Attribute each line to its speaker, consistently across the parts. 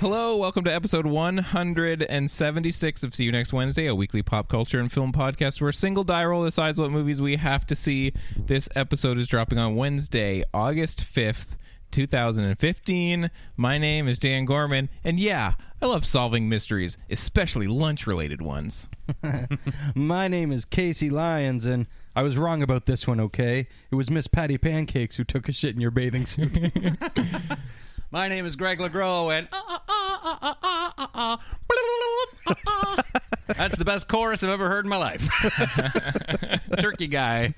Speaker 1: Hello, welcome to episode 176 of See You Next Wednesday, a weekly pop culture and film podcast where a single die roll decides what movies we have to see. This episode is dropping on Wednesday, August 5th, 2015. My name is Dan Gorman, and yeah, I love solving mysteries, especially lunch related ones.
Speaker 2: My name is Casey Lyons, and I was wrong about this one, okay? It was Miss Patty Pancakes who took a shit in your bathing suit.
Speaker 3: My name is Greg LeGros, and uh, uh, that's the best chorus I've ever heard in my life. Turkey guy.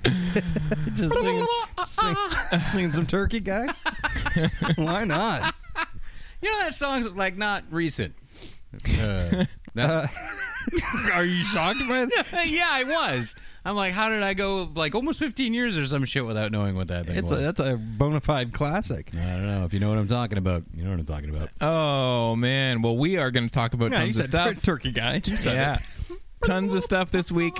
Speaker 2: Just singing, sing, singing some turkey guy? Why not?
Speaker 3: You know that song's like not recent. Uh,
Speaker 2: Are you shocked by that?
Speaker 3: yeah, I was. I'm like, how did I go like almost 15 years or some shit without knowing what that thing
Speaker 2: It's a,
Speaker 3: was?
Speaker 2: that's a bona fide classic.
Speaker 3: I don't know if you know what I'm talking about. You know what I'm talking about.
Speaker 1: Oh, man. Well, we are going to talk about
Speaker 2: Yeah, you
Speaker 1: tons of
Speaker 2: said tur-
Speaker 1: stuff.
Speaker 2: turkey guy. You said
Speaker 1: yeah.
Speaker 2: it.
Speaker 1: Tons of stuff this week.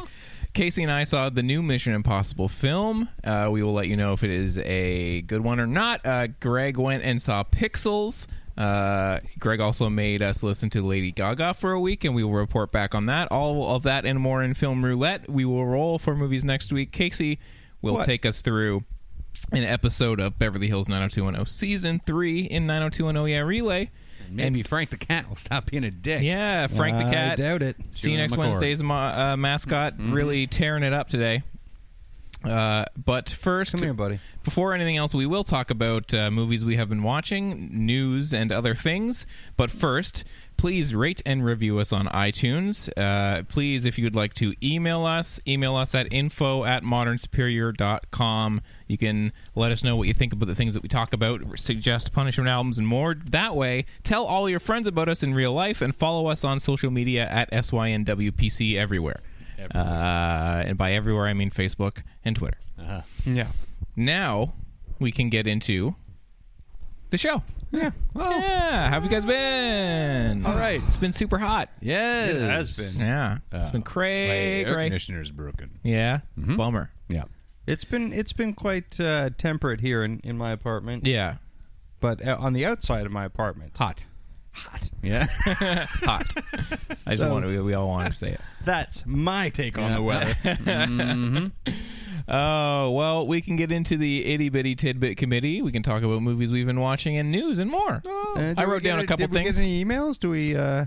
Speaker 1: Casey and I saw the new Mission Impossible film. Uh, we will let you know if it is a good one or not. Uh, Greg went and saw Pixels. Uh, Greg also made us listen to Lady Gaga for a week, and we will report back on that. All of that and more in Film Roulette. We will roll for movies next week. Casey will
Speaker 2: What?
Speaker 1: take us through an episode of Beverly Hills 90210 season three in 90210 Yeah Relay.
Speaker 3: Maybe Frank the cat will stop being a dick.
Speaker 1: Yeah, Frank the
Speaker 2: I
Speaker 1: Cat.
Speaker 2: doubt it.
Speaker 1: See you
Speaker 3: Sure,
Speaker 1: next
Speaker 3: McCord.
Speaker 1: Wednesday's ma- uh, mascot
Speaker 2: Mm-hmm.
Speaker 1: really tearing it up today. Uh, but first,
Speaker 2: Come here, buddy.
Speaker 1: before anything else, we will talk about uh, movies we have been watching, news, and other things. But first, please rate and review us on iTunes. Uh, please, if you'd like to email us, email us at info at modernsuperior.com. You can let us know what you think about the things that we talk about, suggest punishment albums, and more. That way, tell all your friends about us in real life and follow us on social media at SYNWPC everywhere. Uh, and by everywhere, I mean Facebook and Twitter
Speaker 2: Yeah.
Speaker 1: now we can get into the show.
Speaker 2: Yeah. Oh.
Speaker 1: Yeah, how have you guys been?
Speaker 3: All right.
Speaker 1: It's been super hot.
Speaker 3: Yes. It has
Speaker 1: Yeah, Uh, it's been cray,
Speaker 3: air
Speaker 1: cray.
Speaker 3: conditioner's broken.
Speaker 1: Yeah, bummer.
Speaker 3: Yeah.
Speaker 2: It's been it's been quite uh, temperate here in, in my apartment.
Speaker 1: Yeah,
Speaker 2: But uh, on the outside of my apartment,
Speaker 1: hot,
Speaker 3: Yeah.
Speaker 1: hot. I just wanted we, we all wanted to say it.
Speaker 2: that's my take on the weather.
Speaker 1: Oh well, we can get into the itty bitty tidbit committee. We can talk about movies we've been watching and news and more.
Speaker 2: Uh, did
Speaker 1: I
Speaker 2: we
Speaker 1: wrote
Speaker 2: get
Speaker 1: down a couple
Speaker 2: did we get
Speaker 1: things.
Speaker 2: any emails? Do we? Uh,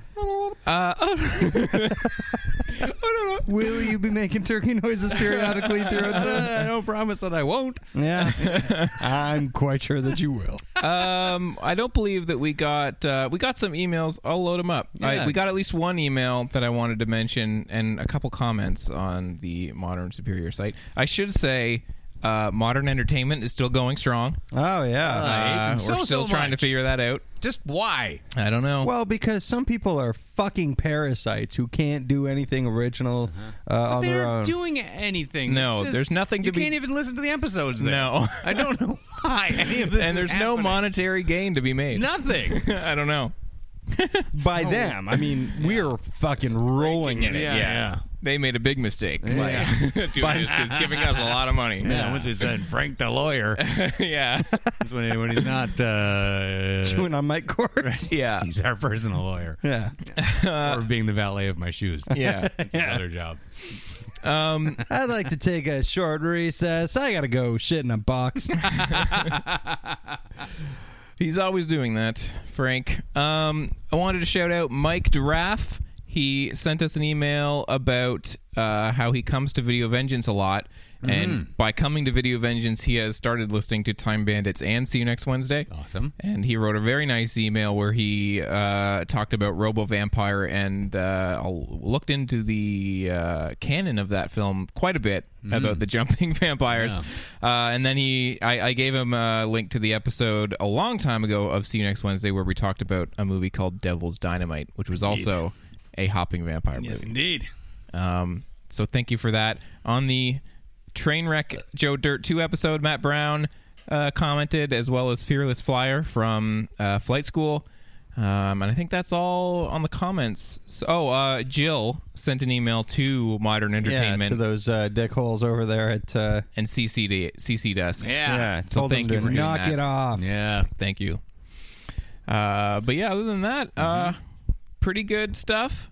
Speaker 2: Will you be making turkey noises periodically throughout the?
Speaker 3: I don't promise that I won't.
Speaker 2: Yeah, I'm quite sure that you will.
Speaker 1: um, I don't believe that we got uh, we got some emails. I'll load them up. I,
Speaker 3: Yeah.
Speaker 1: we got at least one email that I wanted to mention, and a couple comments on the Modern Superior site. I should say, uh, Modern Entertainment is still going strong.
Speaker 2: Oh
Speaker 3: I
Speaker 2: yeah.
Speaker 3: hate
Speaker 1: Uh,
Speaker 3: them
Speaker 1: we're
Speaker 3: so,
Speaker 1: still
Speaker 3: so
Speaker 1: trying to
Speaker 3: much.
Speaker 1: figure that out.
Speaker 3: Just why?
Speaker 1: I don't know.
Speaker 2: well, because some people are fucking parasites who can't do anything original uh, on
Speaker 3: They're um,
Speaker 2: their own.
Speaker 3: doing anything.
Speaker 1: No,
Speaker 3: It's
Speaker 1: there's nothing to
Speaker 3: you
Speaker 1: be-
Speaker 3: can't even listen to the episodes. There.
Speaker 1: No.
Speaker 3: I don't know why any of this.
Speaker 1: and
Speaker 3: is
Speaker 1: there's no
Speaker 3: happening.
Speaker 1: monetary gain to be made.
Speaker 3: Nothing.
Speaker 1: I don't know.
Speaker 4: By them, I mean we're fucking rolling in it.
Speaker 1: Yeah.
Speaker 3: yeah.
Speaker 1: They made a big mistake by doing this 'cause giving us a lot of money.
Speaker 3: Yeah, once we said Frank the lawyer,
Speaker 1: yeah.
Speaker 3: that's when, when he's not, uh,
Speaker 4: Chewing on my cords.
Speaker 1: Yeah.
Speaker 3: he's our personal lawyer,
Speaker 4: Yeah.
Speaker 3: or being the valet of my shoes.
Speaker 1: Yeah.
Speaker 3: it's his other job.
Speaker 4: I'd like to take a short recess. I gotta go shit in a box.
Speaker 1: He's always doing that, Frank. Um, I wanted to shout out Mike Duraff. He sent us an email about uh, how he comes to Video Vengeance a lot. And by coming to Video Vengeance, he has started listening to Time Bandits and See You Next Wednesday.
Speaker 3: Awesome.
Speaker 1: And he wrote a very nice email where he uh, talked about Robo Vampire and uh, looked into the uh, canon of that film quite a bit about the jumping vampires. Uh, and then he, I, I gave him a link to the episode a long time ago of See You Next Wednesday where we talked about a movie called Devil's Dynamite, which was also a hopping vampire
Speaker 3: Yes,
Speaker 1: movie.
Speaker 3: indeed.
Speaker 1: Um, so thank you for that. On the train wreck Joe Dirt 2 episode, Matt Brown uh, commented, as well as Fearless Flyer from uh, Flight School. Um, and I think that's all on the comments. So, oh, uh, Jill sent an email to Modern
Speaker 4: yeah,
Speaker 1: Entertainment
Speaker 4: to those uh, dick holes over there at. Uh,
Speaker 1: and CC'd, CC'd us.
Speaker 3: Yeah.
Speaker 4: yeah,
Speaker 1: so
Speaker 4: told
Speaker 1: thank
Speaker 4: them
Speaker 1: you
Speaker 4: to
Speaker 1: for doing
Speaker 4: knock
Speaker 1: that.
Speaker 4: it off.
Speaker 3: Yeah.
Speaker 1: Thank you. Uh, but yeah, other than that, uh,
Speaker 3: Mm-hmm.
Speaker 1: pretty good stuff.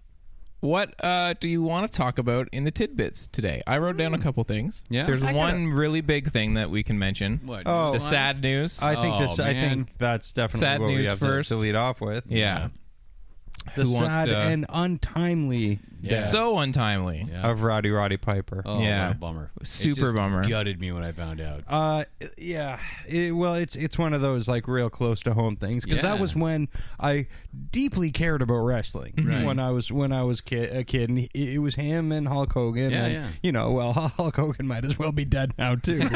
Speaker 1: What uh, do you want to talk about in the tidbits today? I wrote
Speaker 3: Mm.
Speaker 1: down a couple things.
Speaker 4: Yeah.
Speaker 1: there's
Speaker 4: I
Speaker 1: one really big thing that we can mention.
Speaker 3: What?
Speaker 4: Oh.
Speaker 1: the sad news?
Speaker 4: I think
Speaker 3: Oh,
Speaker 4: this. I
Speaker 3: man.
Speaker 4: think that's definitely
Speaker 1: Sad
Speaker 4: what we
Speaker 1: news
Speaker 4: have
Speaker 1: first.
Speaker 4: To, to lead off with.
Speaker 1: yeah.
Speaker 4: the
Speaker 1: Who wants
Speaker 4: sad
Speaker 1: to-
Speaker 4: and untimely
Speaker 3: Yeah.
Speaker 1: so untimely. Oh,
Speaker 4: of Roddy Roddy Piper.
Speaker 3: Oh,
Speaker 1: Yeah.
Speaker 3: what a bummer. It
Speaker 1: Super
Speaker 3: just
Speaker 1: bummer.
Speaker 3: Gutted me when I found out.
Speaker 4: Uh, yeah. It, well, it's it's one of those like real close to home things because that
Speaker 3: Yeah.
Speaker 4: was when I deeply cared about wrestling when I was when I was kid, a kid. And he, it was him and Hulk Hogan.
Speaker 3: Yeah,
Speaker 4: and,
Speaker 3: yeah.
Speaker 4: You know, well, Hulk Hogan might as well be dead now too.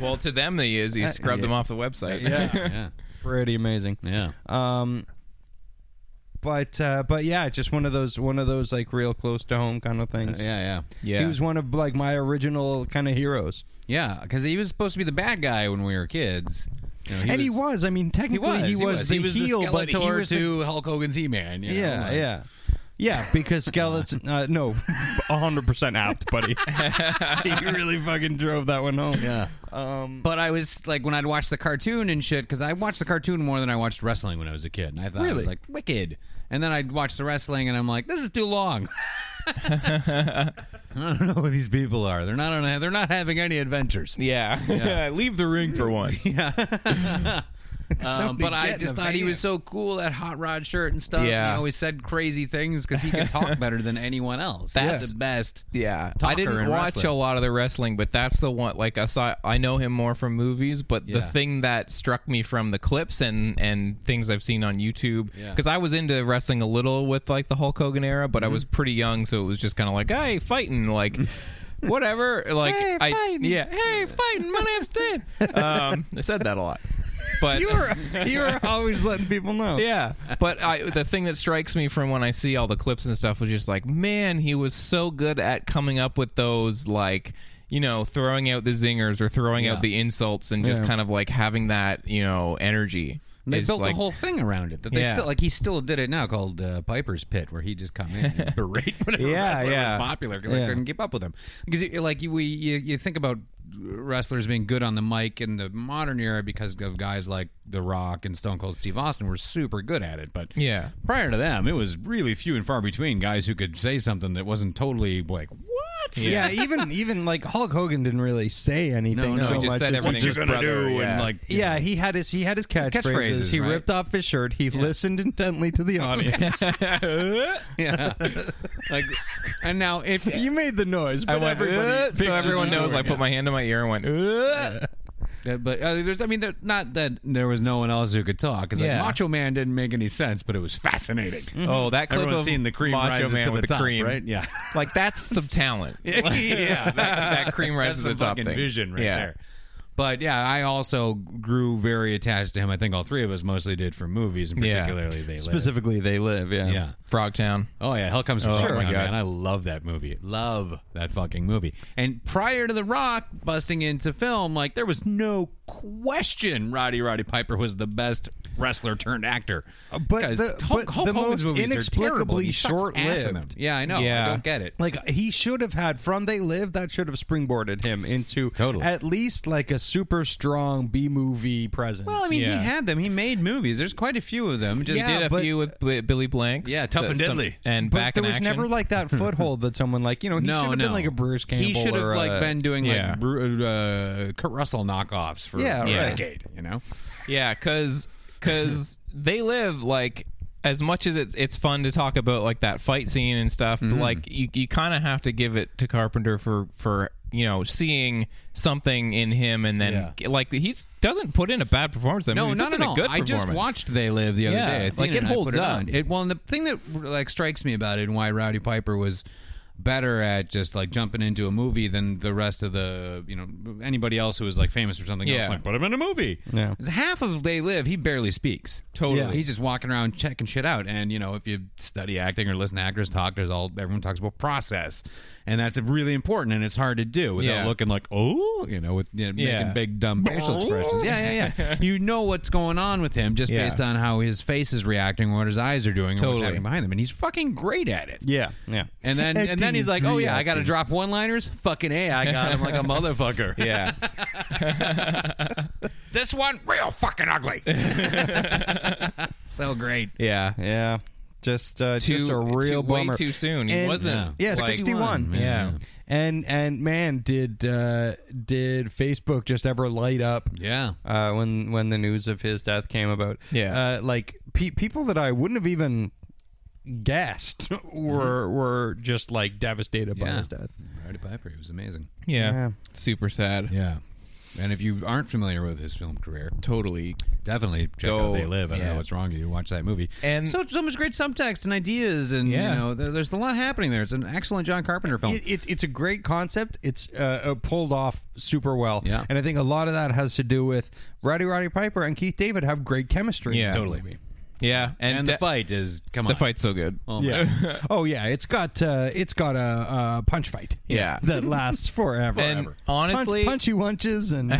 Speaker 1: Well, to them they is.
Speaker 4: Uh,
Speaker 1: He scrubbed them off the website.
Speaker 4: yeah,
Speaker 3: yeah.
Speaker 4: pretty amazing.
Speaker 3: Yeah.
Speaker 4: Um, but uh, but yeah, just one of those one of those like real close to home kind of things.
Speaker 3: yeah, yeah.
Speaker 1: yeah.
Speaker 4: He was one of like my original kind of heroes.
Speaker 3: Yeah, because he was supposed to be the bad guy when we were kids. You know,
Speaker 4: and he was. I mean,
Speaker 3: He
Speaker 4: technically,
Speaker 3: was.
Speaker 4: he was, the
Speaker 3: he was
Speaker 4: heel,
Speaker 3: the
Speaker 4: but he
Speaker 3: Skeletor
Speaker 4: was the-
Speaker 3: to Hulk Hogan's He-Man. You know,
Speaker 4: yeah,
Speaker 3: like-
Speaker 4: yeah, yeah. Because skeleton, uh, no, hundred percent apt, buddy. he really fucking drove that one home.
Speaker 3: Yeah.
Speaker 4: Um,
Speaker 3: but I was like, when I'd watch the cartoon and shit, because I watched the cartoon more than I watched wrestling when I was a kid. And I thought it was
Speaker 4: Really?
Speaker 3: like wicked. And then I'd watch the wrestling and I'm like, this is too long. I don't know who these people are. They're not on, they're not having any adventures.
Speaker 1: yeah. Leave the ring for once. Yeah.
Speaker 3: Um, but I just thought he was so cool that hot rod shirt and stuff.
Speaker 1: Yeah.
Speaker 3: And he always said crazy things because he could talk better than anyone else.
Speaker 1: That's-
Speaker 3: That's the best.
Speaker 1: I
Speaker 3: talker
Speaker 1: didn't
Speaker 3: and
Speaker 1: watch
Speaker 3: wrestler.
Speaker 1: a lot of the wrestling, but that's the one. Like I saw, I know him more from movies, but the
Speaker 3: Yeah.
Speaker 1: thing that struck me from the clips and and things I've seen on YouTube,
Speaker 3: Yeah.
Speaker 1: because I was into wrestling a little with like the Hulk Hogan era, but I was pretty young, so it was just kind of like, hey, fighting, like. Whatever, like
Speaker 4: Hey,
Speaker 1: I,
Speaker 4: fighting.
Speaker 1: yeah, hey, fighting, my name's Dan. Um, I said that a lot, but
Speaker 4: You were, you were always letting people know.
Speaker 1: yeah, but I, the thing that strikes me from when I see all the clips and stuff was just like, man, he was so good at coming up with those like, you know, throwing out the zingers or throwing out the insults and just
Speaker 4: Yeah.
Speaker 1: kind of like having that, you know, energy.
Speaker 3: And They
Speaker 1: It's
Speaker 3: built
Speaker 1: like-
Speaker 3: a whole thing around it that they
Speaker 1: Yeah.
Speaker 3: still like. He still did it now, called uh, Piper's Pit, where he just come in and berate whatever
Speaker 1: Yeah,
Speaker 3: wrestler
Speaker 1: yeah.
Speaker 3: was popular because
Speaker 4: Yeah.
Speaker 3: I couldn't keep up with him. Because you- like you, we, you, you think about wrestlers being good on the mic in the modern era because of guys like The Rock and Stone Cold Steve Austin were super good at it. But
Speaker 1: Yeah.
Speaker 3: prior to them, it was really few and far between guys who could say something that wasn't totally like what.
Speaker 4: Yeah, even even like Hulk Hogan didn't really say anything
Speaker 3: no,
Speaker 4: so
Speaker 3: he
Speaker 1: just
Speaker 4: much
Speaker 1: said
Speaker 4: as
Speaker 1: everything
Speaker 4: just-
Speaker 1: was Brother, yeah.
Speaker 3: and like you
Speaker 4: yeah, he had his he had his catchphrases.
Speaker 3: catchphrases,
Speaker 4: he
Speaker 3: right?
Speaker 4: ripped off his shirt. He listened intently to the audience.
Speaker 3: Yeah. like, and now if
Speaker 4: you made the noise,
Speaker 1: I
Speaker 4: but
Speaker 1: went, "Uh,"
Speaker 4: everybody
Speaker 1: so everyone knows I put my hand in my ear and went, "Uh."
Speaker 3: Uh, but uh, there's, I mean, there, not that there was no one else who could talk. Because
Speaker 1: Yeah.
Speaker 3: like, Macho Man didn't make any sense, but it was fascinating.
Speaker 1: oh, that clip
Speaker 3: Everyone's
Speaker 1: of
Speaker 3: seen the cream
Speaker 1: Macho
Speaker 3: rises
Speaker 1: Man
Speaker 3: to
Speaker 1: with
Speaker 3: the, top,
Speaker 1: cream,
Speaker 3: right? Yeah,
Speaker 1: Like that's some talent.
Speaker 3: yeah,
Speaker 1: that, that cream
Speaker 3: That's
Speaker 1: rises
Speaker 3: some
Speaker 1: to the top
Speaker 3: fucking
Speaker 1: thing.
Speaker 3: vision right
Speaker 1: yeah.
Speaker 3: there. But yeah, I also grew very attached to him. I think all three of us mostly did for movies, and
Speaker 1: Yeah.
Speaker 3: particularly they live.
Speaker 4: specifically they live. Yeah,
Speaker 3: Yeah.
Speaker 1: Frogtown.
Speaker 3: Oh yeah, Hell Comes to
Speaker 1: Oh, my
Speaker 3: Frogtown,
Speaker 1: God.
Speaker 3: man. I love that movie. Love that fucking movie. And prior to The Rock busting into film, like there was no question Roddy Roddy Piper was the best wrestler turned actor.
Speaker 4: Uh, But
Speaker 3: Guys,
Speaker 4: the-
Speaker 3: Hulk,
Speaker 4: but
Speaker 3: Hulk
Speaker 4: the most
Speaker 3: Hogan's movies are terrible.
Speaker 4: inexplicably
Speaker 3: He sucks ass in them.
Speaker 4: short-lived.
Speaker 3: Yeah, I know.
Speaker 1: Yeah.
Speaker 3: I don't get it.
Speaker 4: Like he should have had from They Live that should have springboarded him into
Speaker 3: Totally.
Speaker 4: at least like a super strong B movie presence.
Speaker 3: Well, I mean,
Speaker 1: Yeah.
Speaker 3: he had them. He made movies. There's quite a few of them. Just
Speaker 1: He did a
Speaker 4: but-
Speaker 1: few with B- Billy Blanks.
Speaker 3: Yeah, Tough
Speaker 1: uh,
Speaker 3: and
Speaker 1: some-
Speaker 3: Deadly.
Speaker 1: and
Speaker 4: but
Speaker 1: back
Speaker 4: there
Speaker 1: in
Speaker 4: was
Speaker 1: action.
Speaker 4: never like that foothold that someone like you know he
Speaker 3: no,
Speaker 4: should have
Speaker 3: no.
Speaker 4: been like a Bruce Campbell.
Speaker 3: He should have
Speaker 4: or uh,
Speaker 3: like
Speaker 4: a-
Speaker 3: been doing
Speaker 1: yeah.
Speaker 3: like Bru- uh, Kurt Russell knockoffs for
Speaker 4: Yeah,
Speaker 3: yeah,
Speaker 4: right.
Speaker 3: Renegade. You know,
Speaker 1: Yeah, because they live like as much as it's it's fun to talk about like that fight scene and stuff.
Speaker 3: Mm-hmm.
Speaker 1: But like you, you kind of have to give it to Carpenter for for you know seeing something in him and then like he's doesn't put in a bad performance. I
Speaker 3: no,
Speaker 1: mean,
Speaker 3: not at
Speaker 1: in a
Speaker 3: all.
Speaker 1: good.
Speaker 3: I just
Speaker 1: performance.
Speaker 3: watched They Live the other
Speaker 1: Yeah,
Speaker 3: day. Athena
Speaker 1: like, it
Speaker 3: and I
Speaker 1: holds
Speaker 3: put it
Speaker 1: up.
Speaker 3: on. It, well, and the thing that like strikes me about it and why Rowdy Piper was better at just like jumping into a movie than the rest of the you know anybody else who was like famous or something
Speaker 1: Yeah.
Speaker 3: else like put him in a movie
Speaker 4: Yeah.
Speaker 3: Is half of they live he barely speaks
Speaker 1: Totally. Yeah.
Speaker 3: he's just walking around checking shit out and you know if you study acting or listen to actors talk there's all everyone talks about process and that's really important and it's hard to do without
Speaker 1: Yeah.
Speaker 3: looking like oh you know with you know,
Speaker 1: Yeah.
Speaker 3: making big dumb facial expressions yeah yeah yeah you know what's going on with him just
Speaker 1: Yeah.
Speaker 3: based on how his face is reacting what his eyes are doing and what's
Speaker 1: Totally.
Speaker 3: happening behind him and he's fucking great at it
Speaker 4: yeah, yeah,
Speaker 3: and then and then he's like, "Oh yeah, I got to drop one-liners. Fucking a, I got him like a motherfucker.
Speaker 1: Yeah,
Speaker 3: this one real fucking ugly. so great.
Speaker 1: yeah.
Speaker 4: yeah, just uh,
Speaker 1: Too
Speaker 4: just a real
Speaker 1: too,
Speaker 4: bummer.
Speaker 1: Way too soon. He
Speaker 4: And-
Speaker 1: wasn't.
Speaker 4: Yeah,
Speaker 1: like-
Speaker 4: sixty one.
Speaker 1: Yeah. Yeah.
Speaker 4: and and man, did uh, did Facebook just ever light up?
Speaker 3: Yeah.
Speaker 4: uh, when when the news of his death came about.
Speaker 1: Yeah.
Speaker 4: uh, like pe- people that I wouldn't have even guessed were were just like devastated by
Speaker 3: Yeah.
Speaker 4: his death.
Speaker 3: Roddy Piper, he was amazing.
Speaker 4: Yeah.
Speaker 1: Super sad.
Speaker 3: Yeah. And if you aren't familiar with his film career,
Speaker 1: Totally.
Speaker 3: definitely check
Speaker 1: Go-
Speaker 3: out They Live. I don't
Speaker 1: yeah.
Speaker 3: know what's wrong with you. Watch that movie.
Speaker 1: And-
Speaker 3: so so much great subtext and ideas, and
Speaker 1: Yeah.
Speaker 3: you know, there, there's a lot happening there. It's an excellent John Carpenter
Speaker 1: Oh.
Speaker 3: film.
Speaker 4: It, it's it's a great concept. It's uh, uh, pulled off super well,
Speaker 3: Yeah.
Speaker 4: and I think a lot of that has to do with Roddy Roddy Piper and Keith David have great chemistry.
Speaker 1: Yeah.
Speaker 3: totally.
Speaker 1: Yeah. And,
Speaker 3: And,
Speaker 1: de-
Speaker 3: the fight is come on.
Speaker 1: The fight's so good.
Speaker 3: Oh, my God.
Speaker 4: Yeah. oh yeah, it's got uh, it's got a, uh punch fight.
Speaker 1: Yeah.
Speaker 4: that lasts forever.
Speaker 1: And honestly,
Speaker 4: punch, punchy punches and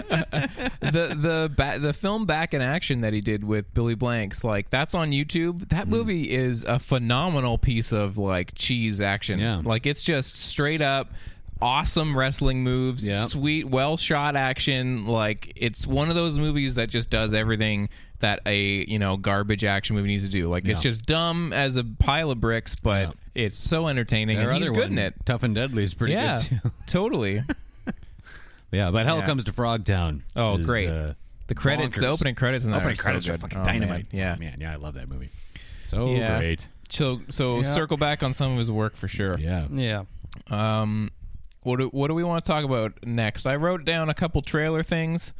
Speaker 1: the the ba- the film back in action that he did with Billy Blanks, like that's on YouTube.
Speaker 3: Hmm.
Speaker 1: That movie is a phenomenal piece of like cheese action.
Speaker 3: Yeah.
Speaker 1: Like it's just straight up awesome wrestling moves,
Speaker 3: Yeah.
Speaker 1: sweet, well shot action. Like it's one of those movies that just does everything that a you know garbage action movie needs to do. Like it's just dumb as a pile of bricks, but it's so entertaining
Speaker 3: Their
Speaker 1: and he's
Speaker 3: other
Speaker 1: good
Speaker 3: one,
Speaker 1: in it.
Speaker 3: Tough and Deadly is pretty
Speaker 1: Yeah,
Speaker 3: good too.
Speaker 1: totally.
Speaker 3: yeah, but Hell
Speaker 1: Yeah.
Speaker 3: Comes to Frogtown.
Speaker 1: Oh,
Speaker 3: is,
Speaker 1: great.
Speaker 3: uh,
Speaker 1: the credits, the
Speaker 3: bonkers.
Speaker 1: opening credits, and that
Speaker 3: opening
Speaker 1: are so
Speaker 3: credits are
Speaker 1: good.
Speaker 3: fucking
Speaker 1: Oh, man.
Speaker 3: dynamite.
Speaker 1: Yeah,
Speaker 3: man, yeah, I love that movie. So
Speaker 1: Yeah.
Speaker 3: great.
Speaker 1: So so circle back on some of his work for sure.
Speaker 3: Yeah.
Speaker 4: yeah.
Speaker 1: Um, what do, what do we want to talk about next? I wrote down a couple trailer things.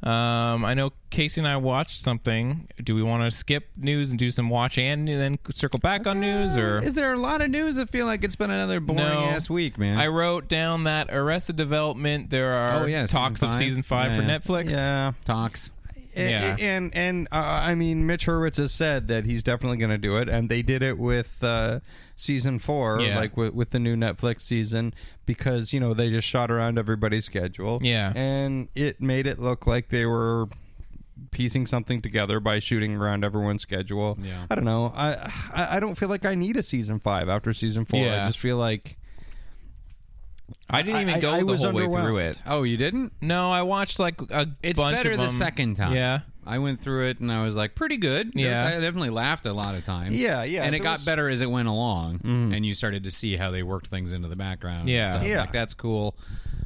Speaker 1: Um, I know Casey and I watched something. Do we want to skip news and do some watch and then circle back on news or?
Speaker 3: Is there a lot of news? I feel like it's been another boring
Speaker 1: No.
Speaker 3: ass week, man.
Speaker 1: I wrote down that Arrested Development. There are
Speaker 3: Oh, yeah, season
Speaker 1: talks of
Speaker 3: five.
Speaker 1: season five
Speaker 3: Yeah,
Speaker 1: for
Speaker 3: yeah.
Speaker 1: Netflix.
Speaker 4: Yeah.
Speaker 3: talks.
Speaker 1: Yeah.
Speaker 4: A- and and uh, I mean, Mitch Hurwitz has said that he's definitely going to do it, and they did it with uh, season four,
Speaker 1: Yeah.
Speaker 4: like with, with the new Netflix season, because you know they just shot around everybody's schedule,
Speaker 1: Yeah.
Speaker 4: and it made it look like they were piecing something together by shooting around everyone's schedule. Yeah, I don't know. I I, I don't feel like I need a season five after season four.
Speaker 1: Yeah.
Speaker 4: I just feel like
Speaker 1: I didn't even
Speaker 4: I-
Speaker 1: go
Speaker 4: I
Speaker 1: the
Speaker 4: was
Speaker 1: whole way through
Speaker 4: underwhelmed.
Speaker 1: it.
Speaker 3: Oh, you didn't?
Speaker 1: No, I watched like a
Speaker 3: It's
Speaker 1: bunch
Speaker 3: better
Speaker 1: of
Speaker 3: the
Speaker 1: them.
Speaker 3: second time.
Speaker 1: Yeah,
Speaker 3: I went through it and I was like, pretty good.
Speaker 1: Yeah.
Speaker 3: I definitely laughed a lot of times.
Speaker 4: Yeah, yeah,
Speaker 3: And it
Speaker 4: there
Speaker 3: got
Speaker 4: was-
Speaker 3: better as it went along, and you started to see how they worked things into the background.
Speaker 1: Mm-hmm. Yeah.
Speaker 3: and stuff.
Speaker 4: Yeah.
Speaker 3: Like, that's cool.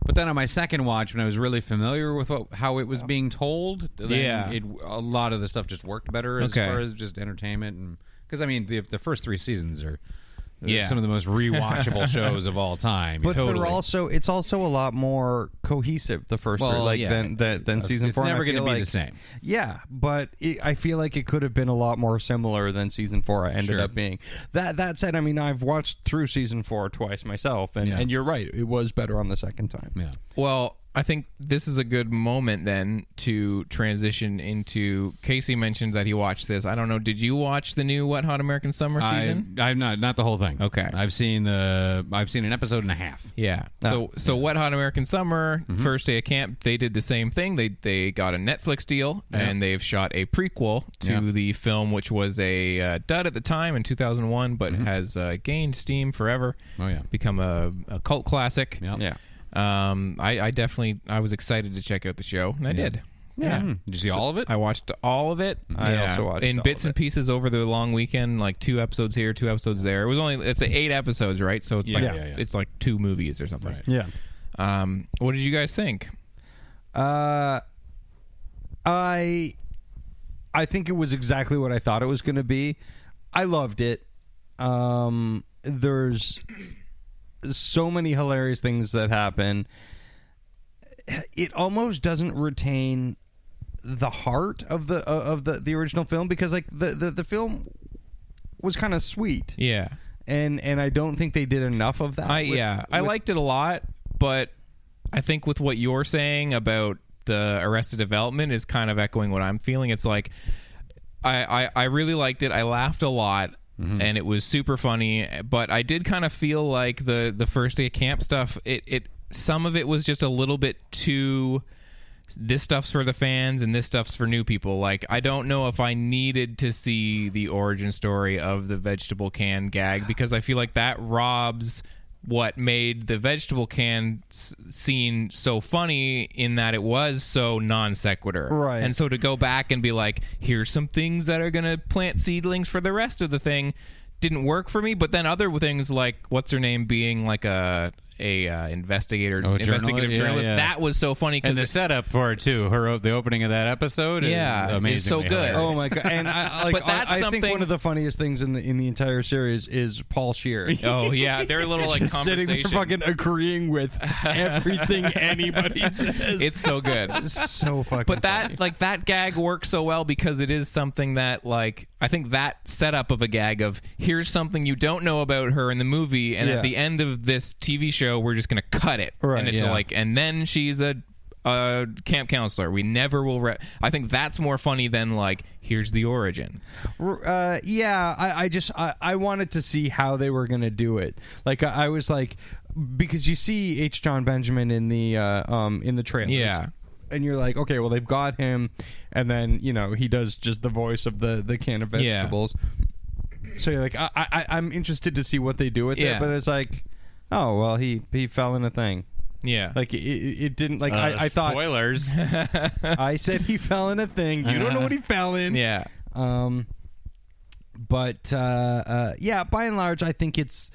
Speaker 3: But then on my second watch, when I was really familiar with what, how it was being told, then
Speaker 1: Yeah.
Speaker 3: it, a lot of the stuff just worked better as
Speaker 1: Okay.
Speaker 3: far as just entertainment. and Because, I mean, the, the first three seasons are uh,
Speaker 1: Yeah.
Speaker 3: some of the most rewatchable shows of all time.
Speaker 4: But
Speaker 3: Totally.
Speaker 4: they're also it's also a lot more cohesive the first three,
Speaker 3: Well,
Speaker 4: like
Speaker 3: yeah.
Speaker 4: than than, than season
Speaker 3: It's
Speaker 4: four. and
Speaker 3: never
Speaker 4: I
Speaker 3: gonna
Speaker 4: feel
Speaker 3: be the
Speaker 4: like-
Speaker 3: same.
Speaker 4: Yeah, but it, I feel like it could have been a lot more similar than season four. I ended
Speaker 3: Sure.
Speaker 4: up being that. That said, I mean I've watched through season four twice myself, and,
Speaker 3: Yeah.
Speaker 4: and you're right, it was better on the second time.
Speaker 3: Yeah.
Speaker 1: Well, I think this is a good moment then to transition into. Casey mentioned that he watched this. I don't know. Did you watch the new Wet Hot American Summer
Speaker 3: I,
Speaker 1: season?
Speaker 3: I'm not not the whole thing.
Speaker 1: Okay.
Speaker 3: I've seen the I've seen an episode and a half.
Speaker 1: Yeah.
Speaker 3: Uh,
Speaker 1: So so Wet Hot American Summer,
Speaker 3: Mm-hmm.
Speaker 1: first day of camp, they did the same thing. They they got a Netflix deal and they've shot a prequel to the film, which was a uh, dud at the time in 2001, but has uh, gained steam forever.
Speaker 3: Mm-hmm. Oh, yeah.
Speaker 1: become a, a cult classic.
Speaker 3: Yeah.
Speaker 4: Yeah.
Speaker 1: Um, I, I definitely I was excited to check out the show and I did.
Speaker 3: Yeah. Did you see all of it?
Speaker 1: I watched all of it.
Speaker 4: Hmm, I also watched
Speaker 1: in
Speaker 4: all
Speaker 1: bits
Speaker 4: of
Speaker 1: and pieces over the long weekend, like two episodes here, two episodes there. It was only it's eight episodes, right? So it's like
Speaker 3: yeah, yeah.
Speaker 1: it's like two movies or something.
Speaker 4: Yeah.
Speaker 1: Um, what did you guys think?
Speaker 4: Uh, I I think it was exactly what I thought it was going to be. I loved it. Um, there's so many hilarious things that happen. It almost doesn't retain the heart of the uh, of the the original film because like the the, the film was kind of sweet
Speaker 1: Yeah,
Speaker 4: and and I don't think they did enough of that.
Speaker 1: I
Speaker 4: Uh, with-
Speaker 1: yeah I
Speaker 4: with-
Speaker 1: liked it a lot, but I think with what you're saying about the Arrested Development is kind of echoing what I'm feeling. It's like I I, I really liked it. I laughed a lot. And it was super funny, but I did kind of feel like the the first day of camp stuff. It it some of it was just a little bit too this stuff's for the fans and this stuff's for new people. Like I don't know if I needed to see the origin story of the vegetable can gag because I feel like that robs what made the vegetable can s- scene so funny in that it was so non sequitur.
Speaker 4: Right.
Speaker 1: And so to go back and be like, here's some things that are going to plant seedlings for the rest of the thing didn't work for me, but then other things like what's her name being like a a uh, investigator
Speaker 3: Oh, a
Speaker 1: investigative
Speaker 3: journalist? Yeah,
Speaker 1: journalist
Speaker 3: yeah.
Speaker 1: that was so funny
Speaker 3: and
Speaker 1: it-
Speaker 3: the setup for it too. Her op- the opening of that episode
Speaker 1: Yeah,
Speaker 3: is
Speaker 1: it's
Speaker 3: amazing.
Speaker 1: so good.
Speaker 4: Oh my god! And I, I- like,
Speaker 1: But that's
Speaker 4: I, I think
Speaker 1: something-
Speaker 4: one of the funniest things in the in the entire series is Paul Shear.
Speaker 1: Oh yeah, their little like
Speaker 4: Just sitting there
Speaker 1: conversation.
Speaker 4: fucking agreeing with everything anybody says.
Speaker 1: it's so good.
Speaker 4: so fucking.
Speaker 1: But that like that gag works so well because it is something that like I think that setup of a gag of here's something you don't know about her in the movie, and
Speaker 4: Yeah.
Speaker 1: at the end of this TV show, we're just gonna cut it,
Speaker 4: Right,
Speaker 1: and it's
Speaker 4: yeah.
Speaker 1: like, and then she's a. Uh, camp counselor. We never will. Re- I think that's more funny than like. Here's the origin.
Speaker 4: uh, yeah, I, I just I, I wanted to see how they were gonna do it. Like I, I was like, because you see H. John Benjamin in the uh, um in the trailers.
Speaker 1: Yeah.
Speaker 4: And you're like, okay, well they've got him, and then you know he does just the voice of the the can of
Speaker 1: Yeah.
Speaker 4: vegetables. So you're like, I, I I'm interested to see what they do with
Speaker 1: Yeah.
Speaker 4: it, but it's like, oh well he he fell in a thing.
Speaker 1: Yeah.
Speaker 4: Like it, it it didn't like
Speaker 3: Uh,
Speaker 4: I, I thought
Speaker 3: spoilers.
Speaker 4: I said he fell in a thing. You don't know what he fell in.
Speaker 1: yeah.
Speaker 4: Um, but uh, uh, yeah, by and large, I think it's.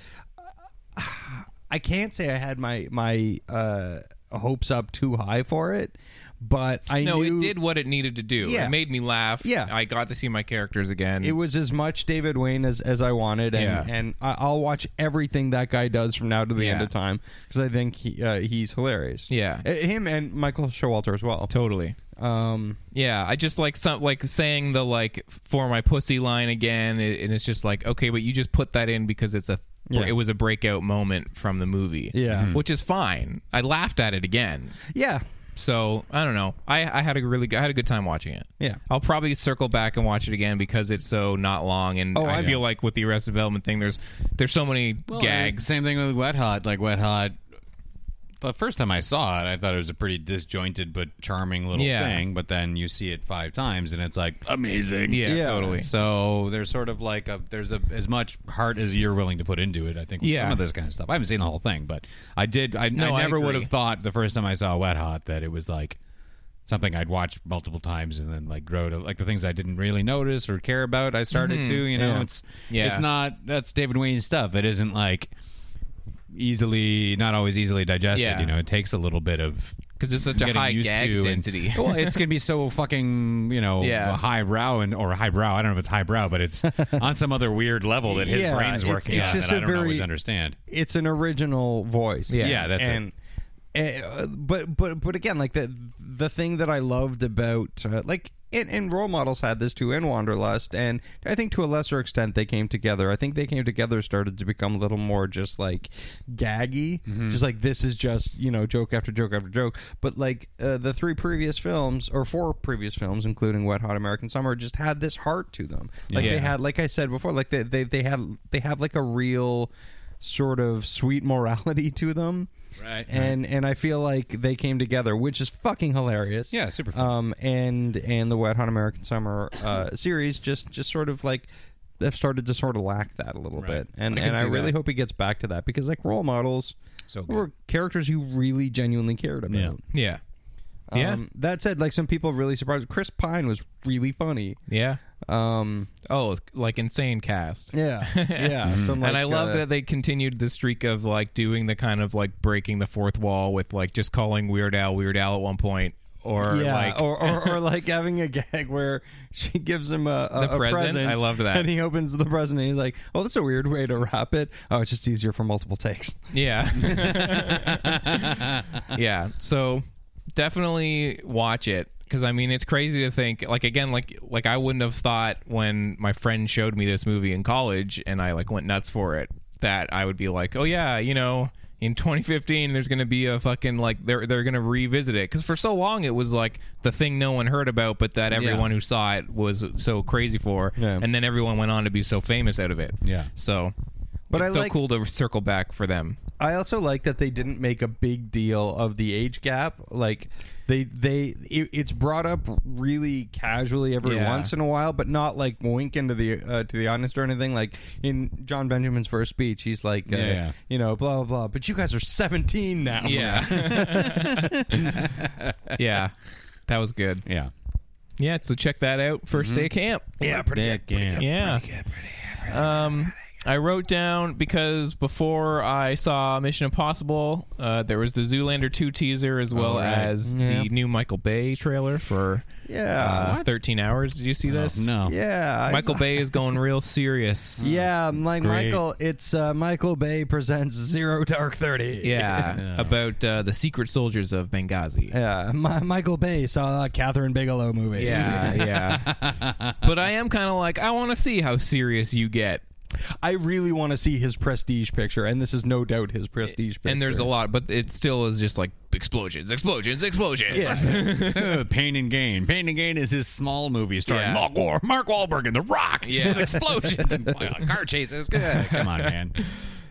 Speaker 4: I can't say I had my my uh, hopes up too high for it, but I
Speaker 1: No,
Speaker 4: knew
Speaker 1: it did what it needed to do.
Speaker 4: Yeah.
Speaker 1: It made me laugh.
Speaker 4: Yeah.
Speaker 1: I got to see my characters again.
Speaker 4: It was as much David Wayne as, as I wanted, and
Speaker 1: Yeah.
Speaker 4: and I- I'll watch everything that guy does from now to the end
Speaker 1: Yeah.
Speaker 4: of time because I think he uh, he's hilarious.
Speaker 1: Yeah.
Speaker 4: Uh, him and Michael Showalter as well.
Speaker 1: totally.
Speaker 4: Um,
Speaker 1: Yeah, I just like some like saying the like for my pussy line again, it, and it's just like okay, but you just put that in because it's a
Speaker 4: Yeah.
Speaker 1: it was a breakout moment from the movie,
Speaker 4: Yeah.
Speaker 3: Mm-hmm.
Speaker 4: Mhm.
Speaker 1: which is fine. I laughed at it again,
Speaker 4: yeah,
Speaker 1: so I don't know. I I had a really good, I had a good time watching it.
Speaker 4: Yeah.
Speaker 1: I'll probably circle back and watch it again because it's so not long, and I
Speaker 4: I-
Speaker 1: feel like with the Arrested Development thing, there's there's so many gags.
Speaker 3: Same thing with Wet Hot. Like Wet Hot. The first time I saw it, I thought it was a pretty disjointed but charming little
Speaker 1: Yeah.
Speaker 3: thing. But then you see it five times, and it's like amazing.
Speaker 1: yeah,
Speaker 4: Yeah.
Speaker 1: totally.
Speaker 3: So there's sort of like a there's a as much heart as you're willing to put into it. I think with
Speaker 1: Yeah.
Speaker 3: some of this kind of stuff. I haven't seen the whole thing, but I did. I,
Speaker 1: No,
Speaker 3: I
Speaker 1: I
Speaker 3: never would
Speaker 1: agree.
Speaker 3: have thought the first time I saw Wet Hot that it was like something I'd watched multiple times and then like grow to like the things I didn't really notice or care about. I started to, you know, it's
Speaker 1: Yeah.
Speaker 3: it's not that's David Wayne stuff. It isn't like easily not always easily digested.
Speaker 1: Yeah.
Speaker 3: You know, it takes a little bit of
Speaker 1: 'Cause it's such a
Speaker 3: getting
Speaker 1: high
Speaker 3: used
Speaker 1: gag
Speaker 3: to and-
Speaker 1: density.
Speaker 4: Oh,
Speaker 3: well, it's gonna be so fucking you know
Speaker 1: Yeah.
Speaker 3: highbrow and or highbrow. I don't know if it's highbrow, but it's on some other weird level that his
Speaker 4: Yeah,
Speaker 3: brain's
Speaker 4: it's-
Speaker 3: working
Speaker 4: it's
Speaker 3: on
Speaker 4: just
Speaker 3: that I
Speaker 4: a
Speaker 3: don't always
Speaker 4: very-
Speaker 3: understand.
Speaker 4: it's an original voice.
Speaker 1: Yeah.
Speaker 3: Yeah, that's it.
Speaker 4: and, eh, and- uh, but but but again, like the the thing that I loved about uh, like and, and role models had this too in Wanderlust, and I think to a lesser extent they came together. I think they came together started to become a little more just like gaggy,
Speaker 3: Mm-hmm.
Speaker 4: just like this is just you know joke after joke after joke. But like uh, the three previous films or four previous films, including Wet Hot American Summer, just had this heart to them. Like they
Speaker 1: Yeah.
Speaker 4: had, like I said before, like they they they had they have like a real sort of sweet morality to them.
Speaker 3: Right.
Speaker 4: And and I feel like they came together, which is fucking hilarious.
Speaker 3: Yeah, super fun.
Speaker 4: Um, and and the Wet Hot American Summer uh, series just just sort of like have started to sort of lack that a little bit, and and I
Speaker 3: see
Speaker 4: really
Speaker 3: that.
Speaker 4: hope he gets back to that because like role models
Speaker 3: So good.
Speaker 4: were characters you really genuinely cared about.
Speaker 5: Yeah.
Speaker 1: Yeah. Yeah.
Speaker 4: Um, that said, like some people really surprised. Chris Pine was really funny.
Speaker 1: yeah.
Speaker 4: Um,
Speaker 1: Oh, like insane cast.
Speaker 4: yeah, yeah. Some, like,
Speaker 1: and I love
Speaker 4: uh,
Speaker 1: that they continued the streak of like doing the kind of like breaking the fourth wall with like just calling Weird Al Weird Al at one point, or
Speaker 4: yeah,
Speaker 1: like
Speaker 4: or, or, or like having a gag where she gives him a, a,
Speaker 1: The
Speaker 4: a
Speaker 1: present? I loved that.
Speaker 4: and he opens the present and he's like, "Oh, that's a weird way to wrap it. Oh, it's just easier for multiple takes."
Speaker 1: yeah, yeah. So definitely watch it because I mean it's crazy to think like again like like I wouldn't have thought when my friend showed me this movie in college and I like went nuts for it that I would be like oh yeah you know. In 2015, there's going to be a fucking like they're they're going to revisit it because for so long it was like the thing no one heard about, but that everyone who saw it was so crazy for,
Speaker 4: Yeah.
Speaker 1: and then everyone went on to be so famous out of it.
Speaker 3: Yeah.
Speaker 1: So,
Speaker 4: But
Speaker 1: but
Speaker 4: I
Speaker 1: it's so
Speaker 4: like-
Speaker 1: cool to circle back for them.
Speaker 4: I also like that they didn't make a big deal of the age gap. Like they they it, it's brought up really casually every
Speaker 1: Yeah.
Speaker 4: once in a while, but not like wink into the uh, to the audience or anything. Like in John Benjamin's first speech, he's like, uh,
Speaker 3: yeah.
Speaker 4: you know, blah blah blah. But you guys are seventeen now.
Speaker 1: Yeah. yeah. That was good.
Speaker 3: Yeah.
Speaker 1: Yeah, so check that out. 1st day of camp.
Speaker 5: Yeah, pretty good.
Speaker 1: yeah. Um I wrote down because before I saw Mission Impossible, uh, there was the Zoolander 2 teaser as well as the new Michael Bay trailer for
Speaker 4: Yeah,
Speaker 1: uh, 13 hours. Did you see this?
Speaker 3: Oh, No.
Speaker 4: Yeah, I
Speaker 1: Michael Bay is going real serious.
Speaker 4: Yeah, I'm like
Speaker 3: Great.
Speaker 4: Michael. It's uh, Michael Bay presents Zero Dark Thirty.
Speaker 1: Yeah, about uh, the secret soldiers of Benghazi.
Speaker 4: yeah. Mi- Michael Bay saw a Catherine Bigelow movie.
Speaker 1: Yeah, yeah. but I am kind of like, I want to see how serious you get.
Speaker 4: I really want to see his prestige picture, and this is no doubt his prestige picture.
Speaker 1: And there's a lot, but it still is just like explosions, explosions, explosions.
Speaker 3: Uh, Pain and Gain. Pain and Gain is his small movie starring
Speaker 1: Yeah.
Speaker 3: Mark, War- Mark Wahlberg and The Rock.
Speaker 1: Yeah.
Speaker 3: With explosions and uh, car chases. Yeah, Come on, man.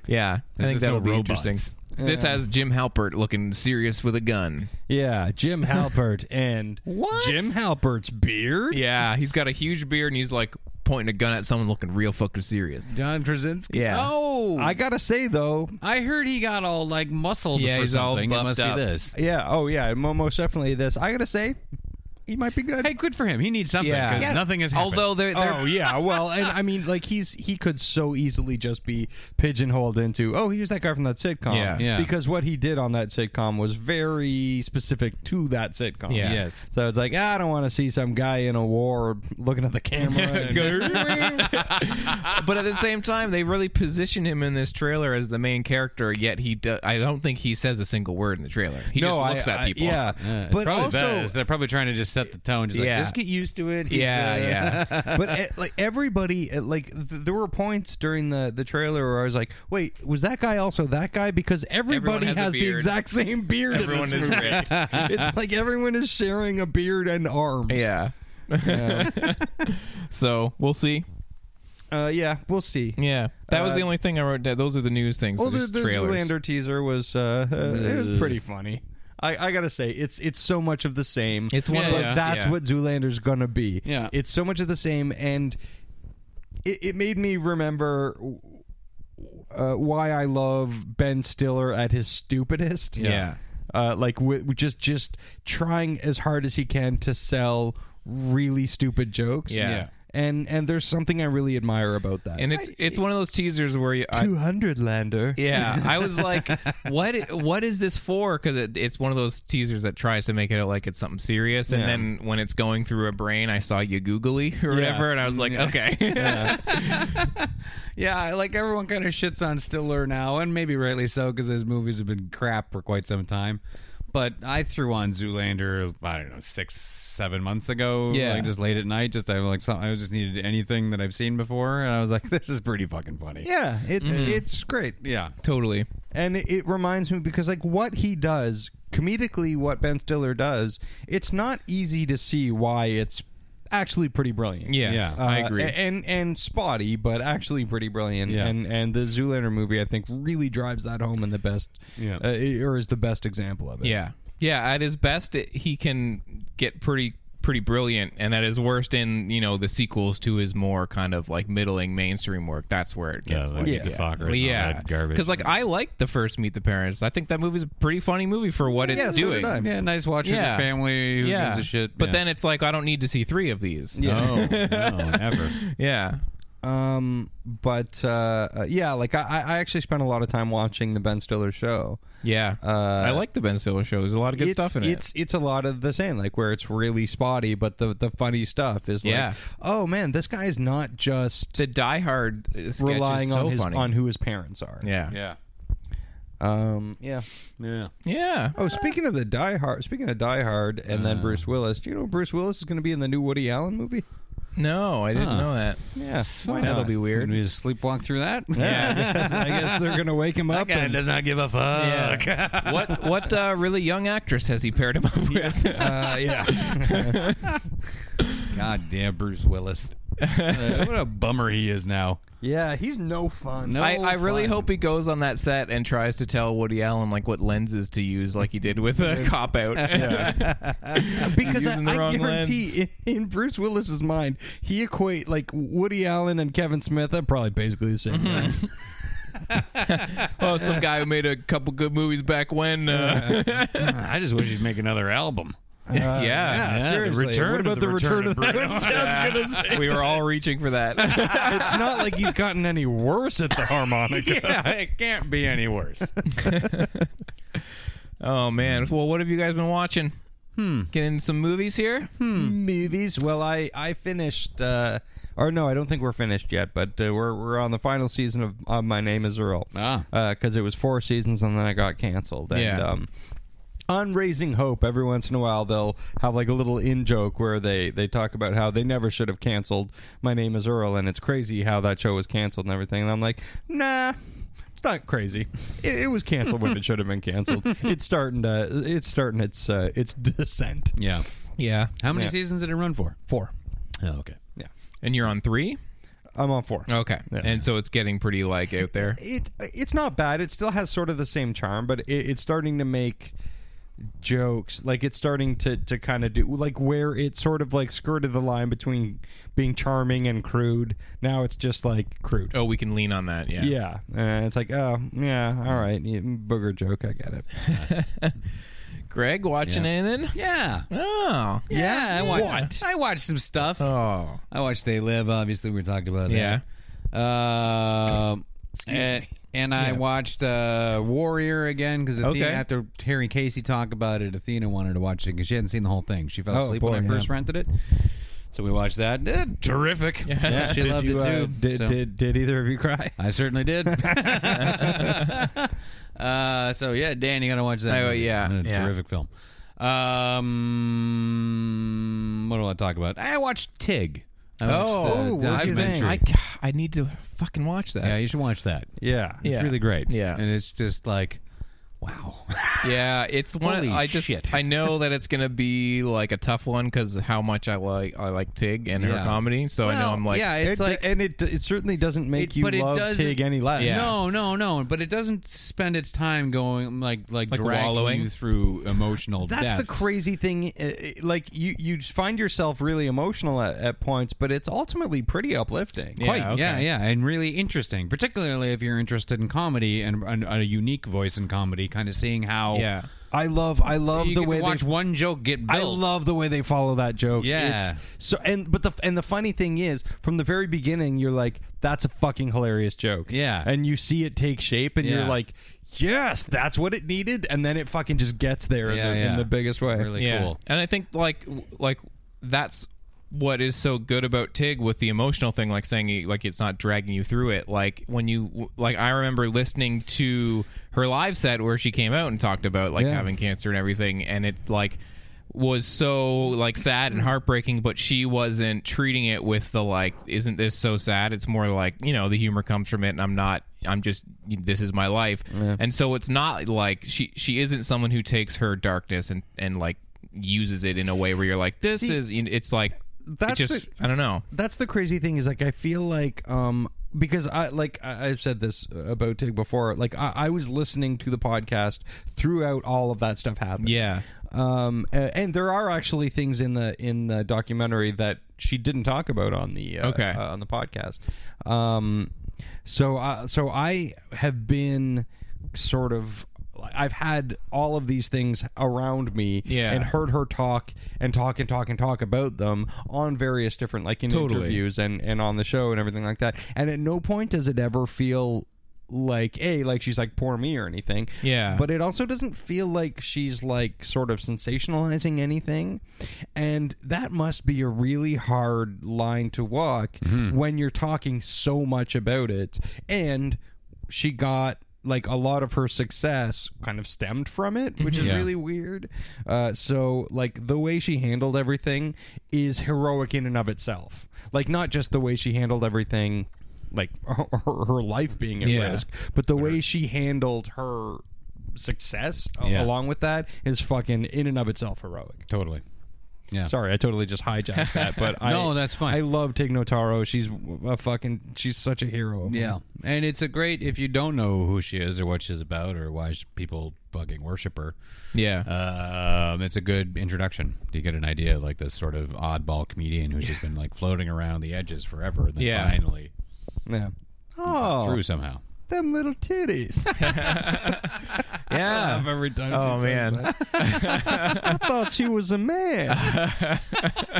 Speaker 1: yeah. I think
Speaker 3: just
Speaker 1: that'll
Speaker 3: no
Speaker 1: be
Speaker 3: robots.
Speaker 1: interesting. This has Jim Halpert looking serious with a gun.
Speaker 4: yeah, Jim Halpert and
Speaker 1: What?
Speaker 4: Jim Halpert's beard.
Speaker 1: Yeah, he's got a huge beard and he's like pointing a gun at someone looking real fucking serious.
Speaker 3: John Krasinski.
Speaker 1: Yeah.
Speaker 3: Oh,
Speaker 4: I
Speaker 3: I,
Speaker 4: gotta say though,
Speaker 3: I heard he got all like muscled
Speaker 1: Yeah,
Speaker 3: for
Speaker 1: he's all
Speaker 3: something. it
Speaker 1: buffed
Speaker 3: must
Speaker 1: up.
Speaker 3: be this.
Speaker 4: yeah, oh yeah, mo- most definitely this. I gotta say, he might be good.
Speaker 3: Hey, good for him. He needs something
Speaker 1: Yeah.
Speaker 3: because
Speaker 1: Yeah.
Speaker 3: nothing has happened.
Speaker 1: Although they're, they're
Speaker 4: Oh yeah, well, and I mean, like he's he could so easily just be pigeonholed into oh here's that guy from that sitcom
Speaker 1: Yeah.
Speaker 3: Yeah.
Speaker 4: because what he did on that sitcom was very specific to that sitcom
Speaker 1: Yeah.
Speaker 3: Yes.
Speaker 4: so it's like ah, I don't want to see some guy in a war looking at the camera and-
Speaker 1: but at the same time, they really position him in this trailer as the main character. Yet he, do, I don't think he says a single word in the trailer. He
Speaker 4: no
Speaker 1: just looks
Speaker 4: I,
Speaker 1: at
Speaker 4: I-
Speaker 1: people.
Speaker 4: yeah,
Speaker 3: Yeah, Uh, it's
Speaker 4: but
Speaker 3: probably
Speaker 4: also
Speaker 3: that. they're probably trying to just set the tone. Just
Speaker 1: Yeah.
Speaker 3: like just get used to it. He's,
Speaker 1: yeah,
Speaker 3: uh,
Speaker 1: yeah.
Speaker 4: but eh, like everybody eh, like th- there were points during the the trailer where I was like wait was that guy also that guy because
Speaker 1: Everyone
Speaker 4: everybody
Speaker 1: has a
Speaker 4: has, the
Speaker 1: beard.
Speaker 4: exact same beard in
Speaker 1: Everyone
Speaker 4: this
Speaker 1: is
Speaker 4: movie.
Speaker 1: ripped.
Speaker 4: it's like everyone is sharing a beard and arms
Speaker 1: Yeah. so we'll see.
Speaker 4: uh, yeah we'll see
Speaker 1: Yeah, that was
Speaker 4: Uh,
Speaker 1: the only thing I wrote down. Those are the news things.
Speaker 4: well
Speaker 1: so
Speaker 4: the,
Speaker 1: just
Speaker 4: Oh, the
Speaker 1: trailers.
Speaker 4: Zoolander teaser was uh, uh, it was pretty funny I, I gotta say it's it's so much of the same
Speaker 1: It's one of
Speaker 4: but
Speaker 1: those-
Speaker 4: that's
Speaker 1: yeah.
Speaker 4: what Zoolander's gonna be
Speaker 3: Yeah.
Speaker 4: it's so much of the same and it, it made me remember uh, why I love Ben Stiller at his stupidest.
Speaker 1: Yeah.
Speaker 4: Uh, like wi- wi- just just trying as hard as he can to sell really stupid jokes.
Speaker 1: Yeah. Yeah.
Speaker 4: And and there's something I really admire about that.
Speaker 1: and it's it's one of those teasers where you, I,
Speaker 4: 200 lander.
Speaker 1: yeah, I was like, what i- what is this for? Because it, it's one of those teasers that tries to make it out like it's something serious, and then when it's going through a brain, I saw you googly or whatever, and I was like,
Speaker 4: Mm,
Speaker 1: okay,
Speaker 3: Yeah, like everyone kind of shits on Stiller now, and maybe rightly so because his movies have been crap for quite some time. but I threw on Zoolander. I don't know six, seven months ago.
Speaker 1: Yeah.
Speaker 3: like just late at night. Just I like some, I just needed anything that I've seen before, and I was like, this is pretty fucking funny.
Speaker 4: Yeah, it's
Speaker 1: Mm-hmm.
Speaker 4: it's great.
Speaker 3: yeah.
Speaker 1: Totally.
Speaker 4: And it, it reminds me because like what he does comedically, what Ben Stiller does, it's not easy to see why it's actually pretty brilliant.
Speaker 1: Yes,
Speaker 3: Yeah.
Speaker 1: I
Speaker 4: Uh,
Speaker 1: agree.
Speaker 4: and and spotty, but actually pretty brilliant.
Speaker 3: Yeah.
Speaker 4: And and the Zoolander movie, I think, really drives that home in the best,
Speaker 3: Yeah.
Speaker 4: uh, or is the best example of it.
Speaker 1: Yeah, yeah. At his best, it, he can get pretty pretty brilliant, and at his worst, in you know the sequels to his more kind of like middling mainstream work, that's where it gets.
Speaker 3: like
Speaker 1: like,
Speaker 3: Meet the Fockers and all
Speaker 1: yeah,
Speaker 3: that garbage.
Speaker 1: Because like I like the first Meet the Parents. I think that movie's a pretty funny movie for what it's
Speaker 4: Yeah, so
Speaker 1: doing.
Speaker 4: did I.
Speaker 3: yeah, nice watching your
Speaker 1: Yeah.
Speaker 3: family who
Speaker 1: yeah,
Speaker 3: gives a shit.
Speaker 1: But
Speaker 3: Yeah.
Speaker 1: then it's like I don't need to see three of these. Yeah,
Speaker 3: no, Oh, no, never.
Speaker 1: yeah.
Speaker 4: Um, but uh, uh, yeah, like I, I I actually spent a lot of time watching the Ben Stiller show.
Speaker 1: I like the Ben Stiller show. There's a lot of good
Speaker 4: Uh, it's,
Speaker 1: stuff in
Speaker 4: it's,
Speaker 1: it.
Speaker 4: It's a lot of the same, like where it's really spotty, but the the funny stuff is like,
Speaker 1: Yeah.
Speaker 4: oh man, this guy's not just
Speaker 1: The Die Hard uh, sketch
Speaker 4: relying
Speaker 1: is so
Speaker 4: on his
Speaker 1: funny.
Speaker 4: on who his parents are.
Speaker 1: yeah. yeah,
Speaker 3: Yeah,
Speaker 4: Um. Yeah.
Speaker 3: yeah.
Speaker 4: Oh, speaking of the Die Hard, speaking of Die Hard, and
Speaker 1: Uh.
Speaker 4: then Bruce Willis. Do you know Bruce Willis is going to be in the new Woody Allen movie?
Speaker 1: No, I didn't know that.
Speaker 4: Yeah. Why
Speaker 1: That'll
Speaker 4: not?
Speaker 1: be weird.
Speaker 3: Can we just sleepwalk through that?
Speaker 4: Yeah. I guess- I guess they're going to wake him up. and-
Speaker 3: does not give a fuck.
Speaker 1: what what uh, really young actress has he paired him up with?
Speaker 4: uh, yeah.
Speaker 3: God damn Bruce Willis. Uh, what a bummer he is now.
Speaker 4: Yeah. He's no Oh, fun.
Speaker 3: No
Speaker 1: I, I really
Speaker 3: fun.
Speaker 1: hope he goes on that set and tries to tell Woody Allen like what lenses to use, like he did with a cop out.
Speaker 4: because I,
Speaker 1: Using the
Speaker 4: I
Speaker 1: wrong lens.
Speaker 4: guarantee in, in Bruce Willis's mind, he equate like Woody Allen and Kevin Smith are probably basically the
Speaker 1: Mm-hmm.
Speaker 4: same. guy.
Speaker 1: oh, some guy who made a couple good movies back when. Uh,
Speaker 3: I just wish he'd make another album.
Speaker 1: yeah,
Speaker 3: Ah,
Speaker 4: yeah, seriously.
Speaker 3: return
Speaker 4: what
Speaker 3: of
Speaker 4: about
Speaker 3: the
Speaker 4: the return
Speaker 3: return
Speaker 4: of
Speaker 3: of
Speaker 4: the? I was just gonna say.
Speaker 1: we were all reaching for that.
Speaker 4: It's not like he's gotten any worse at the harmonica.
Speaker 3: yeah, it can't be any worse.
Speaker 1: oh man, well, what have you guys been watching? Hmm. Getting some movies here.
Speaker 3: Hmm.
Speaker 4: movies. Well, I I finished, uh, or no, I don't think we're finished yet, but uh, we're we're on the final season of uh, My Name Is Earl.
Speaker 3: Ah.
Speaker 4: because it was four seasons and then I got canceled. And,
Speaker 1: Yeah.
Speaker 4: Um, on Raising Hope, every once in a while they'll have like a little in joke where they they talk about how they never should have canceled My Name Is Earl, and it's crazy how that show was canceled and everything. And I'm like, nah. It's not crazy. It, it was canceled when it should have been canceled. It's starting to. It's starting its uh, its descent.
Speaker 3: Yeah.
Speaker 1: Yeah,
Speaker 3: How many seasons did it run for?
Speaker 4: Four.
Speaker 3: Oh, okay.
Speaker 4: Yeah.
Speaker 1: and you're on three.
Speaker 4: I'm on four.
Speaker 1: Okay, and so it's getting pretty like out there.
Speaker 4: It it's not bad. It still has sort of the same charm, but it, it's starting to make jokes. Like it's starting to to kind of do like where it sort of like skirted the line between being charming and crude. Now it's just like crude.
Speaker 1: Oh, we can lean on that. Yeah.
Speaker 4: Yeah, and it's like oh yeah, all right, you- booger joke. I get it.
Speaker 1: Greg, watching anything?
Speaker 3: Yeah.
Speaker 1: Oh.
Speaker 3: Yeah, I watched.
Speaker 1: What?
Speaker 3: I watched some stuff.
Speaker 1: Oh.
Speaker 3: I watched They Live. Obviously, we talked about
Speaker 1: Yeah.
Speaker 3: that. Yeah. and, and I watched uh, Warrior again because
Speaker 1: Okay.
Speaker 3: after hearing Casey talk about it, Athena wanted to watch it because she hadn't seen the whole thing. She fell
Speaker 4: Oh,
Speaker 3: asleep
Speaker 4: boy,
Speaker 3: when I
Speaker 4: yeah.
Speaker 3: first rented it. So we watched that. Eh, terrific.
Speaker 4: Yeah,
Speaker 3: she
Speaker 4: did
Speaker 3: loved
Speaker 4: you,
Speaker 3: it too.
Speaker 4: uh, did,
Speaker 3: so-
Speaker 4: did did either of you cry?
Speaker 3: I certainly did. uh, so yeah, Dan, you gotta watch that.
Speaker 1: Oh,
Speaker 3: movie.
Speaker 1: yeah,
Speaker 3: Uh,
Speaker 1: yeah.
Speaker 3: terrific film. Um, what do I talk about? I watched Tig. I watched the
Speaker 1: Oh,
Speaker 4: what'd you think?
Speaker 3: documentary.
Speaker 1: I, I need to fucking watch that.
Speaker 3: yeah, you should watch that.
Speaker 4: Yeah.
Speaker 3: It's
Speaker 1: Yeah.
Speaker 3: really great.
Speaker 1: Yeah.
Speaker 3: and it's just like, wow.
Speaker 1: Yeah, it's one.
Speaker 3: Holy
Speaker 1: of, I just
Speaker 3: shit.
Speaker 1: I know that it's gonna be like a tough one because how much I like I like Tig and her
Speaker 3: Yeah.
Speaker 1: comedy. So I know
Speaker 3: Well,
Speaker 1: I'm like,
Speaker 3: yeah, it's
Speaker 4: It-
Speaker 3: like
Speaker 4: and it it certainly doesn't make
Speaker 3: It-
Speaker 4: you
Speaker 3: but it
Speaker 4: love
Speaker 3: doesn't-
Speaker 4: Tig any less.
Speaker 1: Yeah.
Speaker 3: No, no, no. But it doesn't spend its time going like like,
Speaker 1: Like
Speaker 3: dragging
Speaker 1: wallowing?
Speaker 3: you through emotional.
Speaker 4: That's the
Speaker 3: depths.
Speaker 4: crazy thing. uh, uh, Like you, you find yourself really emotional at, at points, but it's ultimately pretty uplifting.
Speaker 1: Yeah,
Speaker 3: Quite, yeah,
Speaker 1: okay.
Speaker 3: yeah, and really interesting, particularly if you're interested in comedy and, and a unique voice in comedy, kind of seeing how
Speaker 1: yeah,
Speaker 4: I love, I love
Speaker 3: you
Speaker 4: the
Speaker 3: get
Speaker 4: way
Speaker 3: to watch
Speaker 4: they.
Speaker 3: one joke get built.
Speaker 4: I love the way they follow that joke.
Speaker 3: Yeah.
Speaker 4: It's so and but the and the funny thing is, from the very beginning, you're like, "That's a fucking hilarious joke."
Speaker 3: Yeah.
Speaker 4: And you see it take shape, and you're
Speaker 3: Yeah.
Speaker 4: like, "Yes, that's what it needed." And then it fucking just gets there in,
Speaker 3: Yeah,
Speaker 4: the, in
Speaker 3: yeah.
Speaker 4: the biggest way.
Speaker 3: really
Speaker 1: yeah.
Speaker 3: cool.
Speaker 1: And I think like like that's what is so good about Tig with the emotional thing, like saying you- like it's not dragging you through it. Like when you like, I remember listening to her live set where she came out and talked about like
Speaker 4: Yeah.
Speaker 1: having cancer and everything, and it like was so like sad and heartbreaking but she wasn't treating it with the like isn't this so sad it's more like you know the humor comes from it and i'm not i'm just this is my life and so it's not like she she isn't someone who takes her darkness and and like uses it in a way where you're like this
Speaker 4: See,
Speaker 1: is it's like that's
Speaker 4: that's
Speaker 1: just
Speaker 4: the-
Speaker 1: i don't know
Speaker 4: that's the crazy thing is like I feel like um because I like I, I've said this about Tig before like I, I was listening to the podcast throughout all of that stuff happening
Speaker 1: yeah
Speaker 4: um a- and there are actually things in the in the documentary that she didn't talk about on the uh,
Speaker 1: Okay.
Speaker 4: uh, on the podcast um so uh, so I have been sort of I've had all of these things around me
Speaker 1: Yeah.
Speaker 4: and heard her talk and talk and talk and talk about them on various different like in
Speaker 1: Totally.
Speaker 4: interviews and and on the show and everything like that and at no point does it ever feel like a like she's like poor me or anything
Speaker 1: Yeah.
Speaker 4: but it also doesn't feel like she's like sort of sensationalizing anything and that must be a really hard line to walk
Speaker 1: Mm-hmm.
Speaker 4: when you're talking so much about it and she got like a lot of her success kind of stemmed from it which is
Speaker 1: Mm-hmm. Yeah.
Speaker 4: really weird uh, so like the way she handled everything is heroic in and of itself like not just the way she handled everything like her, her her life being at
Speaker 1: Yeah.
Speaker 4: risk but the way she handled her success a-
Speaker 3: Yeah.
Speaker 4: along with that is fucking in and of itself heroic
Speaker 3: Totally. Yeah.
Speaker 4: Sorry, I totally just hijacked that, but I,
Speaker 3: No, that's fine.
Speaker 4: I love Tig Notaro. She's a fucking, she's such a hero.
Speaker 3: Yeah, and it's a great if you don't know who she is or what she's about or why sh- people fucking worship her.
Speaker 1: yeah
Speaker 3: Um, it's a good introduction to get an idea of like this sort of oddball comedian who's just been like floating around the edges forever, and then
Speaker 1: Yeah.
Speaker 3: finally
Speaker 4: yeah. Oh,
Speaker 3: through somehow.
Speaker 4: them little titties.
Speaker 1: yeah
Speaker 4: Every time.
Speaker 1: oh man
Speaker 4: I thought she was a man.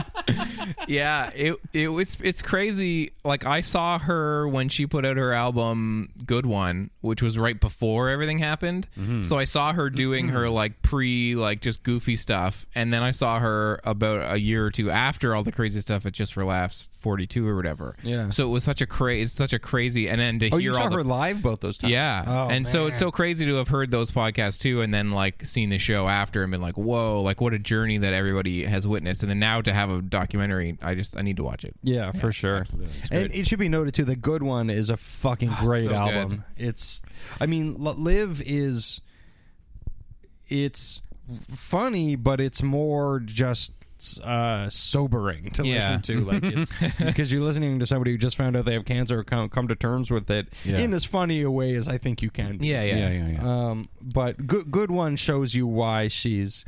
Speaker 1: yeah it it was it's crazy like i saw her when she put out her album good one which was right before everything happened
Speaker 4: Mm-hmm.
Speaker 1: so i saw her doing her like pre like just goofy stuff and then i saw her about a year or two after all the crazy stuff at just for laughs 42 or whatever
Speaker 4: Yeah.
Speaker 1: so it was such a crazy it's such a crazy and then to
Speaker 4: Oh,
Speaker 1: hear
Speaker 4: you
Speaker 1: all
Speaker 4: saw
Speaker 1: the
Speaker 4: her live both those times.
Speaker 1: yeah.
Speaker 4: Oh,
Speaker 1: and so it's so crazy to have heard those podcasts too and then like seen the show after and been like, whoa, like what a journey that everybody has witnessed. And then now to have a documentary, I just, I need to watch it.
Speaker 4: Yeah, for sure. And it should be noted too, the good one is a fucking great
Speaker 1: so
Speaker 4: album. It's, I mean, L- live is, it's funny, but it's more just uh, sobering to
Speaker 1: Yeah.
Speaker 4: listen to. Like, it's because you're listening to somebody who just found out they have cancer, come come to terms with it
Speaker 3: Yeah.
Speaker 4: in as funny a way as I think you can. be.
Speaker 1: Yeah. Yeah. Yeah.
Speaker 3: yeah, yeah.
Speaker 4: Um, but good good one shows you why she's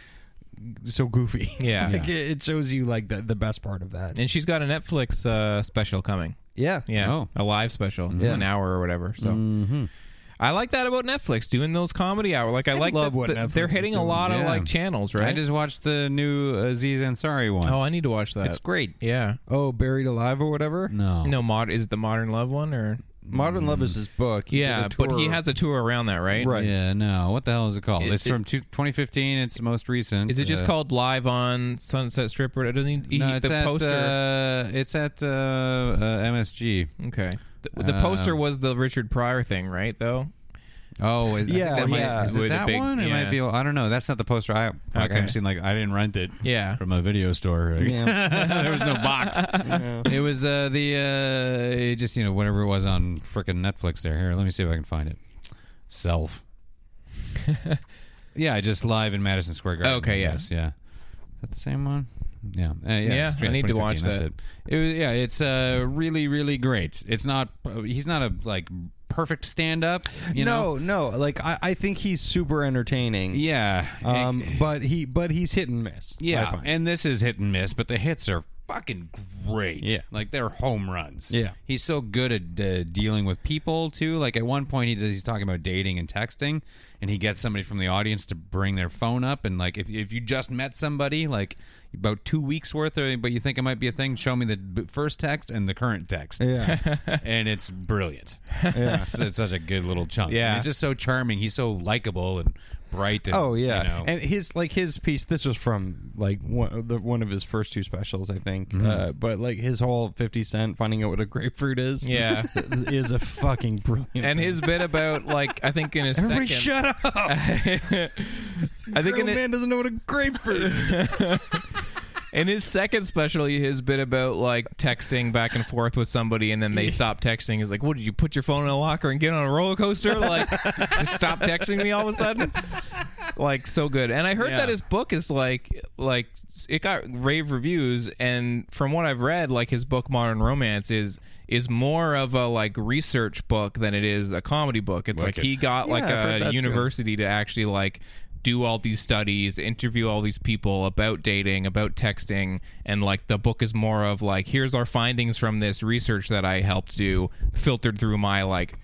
Speaker 4: so goofy.
Speaker 1: Yeah.
Speaker 4: like It, it shows you like the, the best part of that.
Speaker 1: And she's got a Netflix uh, special coming.
Speaker 4: Yeah,
Speaker 1: Yeah.
Speaker 3: Oh.
Speaker 1: A live special, an hour or whatever. So. I like that about Netflix doing those comedy hour. Like I, like
Speaker 4: love
Speaker 1: that-
Speaker 4: what
Speaker 1: that
Speaker 4: Netflix
Speaker 1: they're
Speaker 4: is
Speaker 1: hitting a
Speaker 4: doing.
Speaker 1: lot of
Speaker 3: Yeah.
Speaker 1: like channels,
Speaker 3: I
Speaker 1: right?
Speaker 3: just watched the new uh, Aziz Ansari one.
Speaker 1: oh, I need to watch that.
Speaker 3: it's great.
Speaker 1: Yeah.
Speaker 4: Oh, buried alive or whatever.
Speaker 3: No,
Speaker 1: No mod is it the Modern Love one or
Speaker 4: Modern Love is his book. He
Speaker 1: yeah,
Speaker 4: did a
Speaker 1: but he
Speaker 4: tour.
Speaker 1: has a tour around that, right?
Speaker 4: Right.
Speaker 3: yeah, no. What the hell is it called?
Speaker 1: It-
Speaker 3: it's
Speaker 1: it-
Speaker 3: from two, 2015. It's the most recent.
Speaker 1: Is it just
Speaker 3: Uh,
Speaker 1: called Live on Sunset Strip? Or doesn't he,
Speaker 3: No,
Speaker 1: he-
Speaker 3: it's
Speaker 1: the
Speaker 3: at
Speaker 1: poster?
Speaker 3: uh, it's at uh, uh, MSG.
Speaker 1: okay, the,
Speaker 3: um,
Speaker 1: the poster was the Richard Pryor thing, right? Though.
Speaker 3: Oh, is,
Speaker 4: Yeah,
Speaker 3: I think that might-
Speaker 4: yeah.
Speaker 3: is it
Speaker 1: With the
Speaker 3: that
Speaker 1: big-
Speaker 3: one? It
Speaker 1: yeah.
Speaker 3: might be. I don't know. That's not the poster. I, fuck, I
Speaker 1: Okay.
Speaker 3: haven't seen. Like, I didn't rent it.
Speaker 1: Yeah.
Speaker 3: from a video store. there was no box. It was uh, the uh, it just you know whatever it was on freaking Netflix. There, here. Let me see if I can find it. Self. yeah, just live in Madison Square Garden.
Speaker 1: Okay,
Speaker 3: I
Speaker 1: yeah.
Speaker 3: guess. yeah. Is that the same one? Yeah, uh, yeah.
Speaker 1: Yeah,
Speaker 3: it's
Speaker 1: I need to
Speaker 3: 2015,
Speaker 1: watch
Speaker 3: that's
Speaker 1: that.
Speaker 3: It. It was, yeah, it's uh, really, really great. It's not. uh, He's not a like perfect stand-up. You know,
Speaker 4: no, no. Like I, I think he's super entertaining.
Speaker 3: Yeah.
Speaker 4: Um, but he, but he's hit and miss. I
Speaker 3: yeah.
Speaker 4: find.
Speaker 3: And this is hit and miss, but the hits are fucking great.
Speaker 4: Yeah.
Speaker 3: Like they're home runs.
Speaker 4: Yeah.
Speaker 3: He's so good at uh, dealing with people too. Like at one point he does, he's talking about dating and texting and he gets somebody from the audience to bring their phone up and like if if you just met somebody like about 2 weeks worth or but you think it might be a thing, show me the b- first text and the current text.
Speaker 4: yeah,
Speaker 3: and it's brilliant. It's, it's such a good little chunk.
Speaker 1: Yeah.
Speaker 3: And it's just so charming. He's so likable and bright. And,
Speaker 4: Oh yeah,
Speaker 3: you know,
Speaker 4: and his like his piece. This was from like one of the, one of his first two specials, I think.
Speaker 3: Mm-hmm.
Speaker 4: Uh, but like his whole Fifty Cent finding out what a grapefruit is,
Speaker 1: Yeah.
Speaker 4: is a fucking brilliant.
Speaker 1: and his bit about like I think in his
Speaker 4: everybody
Speaker 1: second,
Speaker 4: shut up.
Speaker 1: I think
Speaker 4: Grown
Speaker 1: in, it-
Speaker 4: man doesn't know what a grapefruit. is.
Speaker 1: in his second special, his bit about like texting back and forth with somebody, and then they stop texting. Is like, what did you put your phone in a locker and get on a roller coaster? Like, just stop texting me all of a sudden. Like so good, and I heard that his book is like like it got rave reviews, and from what I've read, like his book Modern Romance is is more of a like research book than it is a comedy book. It's like he got like
Speaker 4: I've heard that
Speaker 1: a
Speaker 4: too.
Speaker 1: university to actually like do all these studies, interview all these people about dating, about texting, and like the book is more of like here's our findings from this research that I helped do, filtered through my like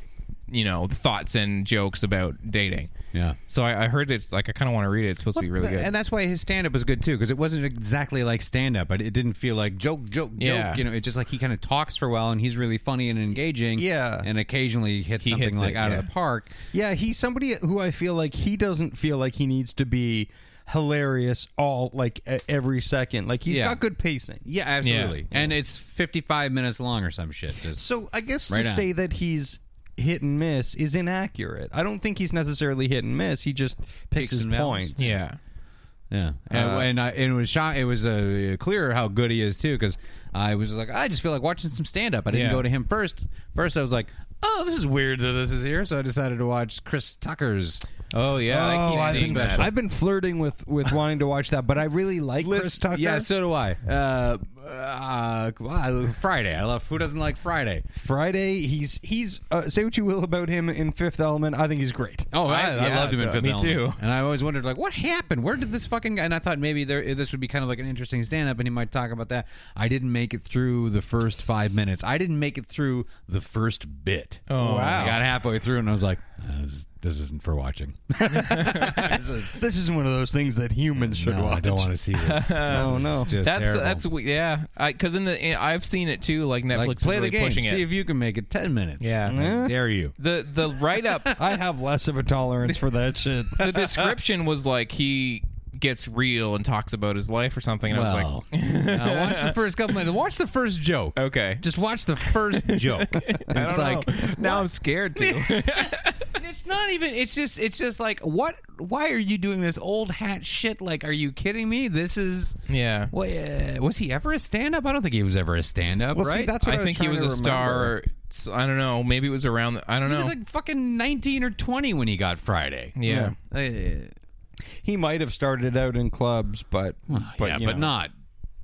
Speaker 1: you know thoughts and jokes about dating.
Speaker 3: Yeah.
Speaker 1: So I, I heard it's like I kind of want to read it. It's supposed to be really good.
Speaker 3: And that's why his stand up was good too, because it wasn't exactly like stand up, but it didn't feel like joke, joke, joke.
Speaker 1: Yeah.
Speaker 3: You know, it's just like he kind of talks for a while, and he's really funny and engaging.
Speaker 4: Yeah.
Speaker 3: and occasionally hits
Speaker 1: He
Speaker 3: something
Speaker 1: hits
Speaker 3: like
Speaker 1: it,
Speaker 3: out
Speaker 1: yeah.
Speaker 3: of the park.
Speaker 4: yeah, he's somebody who I feel like he doesn't feel like he needs to be hilarious all like e- every second. Like he's
Speaker 3: Yeah.
Speaker 4: got good pacing.
Speaker 3: Yeah, absolutely. And it's fifty five minutes long or some shit. Just,
Speaker 4: So I guess
Speaker 3: Right
Speaker 4: to
Speaker 3: on.
Speaker 4: say that he's hit and miss is inaccurate. I don't think he's necessarily hit and miss. He just picks
Speaker 3: Picks
Speaker 4: his
Speaker 3: and balances.
Speaker 4: points.
Speaker 1: yeah.
Speaker 3: yeah, Uh, and, and, I, and it was shot. It was uh, clear how good he is too, because I was like, I just feel like watching some stand up. I didn't
Speaker 1: Yeah.
Speaker 3: go to him first. First, I was like. Oh, this is weird that this is here. So I decided to watch Chris Tucker's
Speaker 1: Oh yeah. I keep
Speaker 4: I've
Speaker 1: seeing
Speaker 4: been,
Speaker 1: that.
Speaker 4: I've been flirting with with wanting to watch that, but I really like Chris
Speaker 3: List-
Speaker 4: Tucker.
Speaker 3: Yeah, so do I. Uh, uh, well, I- Friday. I love. Who doesn't like Friday?
Speaker 4: Friday, he's he's uh, say what you will about him in Fifth Element. I think he's great.
Speaker 3: Oh, I, I
Speaker 1: yeah,
Speaker 3: loved him in
Speaker 1: so-
Speaker 3: Fifth
Speaker 1: me
Speaker 3: Element.
Speaker 1: too.
Speaker 3: And I always wondered, like, what happened? Where did this fucking guy? And I thought maybe there this would be kind of like an interesting stand up, and he might talk about that. I didn't make it through the first five minutes. I didn't make it through the first bit. Oh
Speaker 4: wow.
Speaker 3: I got halfway through, and I was like, "Uh, this, this isn't for watching. This is-
Speaker 4: This is one of those things that humans should
Speaker 3: no,
Speaker 4: watch.
Speaker 3: I don't want to see this. oh
Speaker 4: no.
Speaker 3: just
Speaker 1: that's
Speaker 3: terrible.
Speaker 1: that's we- yeah. Because in the in, I've seen it too. Like Netflix
Speaker 3: like
Speaker 1: is
Speaker 3: play
Speaker 1: really
Speaker 3: the game.
Speaker 1: pushing
Speaker 3: See
Speaker 1: it.
Speaker 3: if you can make it ten minutes.
Speaker 1: Yeah.
Speaker 3: I dare you?
Speaker 1: the the write up
Speaker 4: I have less of a tolerance for that shit.
Speaker 1: the description was like he gets real and talks about his life or something. And I was
Speaker 3: Well,
Speaker 1: like, Oh,
Speaker 3: uh, watch the first couple minutes. Watch the first joke.
Speaker 1: okay.
Speaker 3: Just watch the first joke. it's like
Speaker 1: now I'm scared too.
Speaker 3: it's not even. It's just. It's just like what? Why are you doing this old hat shit? Like, are you kidding me? This is.
Speaker 1: yeah.
Speaker 3: What, uh, was he ever a stand up? I don't think he was ever a stand up,
Speaker 4: Well, see,
Speaker 3: right?
Speaker 4: that's what
Speaker 1: I,
Speaker 4: I was
Speaker 1: think he
Speaker 4: trying
Speaker 1: was
Speaker 4: to
Speaker 1: a star.
Speaker 4: remember.
Speaker 1: s- I don't know. Maybe it was around. The, I don't
Speaker 3: he
Speaker 1: know.
Speaker 3: was like fucking 19 or 20 when he got Friday.
Speaker 1: yeah.
Speaker 3: Uh,
Speaker 4: He might have started out in clubs, but but,
Speaker 3: yeah,
Speaker 4: you
Speaker 3: but
Speaker 4: know.
Speaker 3: not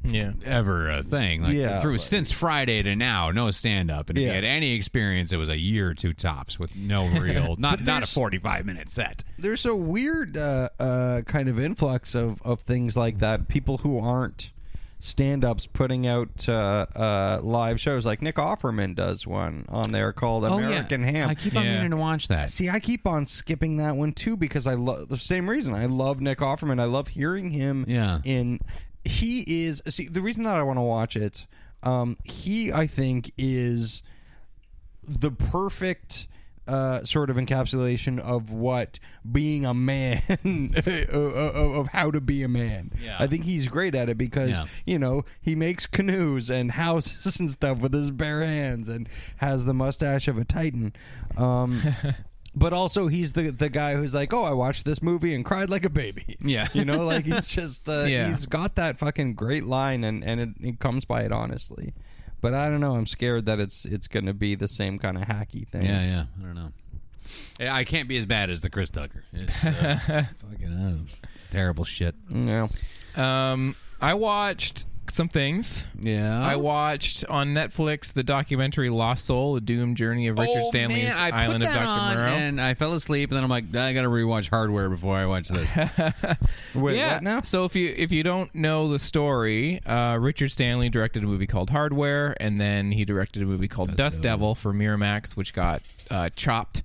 Speaker 1: Yeah.
Speaker 3: ever a thing. Like
Speaker 4: Yeah,
Speaker 3: through
Speaker 4: but-
Speaker 3: since Friday to now, no stand up. And if
Speaker 4: Yeah.
Speaker 3: you had any experience, it was a year or two tops with no real, not not a forty five minute set.
Speaker 4: there's a weird uh, uh, kind of influx of, of things like that. People who aren't stand-ups putting out uh, uh, live shows, like Nick Offerman does one on there called American Ham.
Speaker 3: Oh, I keep on
Speaker 1: Yeah.
Speaker 3: meaning to watch that.
Speaker 4: See, I keep on skipping that one too because I love the same reason. I love Nick Offerman. I love hearing him.
Speaker 3: Yeah.
Speaker 4: In he is see the reason that I want to watch it. Um, he I think is the perfect uh, sort of encapsulation of what being a man of- of of how to be a man.
Speaker 3: Yeah.
Speaker 4: I think he's great at it because
Speaker 3: Yeah.
Speaker 4: you know he makes canoes and houses and stuff with his bare hands and has the mustache of a titan. Um, but also he's the the guy who's like, oh, I watched this movie and cried like a baby.
Speaker 3: Yeah.
Speaker 4: you know, like he's just uh,
Speaker 1: Yeah.
Speaker 4: he's got that fucking great line and and it, it comes by it honestly. But I don't know. I'm scared that it's it's going to be the same kind of hacky thing.
Speaker 3: Yeah, yeah. I don't know. Yeah, I can't be as bad as the Chris Tucker. It's uh, fucking uh, terrible shit.
Speaker 4: Yeah.
Speaker 1: Um, I watched some things.
Speaker 3: Yeah.
Speaker 1: I watched on Netflix the documentary Lost Soul: The Doomed Journey of Richard Stanley's
Speaker 3: Oh, man, I
Speaker 1: Island
Speaker 3: put
Speaker 1: of
Speaker 3: that
Speaker 1: Dr.
Speaker 3: on
Speaker 1: Moreau.
Speaker 3: and I fell asleep, and then I'm like, I gotta rewatch Hardware before I watch this.
Speaker 4: Wait,
Speaker 1: yeah.
Speaker 4: what now?
Speaker 1: So if you if you don't know the story, uh, Richard Stanley directed a movie called Hardware, and then he directed a movie called Dust Devil for Miramax, which got uh, chopped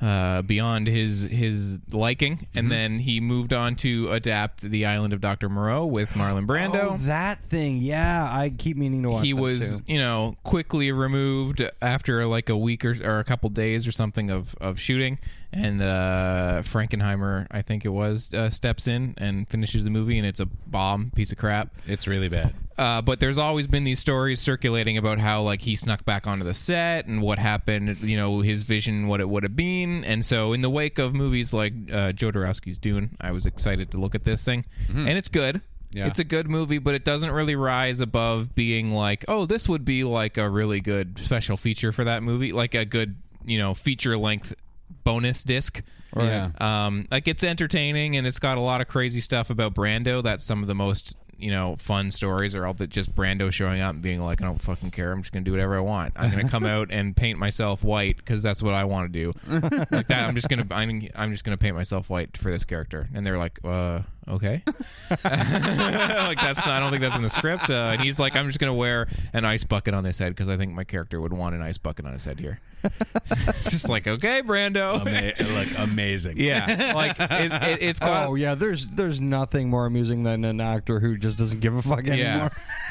Speaker 1: uh, beyond his his liking.
Speaker 3: Mm-hmm.
Speaker 1: And then he moved on to adapt The Island of Dr. Moreau with Marlon Brando.
Speaker 4: Oh, that thing. Yeah, I keep meaning to watch.
Speaker 1: he
Speaker 4: that,
Speaker 1: was,
Speaker 4: too.
Speaker 1: you know, quickly removed after like a week or, or a couple days or something of, of shooting, and uh, Frankenheimer, I think it was, uh, steps in and finishes the movie, and it's a bomb piece of crap.
Speaker 3: It's really bad.
Speaker 1: Uh, but there's always been these stories circulating about how like he snuck back onto the set and what happened, you know, his vision, what it would have been. And so, in the wake of movies like uh, Jodorowsky's Dune, I was excited to look at this thing, and it's good.
Speaker 3: Yeah.
Speaker 1: It's a good movie, but it doesn't really rise above being like, oh, this would be like a really good special feature for that movie, like a good, you know, feature length bonus disc.
Speaker 3: Yeah.
Speaker 1: Um, like it's entertaining and it's got a lot of crazy stuff about Brando. That's some of the most you know fun stories are all that just Brando showing up and being like, I don't fucking care. I'm just gonna do whatever I want. I'm gonna come out and paint myself white because that's what I want to do. like that. I'm just gonna I'm, I'm just gonna paint myself white for this character. And they're like, uh, okay. like that's not, I don't think that's in the script. Uh, and he's like, I'm just gonna wear an ice bucket on this head because I think my character would want an ice bucket on his head here. it's just like, okay, Brando.
Speaker 3: like amazing.
Speaker 1: Yeah, like it, it, it's got.
Speaker 2: Oh yeah, there's there's nothing more amusing than an actor who just doesn't give a fuck
Speaker 1: yeah,
Speaker 2: anymore.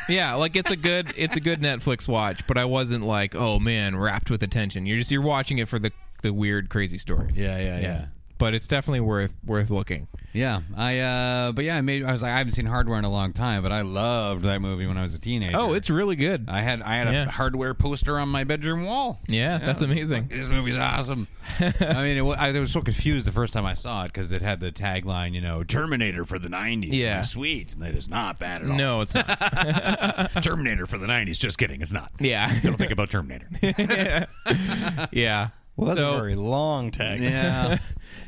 Speaker 1: yeah. Like it's a good, it's a good Netflix watch. But I wasn't like, oh man, wrapped with attention. You're just you're watching it for the the weird, crazy stories.
Speaker 3: Yeah, yeah, yeah.
Speaker 1: But it's definitely worth worth looking.
Speaker 3: Yeah, I uh but yeah, I made I was like I haven't seen Hardware in a long time, but I loved that movie when I was a teenager.
Speaker 1: Oh, it's really good.
Speaker 3: I had I had
Speaker 1: Yeah.
Speaker 3: a hardware poster on my bedroom wall.
Speaker 1: yeah, that's amazing.
Speaker 3: This movie's awesome. I mean, it, wa- I was so confused the first time I saw it because it had the tagline, you know, Terminator for the 90s.
Speaker 1: Yeah.
Speaker 3: Sweet. And that is not bad at all.
Speaker 1: No, it's not.
Speaker 3: Terminator for the 90s. Just kidding. It's not.
Speaker 1: Yeah,
Speaker 3: Don't think about Terminator.
Speaker 1: yeah.
Speaker 2: Well, that's
Speaker 1: so
Speaker 2: a very long tag.
Speaker 3: yeah.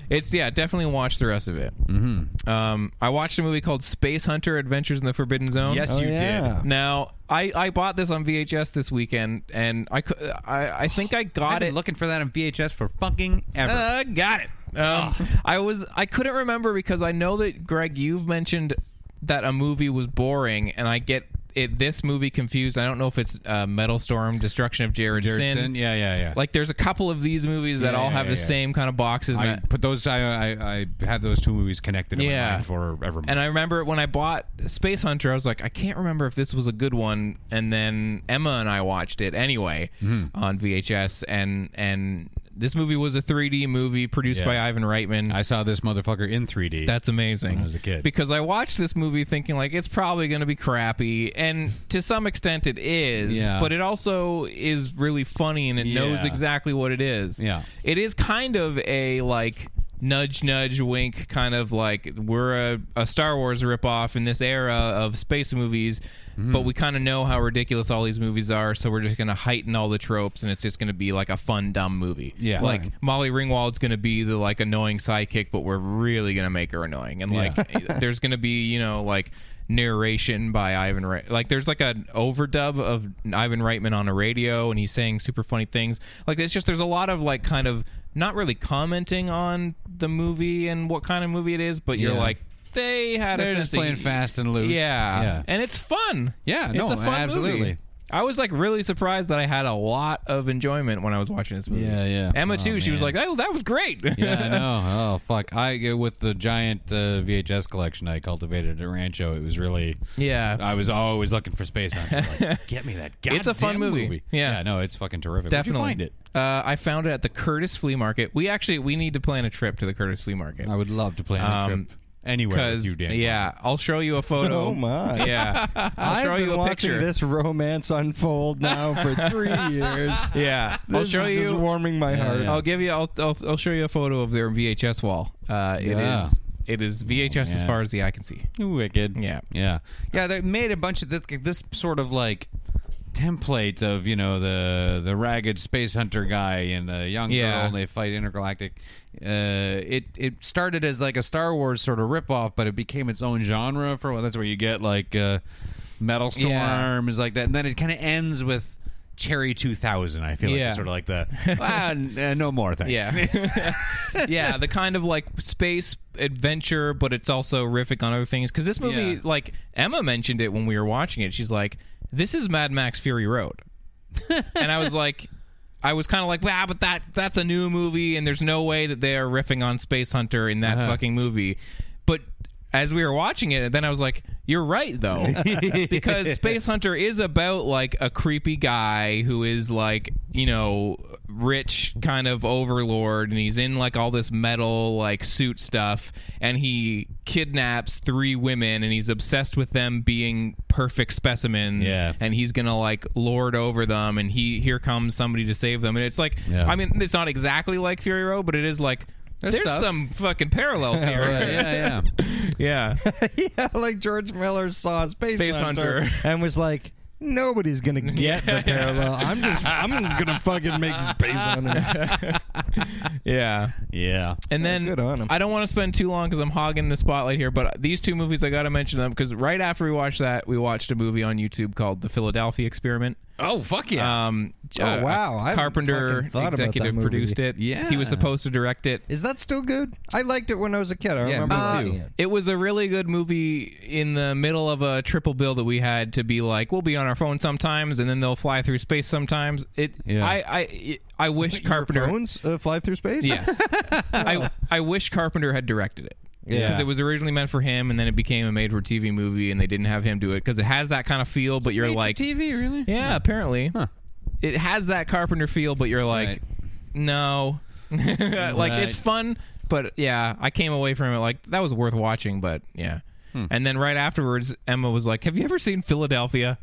Speaker 1: it's yeah, definitely watch the rest of it. Mm-hmm. Um, I watched a movie called Space Hunter: Adventures in the Forbidden Zone.
Speaker 3: Yes, you
Speaker 2: Oh, yeah.
Speaker 3: did.
Speaker 1: Now, I, I bought this on VHS this weekend, and I, cou- I, I think I
Speaker 3: I've
Speaker 1: got
Speaker 3: been
Speaker 1: it.
Speaker 3: looking for that on VHS for fucking ever.
Speaker 1: Uh, got it. Um, I was I couldn't remember because I know that Greg, you've mentioned that a movie was boring, and I get it. This movie confused. I don't know if it's uh, Metal Storm, Destruction of Jared,
Speaker 3: Jared
Speaker 1: Sin.
Speaker 3: Sin? Yeah, yeah, yeah.
Speaker 1: Like there's a couple of these movies that
Speaker 3: Yeah,
Speaker 1: all
Speaker 3: yeah,
Speaker 1: have
Speaker 3: yeah,
Speaker 1: the
Speaker 3: yeah.
Speaker 1: same kind of boxes. and
Speaker 3: I put those. I I, I had those two movies connected. In
Speaker 1: Yeah.
Speaker 3: my mind forever.
Speaker 1: And I remember when I bought Space Hunter, I was like, I can't remember if this was a good one. And then Emma and I watched it anyway
Speaker 3: Hmm.
Speaker 1: on VHS, and and this movie was a 3D movie produced
Speaker 3: Yeah.
Speaker 1: by Ivan Reitman.
Speaker 3: I saw this motherfucker in 3D.
Speaker 1: That's amazing.
Speaker 3: When I was a kid.
Speaker 1: because I watched this movie thinking like it's probably going to be crappy, and to some extent it is.
Speaker 3: Yeah.
Speaker 1: But it also is really funny, and it knows
Speaker 3: Yeah.
Speaker 1: exactly what it is.
Speaker 3: Yeah.
Speaker 1: It is kind of a like nudge nudge wink kind of like we're a, a Star Wars ripoff in this era of space movies,
Speaker 3: Mm-hmm.
Speaker 1: but we kind of know how ridiculous all these movies are, so we're just going to heighten all the tropes, and it's just going to be like a fun dumb movie.
Speaker 3: Yeah.
Speaker 1: Like
Speaker 3: Right.
Speaker 1: Molly Ringwald's going to be the like annoying sidekick, but we're really going to make her annoying. And like, there's going to be you know like narration by Ivan Re- like there's like an overdub of Ivan Reitman on a radio and he's saying super funny things like it's just there's a lot of like kind of not really commenting on the movie and what kind of movie it is but you're
Speaker 3: Yeah.
Speaker 1: like they had
Speaker 3: They're
Speaker 1: a
Speaker 3: just
Speaker 1: sense of-
Speaker 3: playing fast and loose.
Speaker 1: yeah.
Speaker 3: Yeah.
Speaker 1: and it's fun
Speaker 3: Yeah,
Speaker 1: it's
Speaker 3: no,
Speaker 1: a fun
Speaker 3: absolutely.
Speaker 1: movie. I was like really surprised that I had a lot of enjoyment when I was watching this movie.
Speaker 3: Yeah, yeah.
Speaker 1: Emma
Speaker 3: Oh,
Speaker 1: too. She was
Speaker 3: man.
Speaker 1: like, "Oh, that was great."
Speaker 3: yeah, I know. Oh fuck! I with the giant uh, VHS collection I cultivated at Rancho, it was really.
Speaker 1: Yeah.
Speaker 3: I was always looking for Space Hunter. Like, Get me that. Goddamn
Speaker 1: It's a fun movie. Yeah.
Speaker 3: no, it's fucking terrific. Where'd you
Speaker 1: Definitely.
Speaker 3: find it.
Speaker 1: Uh, I found it at the Curtis Flea Market. We actually we need to plan a trip to the Curtis Flea Market.
Speaker 3: I would love to plan a
Speaker 1: Um,
Speaker 3: trip anywhere with
Speaker 1: Because
Speaker 3: you, Dan.
Speaker 1: yeah, I'll show you a photo.
Speaker 2: Oh, my.
Speaker 1: Yeah, I'll show
Speaker 2: I've been
Speaker 1: you a
Speaker 2: watching
Speaker 1: picture.
Speaker 2: this romance unfold now for three years.
Speaker 1: Yeah,
Speaker 2: This
Speaker 1: I'll show
Speaker 2: is just
Speaker 1: you.
Speaker 2: warming my heart.
Speaker 1: I'll give you. I'll, I'll I'll show you a photo of their VHS wall. Uh, it is
Speaker 3: Yeah.
Speaker 1: it is VHS as
Speaker 3: man.
Speaker 1: far as the eye can see.
Speaker 3: Wicked.
Speaker 1: Yeah.
Speaker 3: Yeah. Yeah, they made a bunch of this, this sort of like template of, you know, the the ragged space hunter guy and the young
Speaker 1: Yeah.
Speaker 3: girl and they fight intergalactic. Uh, it it started as like a Star Wars sort of ripoff, but it became its own genre for a while. That's where you get like uh, Metal Storm
Speaker 1: Yeah.
Speaker 3: is like that. And then it kind of ends with Cherry 2000, I feel like.
Speaker 1: Yeah.
Speaker 3: it's Sort of like the, ah, n- uh, no more, thanks.
Speaker 1: Yeah. yeah, the kind of like space adventure, but it's also riffing on other things. Because this movie,
Speaker 3: Yeah.
Speaker 1: like Emma mentioned it when we were watching it, she's like, "This is Mad Max Fury Road," and I was like. I was kind of like, wow, but that that's a new movie, and there's no way that they are riffing on Space Hunter in that fucking movie. But as we were watching it, then I was like, "You're right, though," because Space Hunter is about like a creepy guy who is like you know rich kind of overlord, and he's in like all this metal like suit stuff, and he kidnaps three women, and he's obsessed with them being perfect specimens,
Speaker 3: Yeah.
Speaker 1: and he's gonna like lord over them, and he here comes somebody to save them, and it's like,
Speaker 3: Yeah.
Speaker 1: I mean, it's not exactly like Fury Road, but it is like. There's,
Speaker 3: stuff.
Speaker 1: some fucking parallels here.
Speaker 3: yeah, yeah.
Speaker 1: Yeah.
Speaker 2: yeah, like George Miller saw Space,
Speaker 1: Space
Speaker 2: Hunter,
Speaker 1: Hunter.
Speaker 2: and was like, nobody's gonna get the parallel. I'm just, I'm gonna fucking make Space Hunter.
Speaker 1: Yeah.
Speaker 3: Yeah.
Speaker 1: And then
Speaker 2: good on 'em.
Speaker 1: I don't want to spend too long because I'm hogging the spotlight here, but these two movies, I got to mention them because right after we watched that, we watched a movie on YouTube called The Philadelphia Experiment.
Speaker 3: Oh fuck yeah.
Speaker 1: Um,
Speaker 2: Oh, wow. I haven't
Speaker 1: Carpenter
Speaker 2: fucking thought about that
Speaker 1: executive
Speaker 2: movie.
Speaker 1: produced it.
Speaker 3: Yeah.
Speaker 1: He was supposed to direct it. Uh,
Speaker 2: Is that still good? I liked it when I was a kid. I
Speaker 3: Yeah,
Speaker 2: remember
Speaker 3: me
Speaker 2: seeing
Speaker 3: too.
Speaker 2: it.
Speaker 1: It was a really good movie in the middle of a triple bill that we had to be like, we'll be on our phone sometimes, and then they'll fly through space sometimes. It,
Speaker 3: Yeah.
Speaker 1: I, I, I wish Carpenter.
Speaker 2: Phones uh, fly through space.
Speaker 1: Yes. I I wish Carpenter had directed it.
Speaker 2: Yeah.
Speaker 1: Because it was originally meant for him, and then it became a made-for-TV movie, and they didn't have him do it because it has that kind of feel. But you're like,
Speaker 3: TV really?
Speaker 1: yeah, apparently, it has that Carpenter feel. But you're like,
Speaker 3: Right.
Speaker 1: no, like it's
Speaker 3: Right.
Speaker 1: fun, but yeah, I came away from it like that was worth watching, but yeah.
Speaker 3: Hmm.
Speaker 1: And then right afterwards, Emma was like, "Have you ever seen Philadelphia?"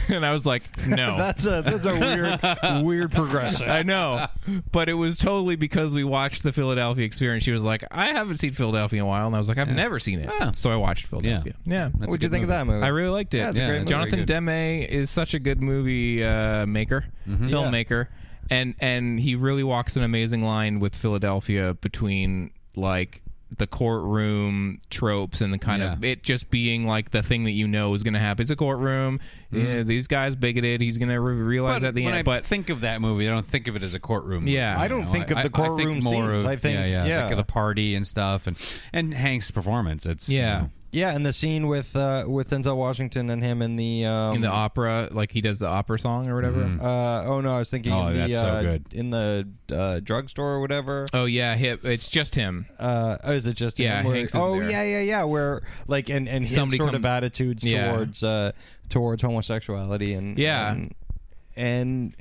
Speaker 1: and I was like, "No."
Speaker 2: That's a that's a weird weird progression.
Speaker 1: I know, but it was totally because we watched the Philadelphia Experience. She was like, "I haven't seen Philadelphia in a while," and I was like, "I've never seen it." So I watched Philadelphia. Yeah,
Speaker 3: That's a
Speaker 2: What'd you
Speaker 3: good
Speaker 2: think of
Speaker 3: movie.
Speaker 2: that movie?
Speaker 1: I really liked it.
Speaker 2: Yeah, it's a Yeah, great movie.
Speaker 1: Jonathan Demme is such a good movie uh, maker, filmmaker, and and he really walks an amazing line with Philadelphia between like the courtroom tropes and the kind of it just being like the thing that you know is going to happen. It's a courtroom. Yeah, these guys bigoted. He's going to re- realize
Speaker 3: But
Speaker 1: at the
Speaker 3: when
Speaker 1: end.
Speaker 3: I
Speaker 1: but
Speaker 3: think of that movie, I don't think of it as a courtroom.
Speaker 1: Yeah.
Speaker 3: movie,
Speaker 1: I
Speaker 3: you
Speaker 2: don't
Speaker 3: know?
Speaker 2: think of the courtroom
Speaker 3: I think more
Speaker 2: scenes.
Speaker 3: Of,
Speaker 2: I think-
Speaker 3: yeah, yeah,
Speaker 2: yeah.
Speaker 3: Like the party and stuff, and and Hank's performance. It's you
Speaker 1: yeah.
Speaker 3: know,
Speaker 2: Yeah, and the scene with uh, with Denzel Washington and him in the um,
Speaker 1: in the opera, like he does the opera song or whatever.
Speaker 2: uh, oh no, I was thinking
Speaker 3: Oh,
Speaker 2: in the,
Speaker 3: that's so
Speaker 2: uh,
Speaker 3: good.
Speaker 2: in the uh, drugstore or whatever.
Speaker 1: Oh yeah, hip. It's just him.
Speaker 2: Uh, oh, is it just him
Speaker 1: Yeah,
Speaker 2: where-
Speaker 1: Hanks is
Speaker 2: oh
Speaker 1: there.
Speaker 2: yeah, yeah, yeah. Where like and and his
Speaker 1: Somebody
Speaker 2: sort
Speaker 1: come-
Speaker 2: of attitudes
Speaker 1: Yeah.
Speaker 2: towards uh, towards homosexuality and
Speaker 1: Yeah.
Speaker 2: and, and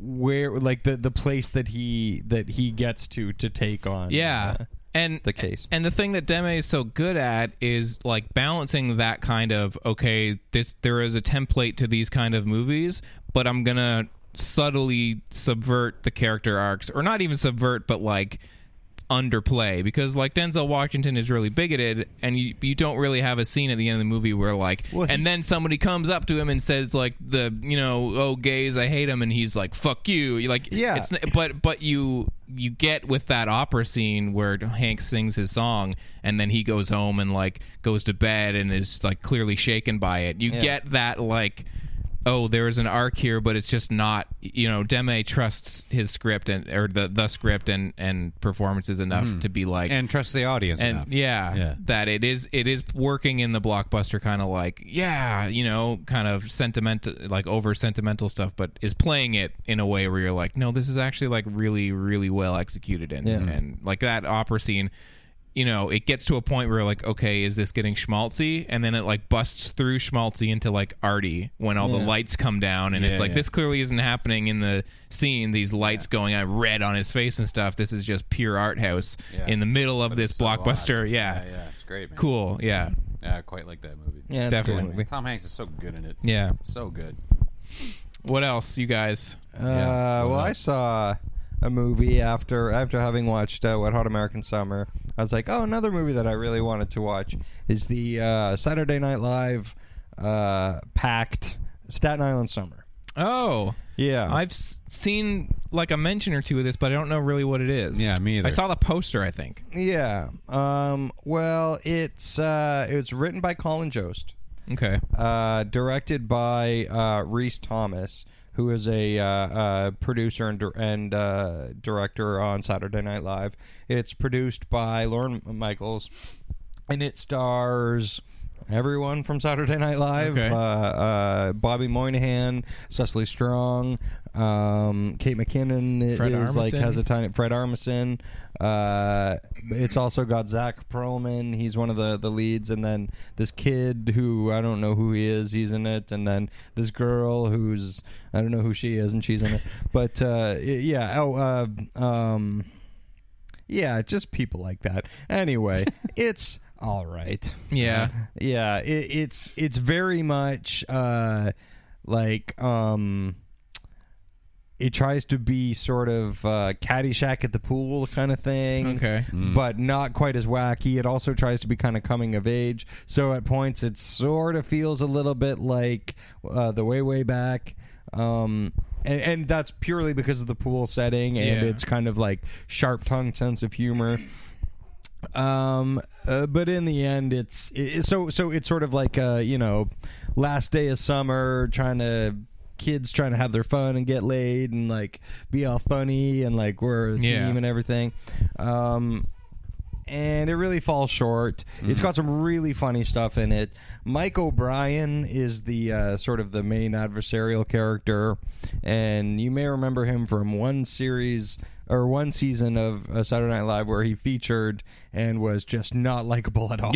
Speaker 2: where like the the place that he that he gets to to take on
Speaker 1: Yeah.
Speaker 2: uh,
Speaker 1: and
Speaker 2: the case.
Speaker 1: And the thing that Deme is so good at is like balancing that kind of okay, this there is a template to these kind of movies, but I'm gonna subtly subvert the character arcs, or not even subvert, but like underplay because like Denzel Washington is really bigoted and you you don't really have a scene at the end of the movie where like and then somebody comes up to him and says like the you know oh gays I hate him and he's like fuck you You like
Speaker 2: Yeah.
Speaker 1: it's but but you you get with that opera scene where Hank sings his song and then he goes home and like goes to bed and is like clearly shaken by it. You get that like oh there is an arc here but it's just not you know Deme trusts his script and or the the script and and performances enough to be like
Speaker 3: and trust the audience
Speaker 1: and
Speaker 3: enough.
Speaker 1: yeah,
Speaker 3: Yeah.
Speaker 1: that it is it is working in the blockbuster kind of like yeah you know kind of sentimental like over sentimental stuff but is playing it in a way where you're like no this is actually like really really well executed and and like that opera scene you know it gets to a point where like okay is this getting schmaltzy and then it like busts through schmaltzy into like arty when all the lights come down and it's
Speaker 3: Yeah,
Speaker 1: like
Speaker 3: yeah.
Speaker 1: this clearly isn't happening in the scene these lights going on red on his face and stuff this is just pure art house
Speaker 3: Yeah.
Speaker 1: in the middle of this
Speaker 3: So lost.
Speaker 1: blockbuster. Yeah.
Speaker 3: yeah, yeah, it's great. Man.
Speaker 1: Cool. Yeah.
Speaker 2: Mm-hmm.
Speaker 3: Yeah, I quite like that movie.
Speaker 2: yeah it's a good
Speaker 1: Definitely.
Speaker 2: movie.
Speaker 3: Tom Hanks is so good in it.
Speaker 1: Yeah.
Speaker 3: so good.
Speaker 1: What else, you guys?
Speaker 2: Uh, well, I saw a movie after after having watched uh, Wet Hot American Summer. I was like, oh, another movie that I really wanted to watch is the uh, Saturday Night Live uh, packed Staten Island Summer.
Speaker 1: Oh.
Speaker 2: Yeah.
Speaker 1: I've s- seen like a mention or two of this, but I don't know really what it is.
Speaker 3: Yeah, me either.
Speaker 1: I saw the poster, I think.
Speaker 2: Yeah. Um, well, it's uh, it's written by Colin Jost.
Speaker 1: Okay.
Speaker 2: uh, directed by uh, Reese Thomas, who is a uh, uh, producer and, dir- and uh, director on Saturday Night Live. It's produced by Lauren Michaels, and it stars Everyone from Saturday Night Live,
Speaker 1: Okay.
Speaker 2: uh, uh, Bobby Moynihan, Cecily Strong, um, Kate McKinnon
Speaker 1: Fred
Speaker 2: is like
Speaker 1: Armisen.
Speaker 2: has a tiny Fred Armisen. Uh, it's also got Zach Perlman. He's one of the the leads, and then this kid who I don't know who he is. He's in it, and then this girl who's I don't know who she is, and she's in it. But uh, yeah, oh. Uh, um, yeah, just people like that. Anyway, it's all right.
Speaker 1: Yeah.
Speaker 2: Yeah, it, it's it's very much uh like um it tries to be sort of uh, Caddyshack at the pool kind of thing,
Speaker 1: Okay. Mm.
Speaker 2: but not quite as wacky. It also tries to be kind of coming of age. So at points, it sort of feels a little bit like uh, the way way back, um, and, and that's purely because of the pool setting and
Speaker 1: Yeah.
Speaker 2: its kind of like sharp tongued sense of humor. Um, uh, but in the end, it's it, so so. It's sort of like uh, you know, last day of summer, trying to kids trying to have their fun and get laid and like be all funny and like we're a
Speaker 1: Yeah.
Speaker 2: team and everything. Um, and it really falls short. It's got some really funny stuff in it. Mike O'Brien is the uh, sort of the main adversarial character, and you may remember him from one series or one season of uh, Saturday Night Live where he featured and was just not likable at all.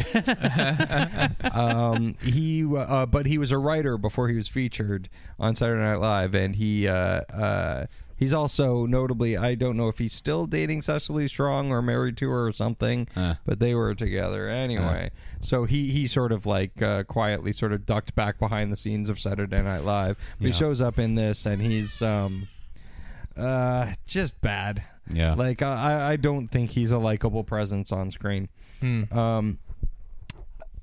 Speaker 2: um, he uh, but he was a writer before he was featured on Saturday Night Live, and he uh, uh, he's also notably I don't know if he's still dating Cecily Strong or married to her or something, but they were together anyway. So he he sort of like uh, quietly sort of ducked back behind the scenes of Saturday Night Live. But He shows up in this, and he's. Um, uh, just bad.
Speaker 3: Yeah.
Speaker 2: Like I, I- I don't think he's a likable presence on screen. Um,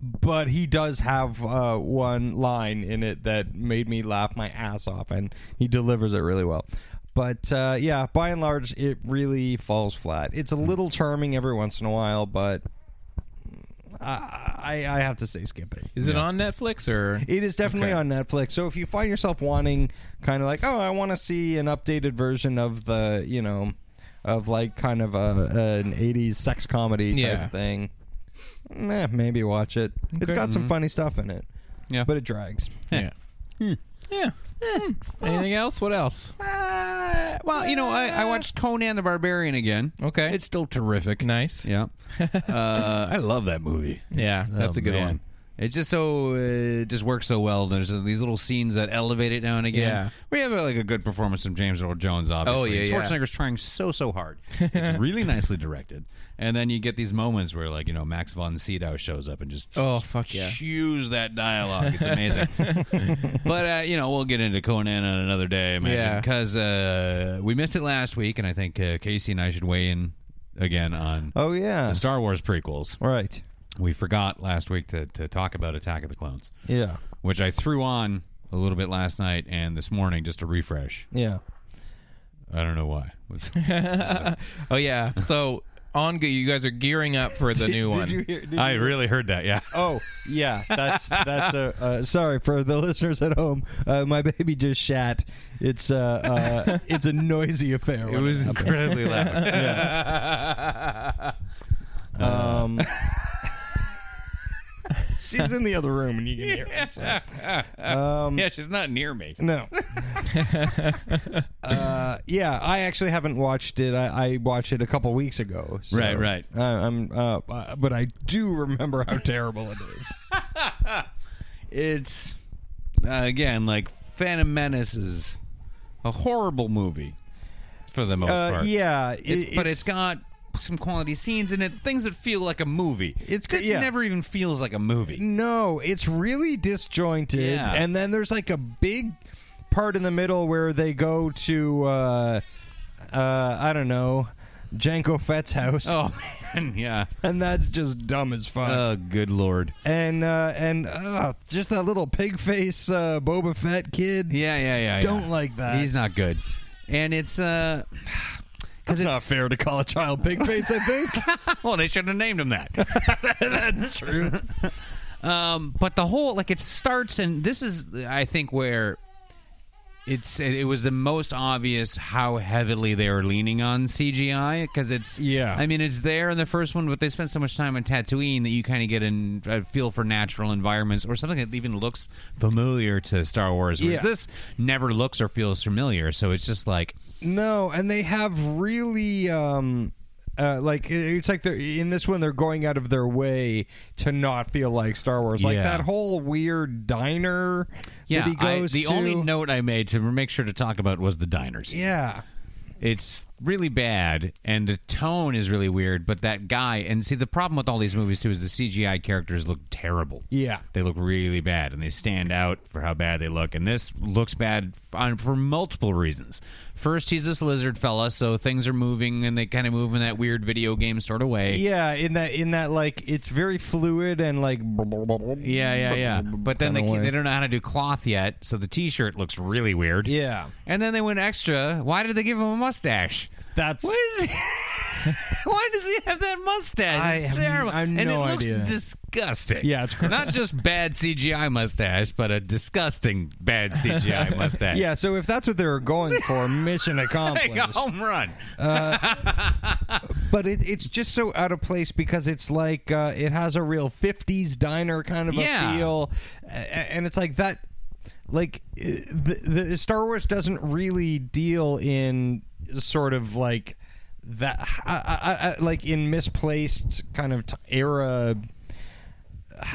Speaker 2: but he does have uh, one line in it that made me laugh my ass off, and he delivers it really well. But uh, yeah, by and large, it really falls flat. It's a little charming every once in a while, but I, I, I have to say, skip it.
Speaker 1: Is it on Netflix or?
Speaker 2: It is definitely on Netflix. So if you find yourself wanting kind of like, oh, I want to see an updated version of the, you know, of like kind of a an 80s sex comedy type
Speaker 1: Yeah.
Speaker 2: thing, meh, maybe watch it. It's got some funny stuff in it.
Speaker 3: Mm-hmm. Yeah.
Speaker 2: But it drags.
Speaker 1: Yeah. Yeah.
Speaker 2: Eh.
Speaker 1: Hmm. Anything else? What else?
Speaker 3: Uh, well, you know, I, I watched Conan the Barbarian again.
Speaker 1: Okay.
Speaker 3: It's still terrific.
Speaker 1: Nice.
Speaker 3: Yeah. uh, I love that movie.
Speaker 1: Yeah,
Speaker 2: oh,
Speaker 1: that's a good one.
Speaker 3: It just so uh, it just works so well. There's uh, these little scenes that elevate it now and again.
Speaker 1: Yeah. Oh,
Speaker 3: We have uh, like a good performance from James Earl Jones. Obviously,
Speaker 1: yeah, yeah.
Speaker 3: Schwarzenegger's trying so so hard. It's really nicely directed, and then you get these moments where like you know Max von Sydow shows up and just
Speaker 1: Oh, fuck yeah.
Speaker 3: chews that dialogue. It's amazing. but uh, you know we'll get into Conan on another day. I imagine
Speaker 1: Yeah.
Speaker 3: because uh, we missed it last week, and I think uh, Casey and I should weigh in again on
Speaker 2: Oh, yeah.
Speaker 3: the Star Wars prequels.
Speaker 2: Right.
Speaker 3: We forgot last week to, to talk about Attack of the Clones,
Speaker 2: Yeah.
Speaker 3: which I threw on a little bit last night and this morning just to refresh.
Speaker 2: Yeah.
Speaker 3: I don't know why. It's-
Speaker 1: Oh yeah. So on, you guys are gearing up for the new one.
Speaker 2: Did you hear? Did
Speaker 3: I really heard that, yeah.
Speaker 2: Oh yeah, that's that's a uh, sorry for the listeners at home. Uh, my baby just shat. It's uh, uh it's a noisy affair.
Speaker 3: It
Speaker 2: when
Speaker 3: was
Speaker 2: happens.
Speaker 3: incredibly loud.
Speaker 2: Um,
Speaker 3: Uh.
Speaker 2: she's in the other room, and you can hear it. so.
Speaker 3: yeah, she's not near me.
Speaker 2: No. uh, yeah, I actually haven't watched it. I, I watched it a couple weeks ago. so,
Speaker 3: Right, right.
Speaker 2: Uh, I'm, uh, uh, but I do remember how terrible it is.
Speaker 3: It's, uh, again, like Phantom Menace is a horrible movie for the most
Speaker 2: Uh,
Speaker 3: part.
Speaker 2: yeah, it-
Speaker 3: It's- but it's got some quality scenes in it, things that feel like a movie.
Speaker 2: It's good,
Speaker 3: this
Speaker 2: yeah.
Speaker 3: never even feels like a movie.
Speaker 2: No, it's really disjointed.
Speaker 3: Yeah.
Speaker 2: And then there's like a big part in the middle where they go to uh uh I don't know, Janko Fett's house.
Speaker 3: Oh man, yeah.
Speaker 2: And that's just dumb as fuck.
Speaker 4: Uh.
Speaker 3: Oh, good lord.
Speaker 2: and uh and uh just that little pig face uh Boba Fett kid.
Speaker 3: Yeah, yeah, yeah.
Speaker 2: Don't
Speaker 3: yeah.
Speaker 2: like that.
Speaker 3: He's not good. And it's uh because
Speaker 2: It's not
Speaker 3: it's
Speaker 2: fair to call a child pig face, I think.
Speaker 3: well, they shouldn't have named him that. That's true. um, but the whole like it starts and this is I think where
Speaker 4: it's it, it was the most obvious how heavily they were leaning on CGI because it's
Speaker 2: Yeah.
Speaker 4: I mean it's there in the first one, but they spent so much time on Tatooine that you kind of get an- a feel for natural environments or something that even looks familiar to Star Wars. Whereas
Speaker 2: Yeah.
Speaker 4: this never looks or feels familiar, so it's just like
Speaker 2: No, and they have really um uh, like it's like they're in this one they're going out of their way to not feel like Star Wars. Like
Speaker 4: Yeah.
Speaker 2: that whole weird diner
Speaker 4: yeah.
Speaker 2: that he
Speaker 4: I-
Speaker 2: goes
Speaker 4: the
Speaker 2: to.
Speaker 4: only note I made to make sure to talk about was the diners.
Speaker 2: Yeah.
Speaker 4: it's really bad and the tone is really weird but that guy and see the problem with all these movies too is the cgi characters look terrible
Speaker 2: Yeah.
Speaker 4: they look really bad and they stand out for how bad they look and this looks bad f- on- for multiple reasons first he's this lizard fella so things are moving and they kind of move in that weird video game sort of way
Speaker 2: Yeah, in that in that like it's very fluid and like
Speaker 4: yeah yeah yeah but then they,
Speaker 2: Kinda
Speaker 4: ca-
Speaker 2: way.
Speaker 4: they don't know how to do cloth yet so the t-shirt looks really weird
Speaker 2: Yeah.
Speaker 4: and then they went extra why did they give him a mustache
Speaker 2: That's
Speaker 4: What is he? Why does he have that mustache?
Speaker 2: I
Speaker 4: it's
Speaker 2: have-
Speaker 4: terrible.
Speaker 2: I have
Speaker 4: and it
Speaker 2: no
Speaker 4: looks
Speaker 2: idea.
Speaker 4: disgusting.
Speaker 2: Yeah, it's gross.
Speaker 4: not just bad CGI mustache, but a disgusting bad CGI mustache.
Speaker 2: Yeah, so if that's what they were going for, mission accomplished.
Speaker 4: Like a home run.
Speaker 2: But it, it's just so out of place because it's like uh, it has a real '50s diner kind of
Speaker 4: Yeah.
Speaker 2: a feel, a- and it's like that. Like uh, the, the Star Wars doesn't really deal in sort of like that, I, I, I, like in misplaced kind of t- era.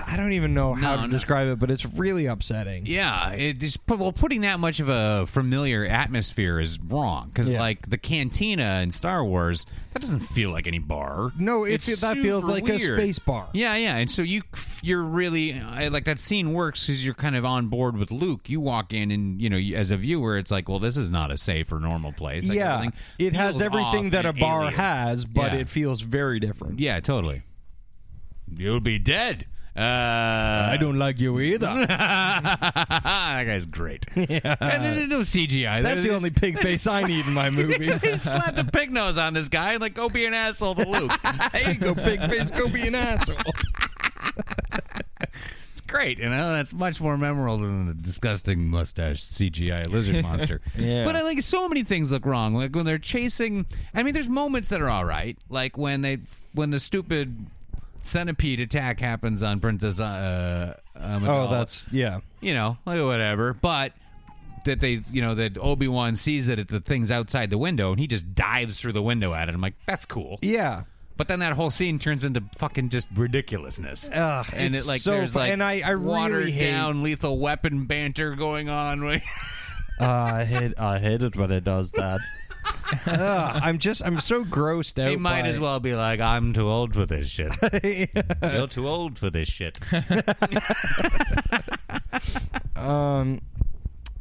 Speaker 2: I don't even know how
Speaker 4: No,
Speaker 2: to
Speaker 4: no.
Speaker 2: describe it, but it's really upsetting.
Speaker 4: Yeah, it is, well, putting that much of a familiar atmosphere is wrong because,
Speaker 2: Yeah.
Speaker 4: like, the cantina in Star Wars, that doesn't feel like any bar.
Speaker 2: No, it
Speaker 4: It's
Speaker 2: fe- that feels
Speaker 4: super
Speaker 2: like a
Speaker 4: weird.
Speaker 2: space bar.
Speaker 4: Yeah, yeah, and so you you're really I- like that scene works because you're kind of on board with Luke. You walk in and you know you- as a viewer, it's like, well, this is not a safe or normal place. Like,
Speaker 2: yeah,
Speaker 4: everything
Speaker 2: it has
Speaker 4: feels
Speaker 2: everything
Speaker 4: off
Speaker 2: that a
Speaker 4: and
Speaker 2: bar
Speaker 4: alien.
Speaker 2: has, but
Speaker 4: Yeah.
Speaker 2: it feels very different.
Speaker 4: Yeah, totally. You'll be dead. Uh,
Speaker 2: I don't like you either.
Speaker 4: that guy's great. And there's no CGI.
Speaker 2: That's the
Speaker 4: There's-
Speaker 2: only pig face I need in my movie.
Speaker 4: He slapped a pig nose on this guy. Like, go be an asshole to Luke.
Speaker 2: There you go, pig face. Go be an asshole.
Speaker 4: it's great, you know. That's much more memorable than the disgusting mustache CGI lizard monster.
Speaker 2: Yeah.
Speaker 4: But I like so many things look wrong. Like when they're chasing. I mean, there's moments that are all right. Like when they when the stupid centipede attack happens on Princess. Uh, um,
Speaker 2: Oh, that's yeah.
Speaker 4: you know, like whatever. But that they, you know, that Obi Wan sees it at the things outside the window, and he just dives through the window at it. I'm like, that's cool.
Speaker 2: Yeah.
Speaker 4: But then that whole scene turns into fucking just ridiculousness.
Speaker 2: Ugh,
Speaker 4: and
Speaker 2: Uh, it's
Speaker 4: it like
Speaker 2: so
Speaker 4: there's
Speaker 2: fu-
Speaker 4: like
Speaker 2: and I- I really
Speaker 4: watered
Speaker 2: hate-
Speaker 4: down lethal weapon banter going on.
Speaker 2: Uh, I hate I hate it when it does that. I'm just I'm so grossed out.
Speaker 4: he might
Speaker 2: by
Speaker 4: as
Speaker 2: it.
Speaker 4: well be like, I'm too old for this shit. You're too old for this shit.
Speaker 2: Y-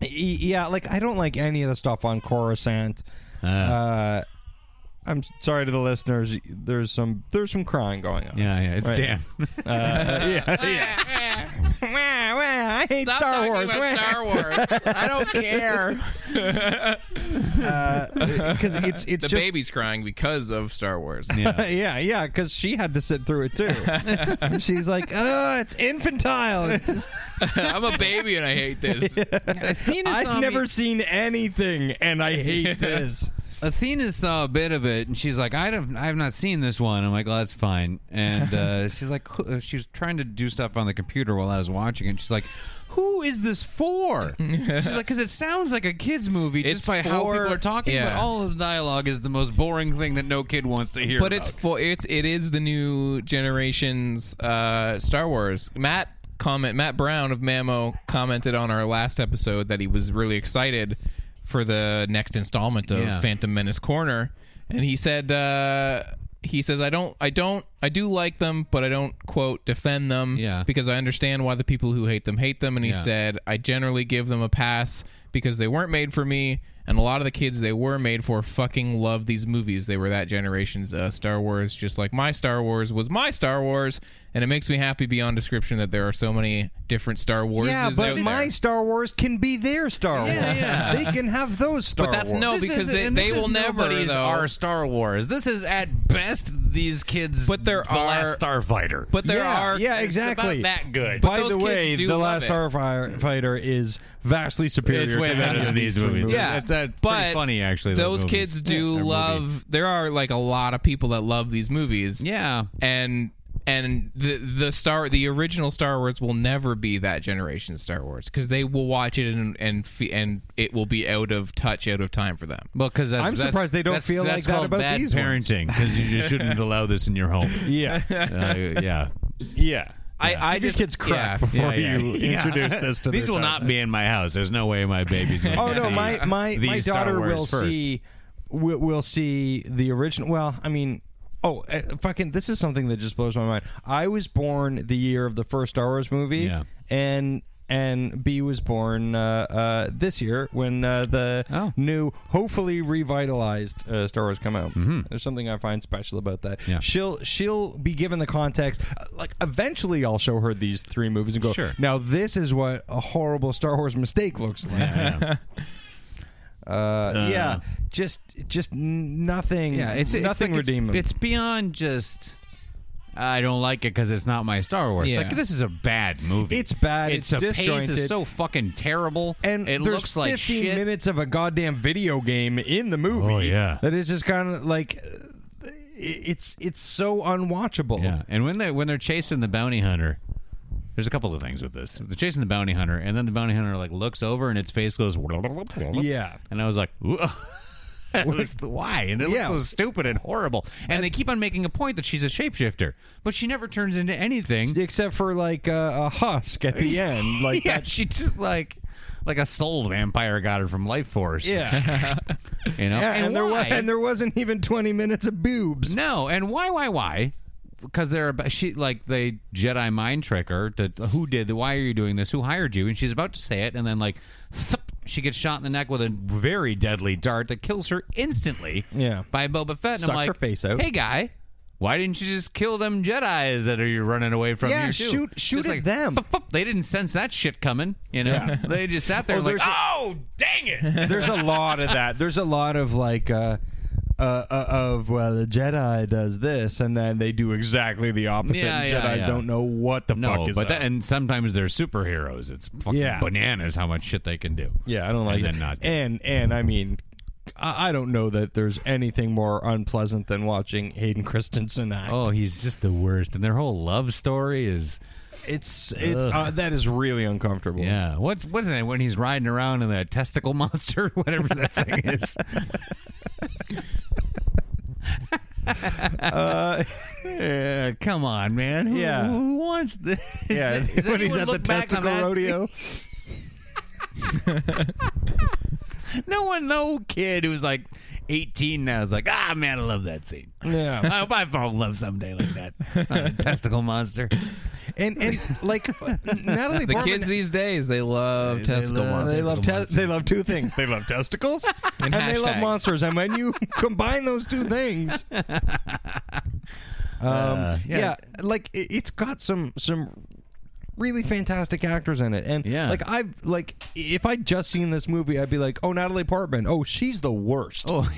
Speaker 2: Yeah, like I don't like any of the stuff on Coruscant. Uh,
Speaker 4: Ah.
Speaker 2: I'm sorry to the listeners. There's some there's some crying going on.
Speaker 4: Yeah, yeah, it's
Speaker 2: Right.
Speaker 4: damn.
Speaker 2: Wah, wah, I hate
Speaker 6: Stop
Speaker 2: Star
Speaker 6: talking
Speaker 2: Wars.
Speaker 6: about Star Wars. I don't care.
Speaker 2: Because Uh, it's it's
Speaker 1: The
Speaker 2: just
Speaker 1: baby's crying because of Star Wars.
Speaker 2: yeah, yeah, because she had to sit through it too. She's like, oh, it's infantile.
Speaker 1: I'm a baby and I hate this.
Speaker 4: Athena
Speaker 2: I've never seen anything, and I hate this.
Speaker 4: Athena saw a bit of it, and she's like, "I don't, I have not seen this one." I'm like, "Well, that's fine." And uh, she's like, who- uh, she was trying to do stuff on the computer while I was watching it. She's like, "Who is this for?" she's like, "Because it sounds like a kids movie just
Speaker 1: It's
Speaker 4: by how
Speaker 1: for-
Speaker 4: people are talking, but
Speaker 1: yeah.
Speaker 4: all of the dialogue is the most boring thing that no kid wants to hear."
Speaker 1: but it's
Speaker 4: about.
Speaker 1: for it's it is the new generation's uh, Star Wars. Matt comment Matt Brown of Mamo commented on our last episode that he was really excited for the next installment of
Speaker 4: Yeah.
Speaker 1: Phantom Menace Corner, and he said uh, he says I don't I don't I do like them, but I don't quote defend them
Speaker 4: Yeah.
Speaker 1: because I understand why the people who hate them hate them. And he
Speaker 4: Yeah.
Speaker 1: said I generally give them a pass because they weren't made for me. And a lot of the kids they were made for fucking love these movies. They were that generation's uh, Star Wars, just like my Star Wars was my Star Wars. And it makes me happy beyond description that there are so many different Star Wars.
Speaker 2: Yeah, but my Star Wars can be their Star Wars.
Speaker 4: yeah.
Speaker 2: They can have those Star
Speaker 1: But that's
Speaker 2: Wars.
Speaker 1: no- because
Speaker 4: isn't-
Speaker 1: they-
Speaker 4: and
Speaker 1: they
Speaker 4: is
Speaker 1: will never,
Speaker 4: nobody's
Speaker 1: though.
Speaker 4: our Star Wars. This is at best these kids.
Speaker 1: But there
Speaker 4: the last Starfighter.
Speaker 1: But there
Speaker 2: yeah,
Speaker 1: are
Speaker 2: yeah,
Speaker 4: It's
Speaker 2: exactly.
Speaker 4: about that good.
Speaker 2: By
Speaker 1: those
Speaker 2: the
Speaker 1: kids
Speaker 2: way,
Speaker 1: do
Speaker 2: the
Speaker 1: love
Speaker 2: last
Speaker 1: it.
Speaker 2: Starfighter is vastly superior
Speaker 4: It's
Speaker 3: way better than these movies.
Speaker 1: Yeah,
Speaker 3: That- that's
Speaker 1: but
Speaker 3: pretty funny actually.
Speaker 1: Those,
Speaker 3: Those, movies.
Speaker 1: kids do
Speaker 3: Their movie.
Speaker 1: love. There are like a lot of people that love these movies.
Speaker 3: Yeah.
Speaker 1: and and the the star the original Star Wars will never be that generation Star Wars because they will watch it and and fe- and it will be out of touch, out of time for them.
Speaker 3: Well, because
Speaker 2: I'm surprised they don't feel like that about
Speaker 3: bad
Speaker 2: these ones.
Speaker 3: parenting because you just shouldn't allow this in your home.
Speaker 2: Yeah.
Speaker 3: Uh, yeah, yeah.
Speaker 1: I, I
Speaker 2: Give your
Speaker 1: just
Speaker 2: kids crap
Speaker 1: yeah.
Speaker 2: before
Speaker 3: Yeah, yeah.
Speaker 2: you
Speaker 3: Yeah.
Speaker 2: introduce this to
Speaker 3: these
Speaker 2: their
Speaker 3: will
Speaker 2: child.
Speaker 3: not be in my house. There's no way my baby's. Going
Speaker 2: Oh
Speaker 3: to
Speaker 2: no,
Speaker 3: see
Speaker 2: my my
Speaker 3: these
Speaker 2: my
Speaker 3: Star
Speaker 2: daughter
Speaker 3: Wars
Speaker 2: will
Speaker 3: first.
Speaker 2: see will, will see the original. Well, I mean, oh uh, fucking, this is something that just blows my mind. I was born the year of the first Star Wars movie,
Speaker 3: Yeah.
Speaker 2: and and B was born uh, uh, this year when uh, the
Speaker 3: Oh.
Speaker 2: new, hopefully revitalized uh, Star Wars come out. There's something I find special about that.
Speaker 3: Mm-hmm. Yeah.
Speaker 2: She'll she'll be given the context. Uh, Like eventually, I'll show her these three movies and go,
Speaker 3: Sure.
Speaker 2: now this is what a horrible Star Wars mistake looks like.
Speaker 3: Yeah.
Speaker 2: Uh, yeah, just just n- nothing.
Speaker 3: Yeah, it's it's
Speaker 2: nothing
Speaker 3: like it's-
Speaker 2: redeemable.
Speaker 3: It's, beyond just. I don't like it because it's not my Star Wars.
Speaker 1: Yeah.
Speaker 3: Like this is a bad movie.
Speaker 2: It's bad,
Speaker 3: It's,
Speaker 2: it's
Speaker 3: a pace
Speaker 2: disjointed.
Speaker 3: is so fucking terrible,
Speaker 2: and
Speaker 3: it
Speaker 2: there's
Speaker 3: looks like
Speaker 2: 15
Speaker 3: shit.
Speaker 2: minutes of a goddamn video game in the movie.
Speaker 3: Oh, yeah.
Speaker 2: that is just kind of like uh, i- it's it's so unwatchable.
Speaker 3: Yeah, and when they when they're chasing the bounty hunter, there's a couple of things with this. They're chasing the bounty hunter, and then the bounty hunter like looks over and its face goes.
Speaker 2: Yeah.
Speaker 3: and I was like, "Whoa." It was the- why? And it
Speaker 2: Yeah.
Speaker 3: looks so stupid and horrible. And they keep on making a point that she's a shapeshifter, but she never turns into anything.
Speaker 2: except for like uh, a husk at the end, like
Speaker 3: yeah,
Speaker 2: that.
Speaker 3: she just like like a soul vampire got her from Life Force.
Speaker 2: yeah,
Speaker 3: you know.
Speaker 2: Yeah,
Speaker 3: and,
Speaker 2: and, there
Speaker 3: why?
Speaker 2: was, and there wasn't even twenty minutes of boobs.
Speaker 3: no, and why? Why? Why? Because they're about, she like they Jedi mind trick her. To, who did? the- Why are you doing this? Who hired you? And she's about to say it, and then like. Thup, she gets shot in the neck with a very deadly dart that kills her instantly.
Speaker 2: Yeah.
Speaker 3: By Boba Fett. And
Speaker 2: Sucks
Speaker 3: I'm like,
Speaker 2: her face out.
Speaker 3: Hey guy, why didn't you just kill them Jedi's that are you running away from?
Speaker 2: Yeah,
Speaker 3: here, too?"
Speaker 2: shoot- shoot
Speaker 3: Just
Speaker 2: at
Speaker 3: like,
Speaker 2: them.
Speaker 3: "Fup, fup." They didn't sense that shit coming. You know, they just sat there
Speaker 2: Oh,
Speaker 3: like,
Speaker 2: there's a-
Speaker 3: oh dang it.
Speaker 2: There's a lot of that. There's a lot of like uh, uh, uh, of well, the Jedi does this, and then they do exactly the opposite.
Speaker 3: Yeah,
Speaker 2: and
Speaker 3: yeah,
Speaker 2: Jedi's
Speaker 3: yeah.
Speaker 2: don't know what the
Speaker 3: No,
Speaker 2: fuck is
Speaker 3: but
Speaker 2: up.
Speaker 3: that, and sometimes they're superheroes. It's fucking
Speaker 2: Yeah.
Speaker 3: bananas how much shit they can do.
Speaker 2: yeah, I don't like
Speaker 3: and
Speaker 2: it.
Speaker 3: Then not do it.
Speaker 2: and and I mean, I, I don't know that there's anything more unpleasant than watching Hayden Christensen act.
Speaker 3: oh, he's just the worst. And their whole love story is
Speaker 2: it's it's uh, that is really uncomfortable.
Speaker 3: yeah. What's what's that when he's riding around in that testicle monster, whatever that thing is. Yeah, come on, man. Who,
Speaker 2: Uh, Yeah.
Speaker 3: who wants this?
Speaker 2: yeah.
Speaker 3: Does
Speaker 2: when he's
Speaker 3: anyone
Speaker 2: at the
Speaker 3: look back on
Speaker 2: testicle
Speaker 3: that
Speaker 2: rodeo,
Speaker 3: scene? No one, no kid who's like 18 now is like, ah, man, I love that scene.
Speaker 2: yeah.
Speaker 3: I hope I fall in love someday like that. Uh, Not a testicle monster.
Speaker 2: And and like Natalie
Speaker 1: The
Speaker 2: Portman
Speaker 1: kids these days they love testicle
Speaker 3: love-
Speaker 1: monsters.
Speaker 2: They love
Speaker 3: Testicle
Speaker 2: te- they love two things. They love testicles and, they love
Speaker 1: hashtags.
Speaker 2: monsters. And when you combine those two things, um,
Speaker 3: Uh,
Speaker 2: yeah. like it, it's got some some really fantastic actors in it. And
Speaker 3: Yeah.
Speaker 2: like I've like if I'd just seen this movie, I'd be like, oh, Natalie Portman. Oh, she's the worst.
Speaker 3: Oh,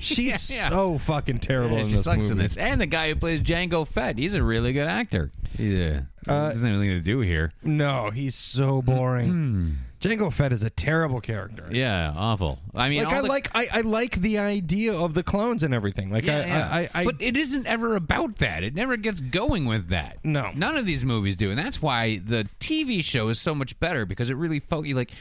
Speaker 2: she's
Speaker 3: yeah, yeah.
Speaker 2: so fucking terrible in
Speaker 3: she
Speaker 2: this
Speaker 3: sucks
Speaker 2: movie.
Speaker 3: in this. And the guy who plays Django Fett, he's a really good actor. Uh, Yeah, doesn't have anything to do here.
Speaker 2: No, he's so
Speaker 3: Mm-hmm.
Speaker 2: boring. Django Fett is a terrible character.
Speaker 3: Yeah, awful. I mean,
Speaker 2: Like
Speaker 3: all
Speaker 2: I
Speaker 3: the-
Speaker 2: like I, I like the idea of the clones and everything. Like
Speaker 3: Yeah,
Speaker 2: I,
Speaker 3: yeah.
Speaker 2: I, I, I
Speaker 3: but it isn't ever about that. It never gets going with that.
Speaker 2: No.
Speaker 3: none of these movies do, and that's why the TV show is so much better because it really felt you like.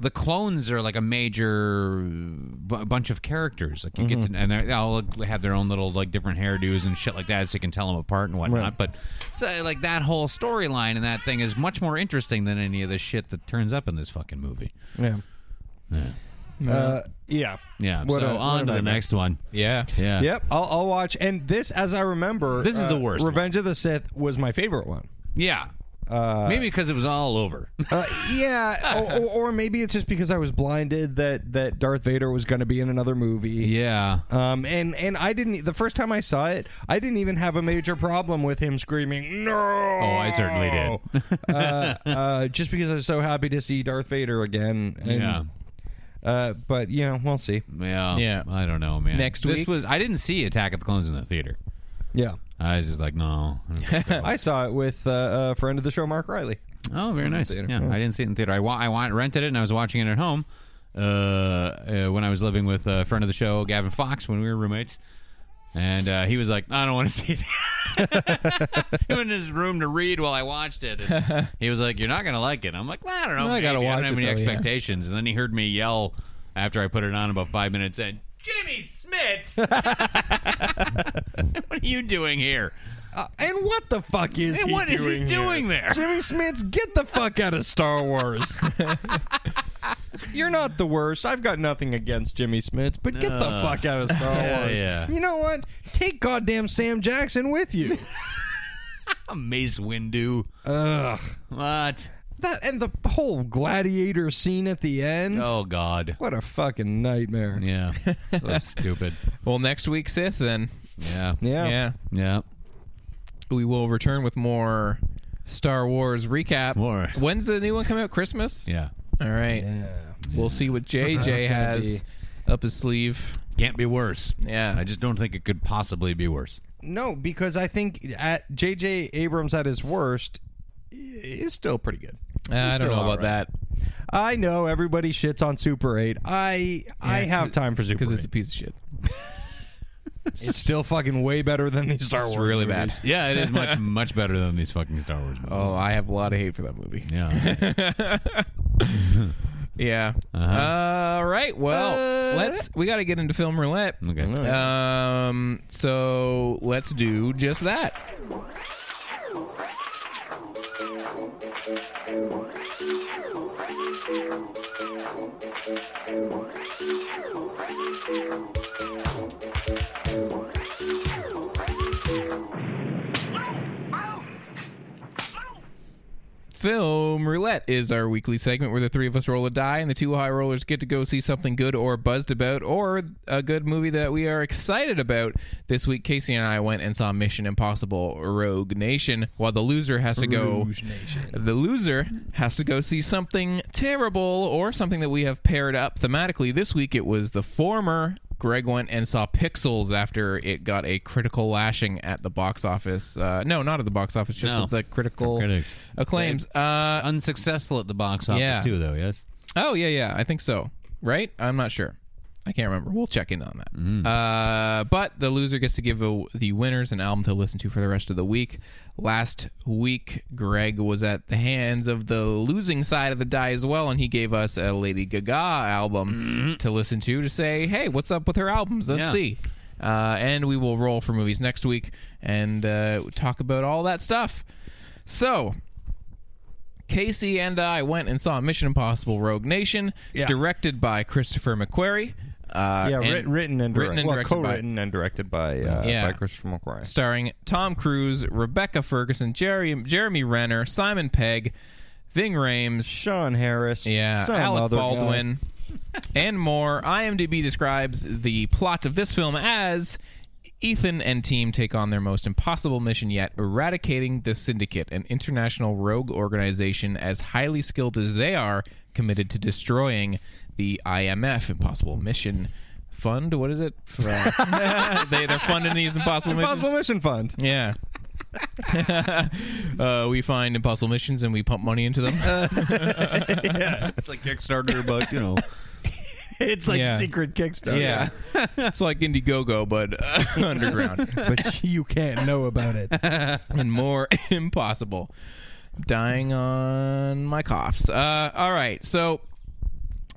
Speaker 3: The clones are like a major b- bunch of characters. Like you get
Speaker 2: Mm-hmm.
Speaker 3: to, and they're- they all have their own little like different hairdos and shit like that, so you can tell them apart and whatnot. But so like that whole storyline and that thing is much more interesting than any of the shit that turns up in this fucking movie.
Speaker 2: Yeah. Yeah. Uh, yeah.
Speaker 3: Yeah.
Speaker 2: What
Speaker 3: so
Speaker 2: a- what
Speaker 3: on
Speaker 2: a
Speaker 3: to the
Speaker 2: nightmare.
Speaker 3: next one.
Speaker 1: yeah.
Speaker 3: Yeah.
Speaker 2: Yep. I'll, I'll watch. And this, as I remember, uh,
Speaker 3: This is the worst
Speaker 2: Revenge of the Sith was my favorite one.
Speaker 3: Yeah. Maybe because it was all over.
Speaker 2: Uh, yeah. or, or, or maybe it's just because I was blinded that that Darth Vader was going to be in another movie.
Speaker 3: yeah.
Speaker 2: Um, and and I didn't the first time I saw it, I didn't even have a major problem with him screaming no. Oh,
Speaker 3: I certainly did.
Speaker 2: uh, uh, just because I was so happy to see Darth Vader again. And,
Speaker 3: Yeah.
Speaker 2: Uh, but you know, we'll see.
Speaker 3: Yeah.
Speaker 1: Yeah.
Speaker 3: I don't know, man.
Speaker 1: Next
Speaker 3: this
Speaker 1: week?
Speaker 3: was I didn't see Attack of the Clones in the theater.
Speaker 2: Yeah.
Speaker 3: I was just like, no. I don't think so.
Speaker 2: I saw it with uh, a friend of the show, Mark Riley.
Speaker 3: Oh, very nice. Yeah, I didn't see it in theater. I wa- I wa- rented it and I was watching it at home uh, uh, when I was living with a friend of the show, Gavin Fox, when we were roommates. And uh, he was like, I don't want to see it. he went in his room to read while I watched it. And he was like, You're not going to like it. I'm like, well, I don't know.
Speaker 1: I gotta
Speaker 3: maybe. I
Speaker 1: watch
Speaker 3: don't have
Speaker 1: it,
Speaker 3: any
Speaker 1: though, yeah.
Speaker 3: expectations. And then he heard me yell after I put it on about five minutes and, Jimmy Smits! what are you doing here?
Speaker 2: And what the fuck is
Speaker 3: And
Speaker 2: he
Speaker 3: what is he doing there?
Speaker 2: Jimmy Smits, get the fuck out of Star Wars. You're not the worst. I've got nothing against Jimmy Smits, but get the fuck out of Star
Speaker 3: Hell
Speaker 2: Wars.
Speaker 3: yeah.
Speaker 2: You know what? Take goddamn Sam Jackson with you.
Speaker 3: Mace Windu.
Speaker 2: Ugh.
Speaker 3: What?
Speaker 2: That and the whole gladiator scene at the end.
Speaker 3: Oh, God.
Speaker 2: What a fucking nightmare.
Speaker 3: Yeah. So stupid.
Speaker 1: Well, next week, Sith, then.
Speaker 3: Yeah.
Speaker 2: Yeah.
Speaker 1: Yeah.
Speaker 3: Yeah.
Speaker 1: We will return with more Star Wars recap.
Speaker 3: More.
Speaker 1: When's the new one come out? Christmas?
Speaker 3: Yeah.
Speaker 1: All right. We'll see what JJ has up his sleeve.
Speaker 3: Can't be worse.
Speaker 1: Yeah.
Speaker 3: I just don't think it could possibly be worse.
Speaker 2: No, because I think at JJ Abrams at his worst is still pretty good.
Speaker 1: Uh, I don't
Speaker 2: still
Speaker 1: know
Speaker 2: all
Speaker 1: about
Speaker 2: right.
Speaker 1: that
Speaker 2: I know everybody shits on Super 8. I I have time for Super
Speaker 1: because
Speaker 2: 8.
Speaker 1: it's a piece of shit.
Speaker 2: It's still fucking way better than these Star Wars.
Speaker 1: It's really bad.
Speaker 3: Yeah, it is much, much better than these fucking Star Wars movies.
Speaker 1: Oh, I have a lot of hate for that movie.
Speaker 3: Yeah.
Speaker 1: Yeah. All right. Well, let's. We got to get into film roulette.
Speaker 3: Okay.
Speaker 1: Um. So let's do just that. Film Roulette is our weekly segment where the three of us roll a die and the two high rollers get to go see something good or buzzed about or a good movie that we are excited about. This week, Casey and I went and saw Mission Impossible Rogue Nation while the loser has to go. The loser has to go see something terrible or something that we have paired up thematically. This week, it was the former. Greg went and saw Pixels after it got a critical lashing at the box office. Uh, no, not at the box office, just
Speaker 3: No.
Speaker 1: at the critical
Speaker 3: Critics.
Speaker 1: acclaims. Uh,
Speaker 3: Unsuccessful at the box office,
Speaker 1: Yeah.
Speaker 3: too, though, yes?
Speaker 1: oh yeah, yeah, I think so. Right? I'm not sure. I can't remember. We'll check in on that. Uh, but the loser gets to give a, the winners an album to listen to for the rest of the week. Last week, Greg was at the hands of the losing side of the die as well, and he gave us a Lady Gaga album to listen to to say, "Hey, what's up with her albums? Let's
Speaker 3: Yeah.
Speaker 1: see." Uh, and we will roll for movies next week and uh, talk about all that stuff. So, Casey and I went and saw Mission Impossible Rogue Nation,
Speaker 2: Yeah.
Speaker 1: directed by Christopher McQuarrie. Uh,
Speaker 2: Yeah,
Speaker 1: and
Speaker 2: writ- written and
Speaker 1: written
Speaker 2: direct-
Speaker 1: and
Speaker 2: well,
Speaker 1: directed by-
Speaker 2: co-written and directed by uh,
Speaker 1: Yeah.
Speaker 2: by Christopher McQuarrie.
Speaker 1: starring Tom Cruise, Rebecca Ferguson, Jerry, Jeremy Renner, Simon Pegg, Ving Rhames,
Speaker 2: Sean Harris,
Speaker 1: yeah,
Speaker 2: some
Speaker 1: Alec
Speaker 2: other guy.
Speaker 1: Baldwin, and more. IMDb describes the plot of this film as. Ethan and team take on their most impossible mission yet, eradicating the Syndicate, an international rogue organization as highly skilled as they are, committed to destroying the IMF Impossible Mission Fund. What is it? they, they're funding these impossible missions.
Speaker 2: Possible Mission Fund.
Speaker 1: Yeah. uh, we find impossible missions and we pump money into them.
Speaker 3: It's like Kickstarter, but, you know.
Speaker 2: It's like
Speaker 1: Yeah.
Speaker 2: secret Kickstarter.
Speaker 3: Yeah.
Speaker 1: it's like Indiegogo, but uh, underground
Speaker 2: but you can't know about it.
Speaker 1: and more impossible. Dying on my coughs. Uh, all right, so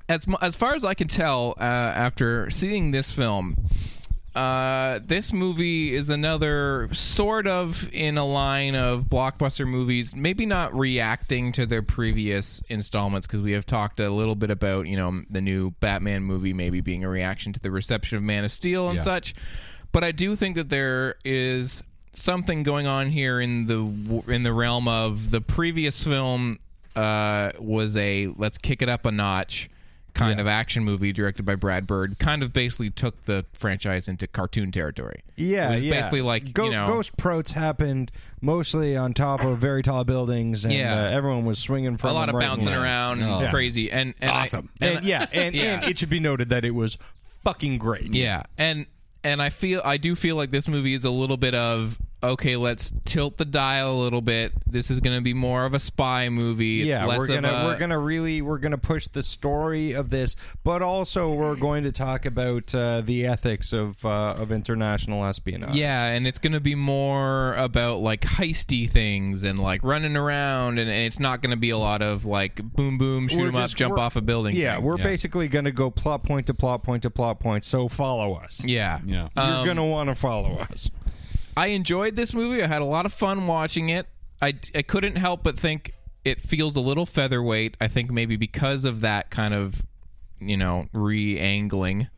Speaker 1: as mu- as far as I can tell, uh, after seeing this film, uh, this movie is another sort of in a line of blockbuster movies. Maybe not reacting to their previous installments because we have talked a little bit about you know the new Batman movie maybe being a reaction to the reception of Man of Steel and such. But I do think that there is something going on here in the in the realm of the previous film uh, was a let's kick it up a notch kind of action movie directed by Brad Bird. Kind of basically took the franchise into cartoon territory.
Speaker 2: Yeah,
Speaker 1: it was
Speaker 2: yeah.
Speaker 1: basically like
Speaker 2: Go-
Speaker 1: you know,
Speaker 2: ghost protes happened mostly on top of very tall buildings, and
Speaker 1: Yeah.
Speaker 2: uh, everyone was swinging from
Speaker 1: a lot
Speaker 2: them
Speaker 1: of
Speaker 2: right and
Speaker 1: bouncing
Speaker 2: left.
Speaker 1: around, and
Speaker 2: Yeah.
Speaker 1: crazy, and, and I-
Speaker 3: Awesome.
Speaker 2: And, yeah, and, and it should be noted that it was fucking great.
Speaker 1: Yeah, and and I feel I do feel like this movie is a little bit of okay, let's tilt the dial a little bit. This is going to be more of a spy movie. It's
Speaker 2: yeah,
Speaker 1: less
Speaker 2: we're
Speaker 1: of
Speaker 2: gonna
Speaker 1: a-
Speaker 2: we're gonna really we're gonna push the story of this, but also we're going to talk about uh, the ethics of uh, of international espionage.
Speaker 1: Yeah, and it's going to be more about like heisty things and like running around, and, and it's not going to be a lot of like boom, boom, shoot
Speaker 2: We're
Speaker 1: 'em up,
Speaker 2: just-
Speaker 1: jump
Speaker 2: we're-
Speaker 1: off a building.
Speaker 2: yeah,
Speaker 1: thing.
Speaker 2: we're basically gonna go plot point to plot point to plot point. So follow us.
Speaker 1: yeah, um,
Speaker 3: Yeah.
Speaker 2: You're gonna want to follow us.
Speaker 1: I enjoyed this movie. I had a lot of fun watching it. I, I couldn't help but think it feels a little featherweight. I think maybe because of that kind of, you know, re angling.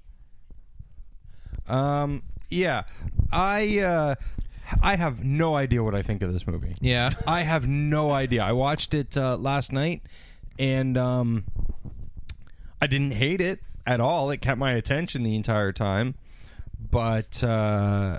Speaker 2: Um, yeah, I uh, I have no idea what I think of this movie.
Speaker 1: Yeah.
Speaker 2: I have no idea. I watched it uh, last night, and um, I didn't hate it at all. It kept my attention the entire time, but uh,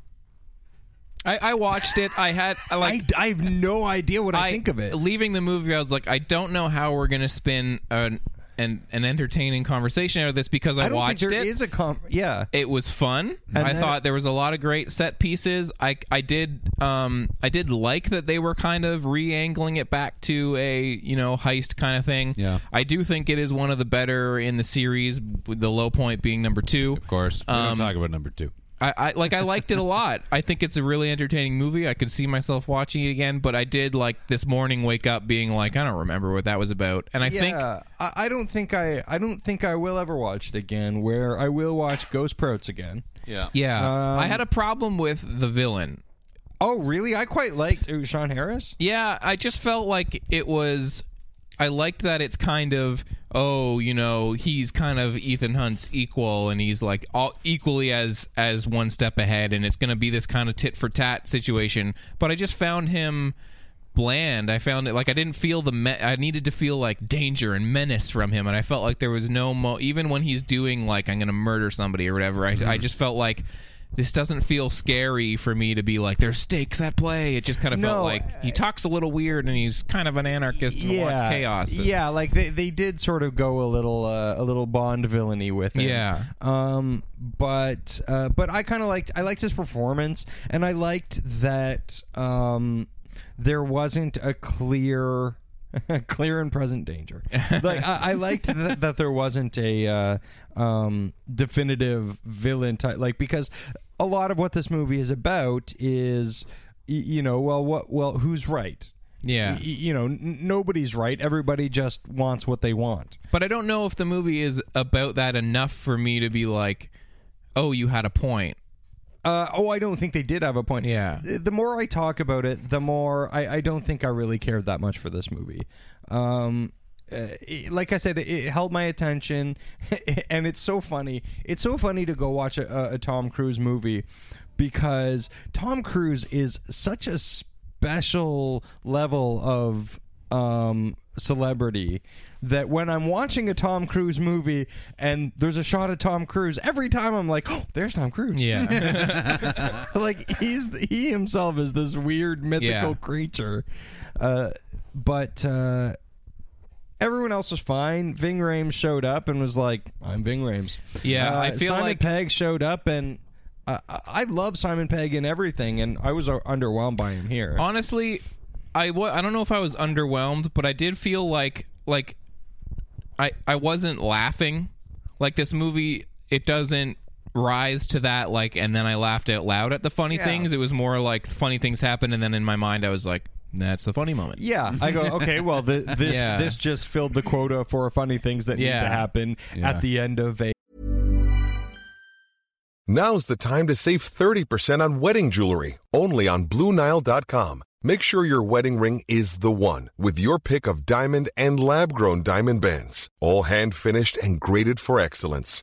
Speaker 1: I, I watched it. I had, I like,
Speaker 2: I, I have no idea what I, think of it.
Speaker 1: Leaving the movie, I was like, I don't know how we're gonna spin an an, an entertaining conversation out of this because I,
Speaker 2: I don't
Speaker 1: watched
Speaker 2: think there
Speaker 1: it.
Speaker 2: is a com- yeah.
Speaker 1: it was fun. I
Speaker 2: then-
Speaker 1: thought there was a lot of great set pieces. I I did um I did like that they were kind of re-angling it back to a you know heist kind of thing.
Speaker 3: Yeah.
Speaker 1: I do think it is one of the better in the series. With the low point being number two.
Speaker 3: Of course. We're going to talk about number two.
Speaker 1: I, I like I liked it a lot. I think it's a really entertaining movie. I could see myself watching it again, but I did like this morning wake up being like, I don't remember what that was about. And I think
Speaker 2: yeah, I, I don't think I I don't think I will ever watch it again. Where I will watch Ghost Protes again.
Speaker 1: yeah,
Speaker 3: Um,
Speaker 1: I had a problem with the villain.
Speaker 2: Oh, really? I quite liked uh, Sean Harris.
Speaker 1: Yeah, I just felt like it was. I liked that it's kind of oh, you know, he's kind of Ethan Hunt's equal, and he's like all equally as as one step ahead, and it's going to be this kind of tit for tat situation. But I just found him bland. I found it like I didn't feel the me- I needed to feel like danger and menace from him, and I felt like there was no mo. Even when he's doing like I'm going to murder somebody or whatever, I, I just felt like. This doesn't feel scary for me to be like there's stakes at play. It just kind of felt
Speaker 2: No,
Speaker 1: like he talks a little weird and he's kind of an anarchist and wants chaos.
Speaker 2: Yeah, like they, they did sort of go a little uh, a little Bond villainy with it.
Speaker 1: Yeah.
Speaker 2: Um. But uh, but I kind of liked I liked his performance, and I liked that um there wasn't a clear. clear and present danger. Like I, I liked that, that there wasn't a uh, um, definitive villain type. Like because a lot of what this movie is about is, y- you know, well, what, well, who's right?
Speaker 1: Yeah.
Speaker 2: Y- y- you know, n- nobody's right. Everybody just wants what they want.
Speaker 1: But I don't know if the movie is about that enough for me to be like, oh, you had a point.
Speaker 2: Uh, oh, I don't think they did have a point.
Speaker 1: Yeah.
Speaker 2: Uh, The more I talk about it, the more I, I don't think I really cared that much for this movie. Um, uh, it- like I said, it, it held my attention, and it's so funny. It's so funny to go watch a, a, a Tom Cruise movie because Tom Cruise is such a special level of um, celebrity that when I'm watching a Tom Cruise movie and there's a shot of Tom Cruise, every time I'm like, oh, there's Tom Cruise.
Speaker 1: Yeah.
Speaker 2: like he's he himself is this weird mythical
Speaker 1: Yeah.
Speaker 2: creature uh, but uh, everyone else was fine ving rames showed up and was like i'm ving rames
Speaker 1: Yeah,
Speaker 2: Uh,
Speaker 1: I feel
Speaker 2: simon
Speaker 1: like-
Speaker 2: pegg showed up and uh, I- i love simon pegg and everything and i was uh, underwhelmed by him here
Speaker 1: Honestly, I wa- I don't know if I was underwhelmed, but I did feel like like I I wasn't laughing. Like this movie, it doesn't rise to that like and then I laughed out loud at the funny things. It was more like funny things happened and then in my mind I was like, that's the funny moment.
Speaker 2: yeah, I go. Okay, well, th this
Speaker 1: Yeah.
Speaker 2: this just filled the quota for funny things that need
Speaker 1: Yeah.
Speaker 2: to happen at the end of a
Speaker 7: Now's the time to save 30% on wedding jewelry, only on BlueNile.com. Make sure your wedding ring is the one with your pick of diamond and lab grown diamond bands, all hand finished and graded for excellence.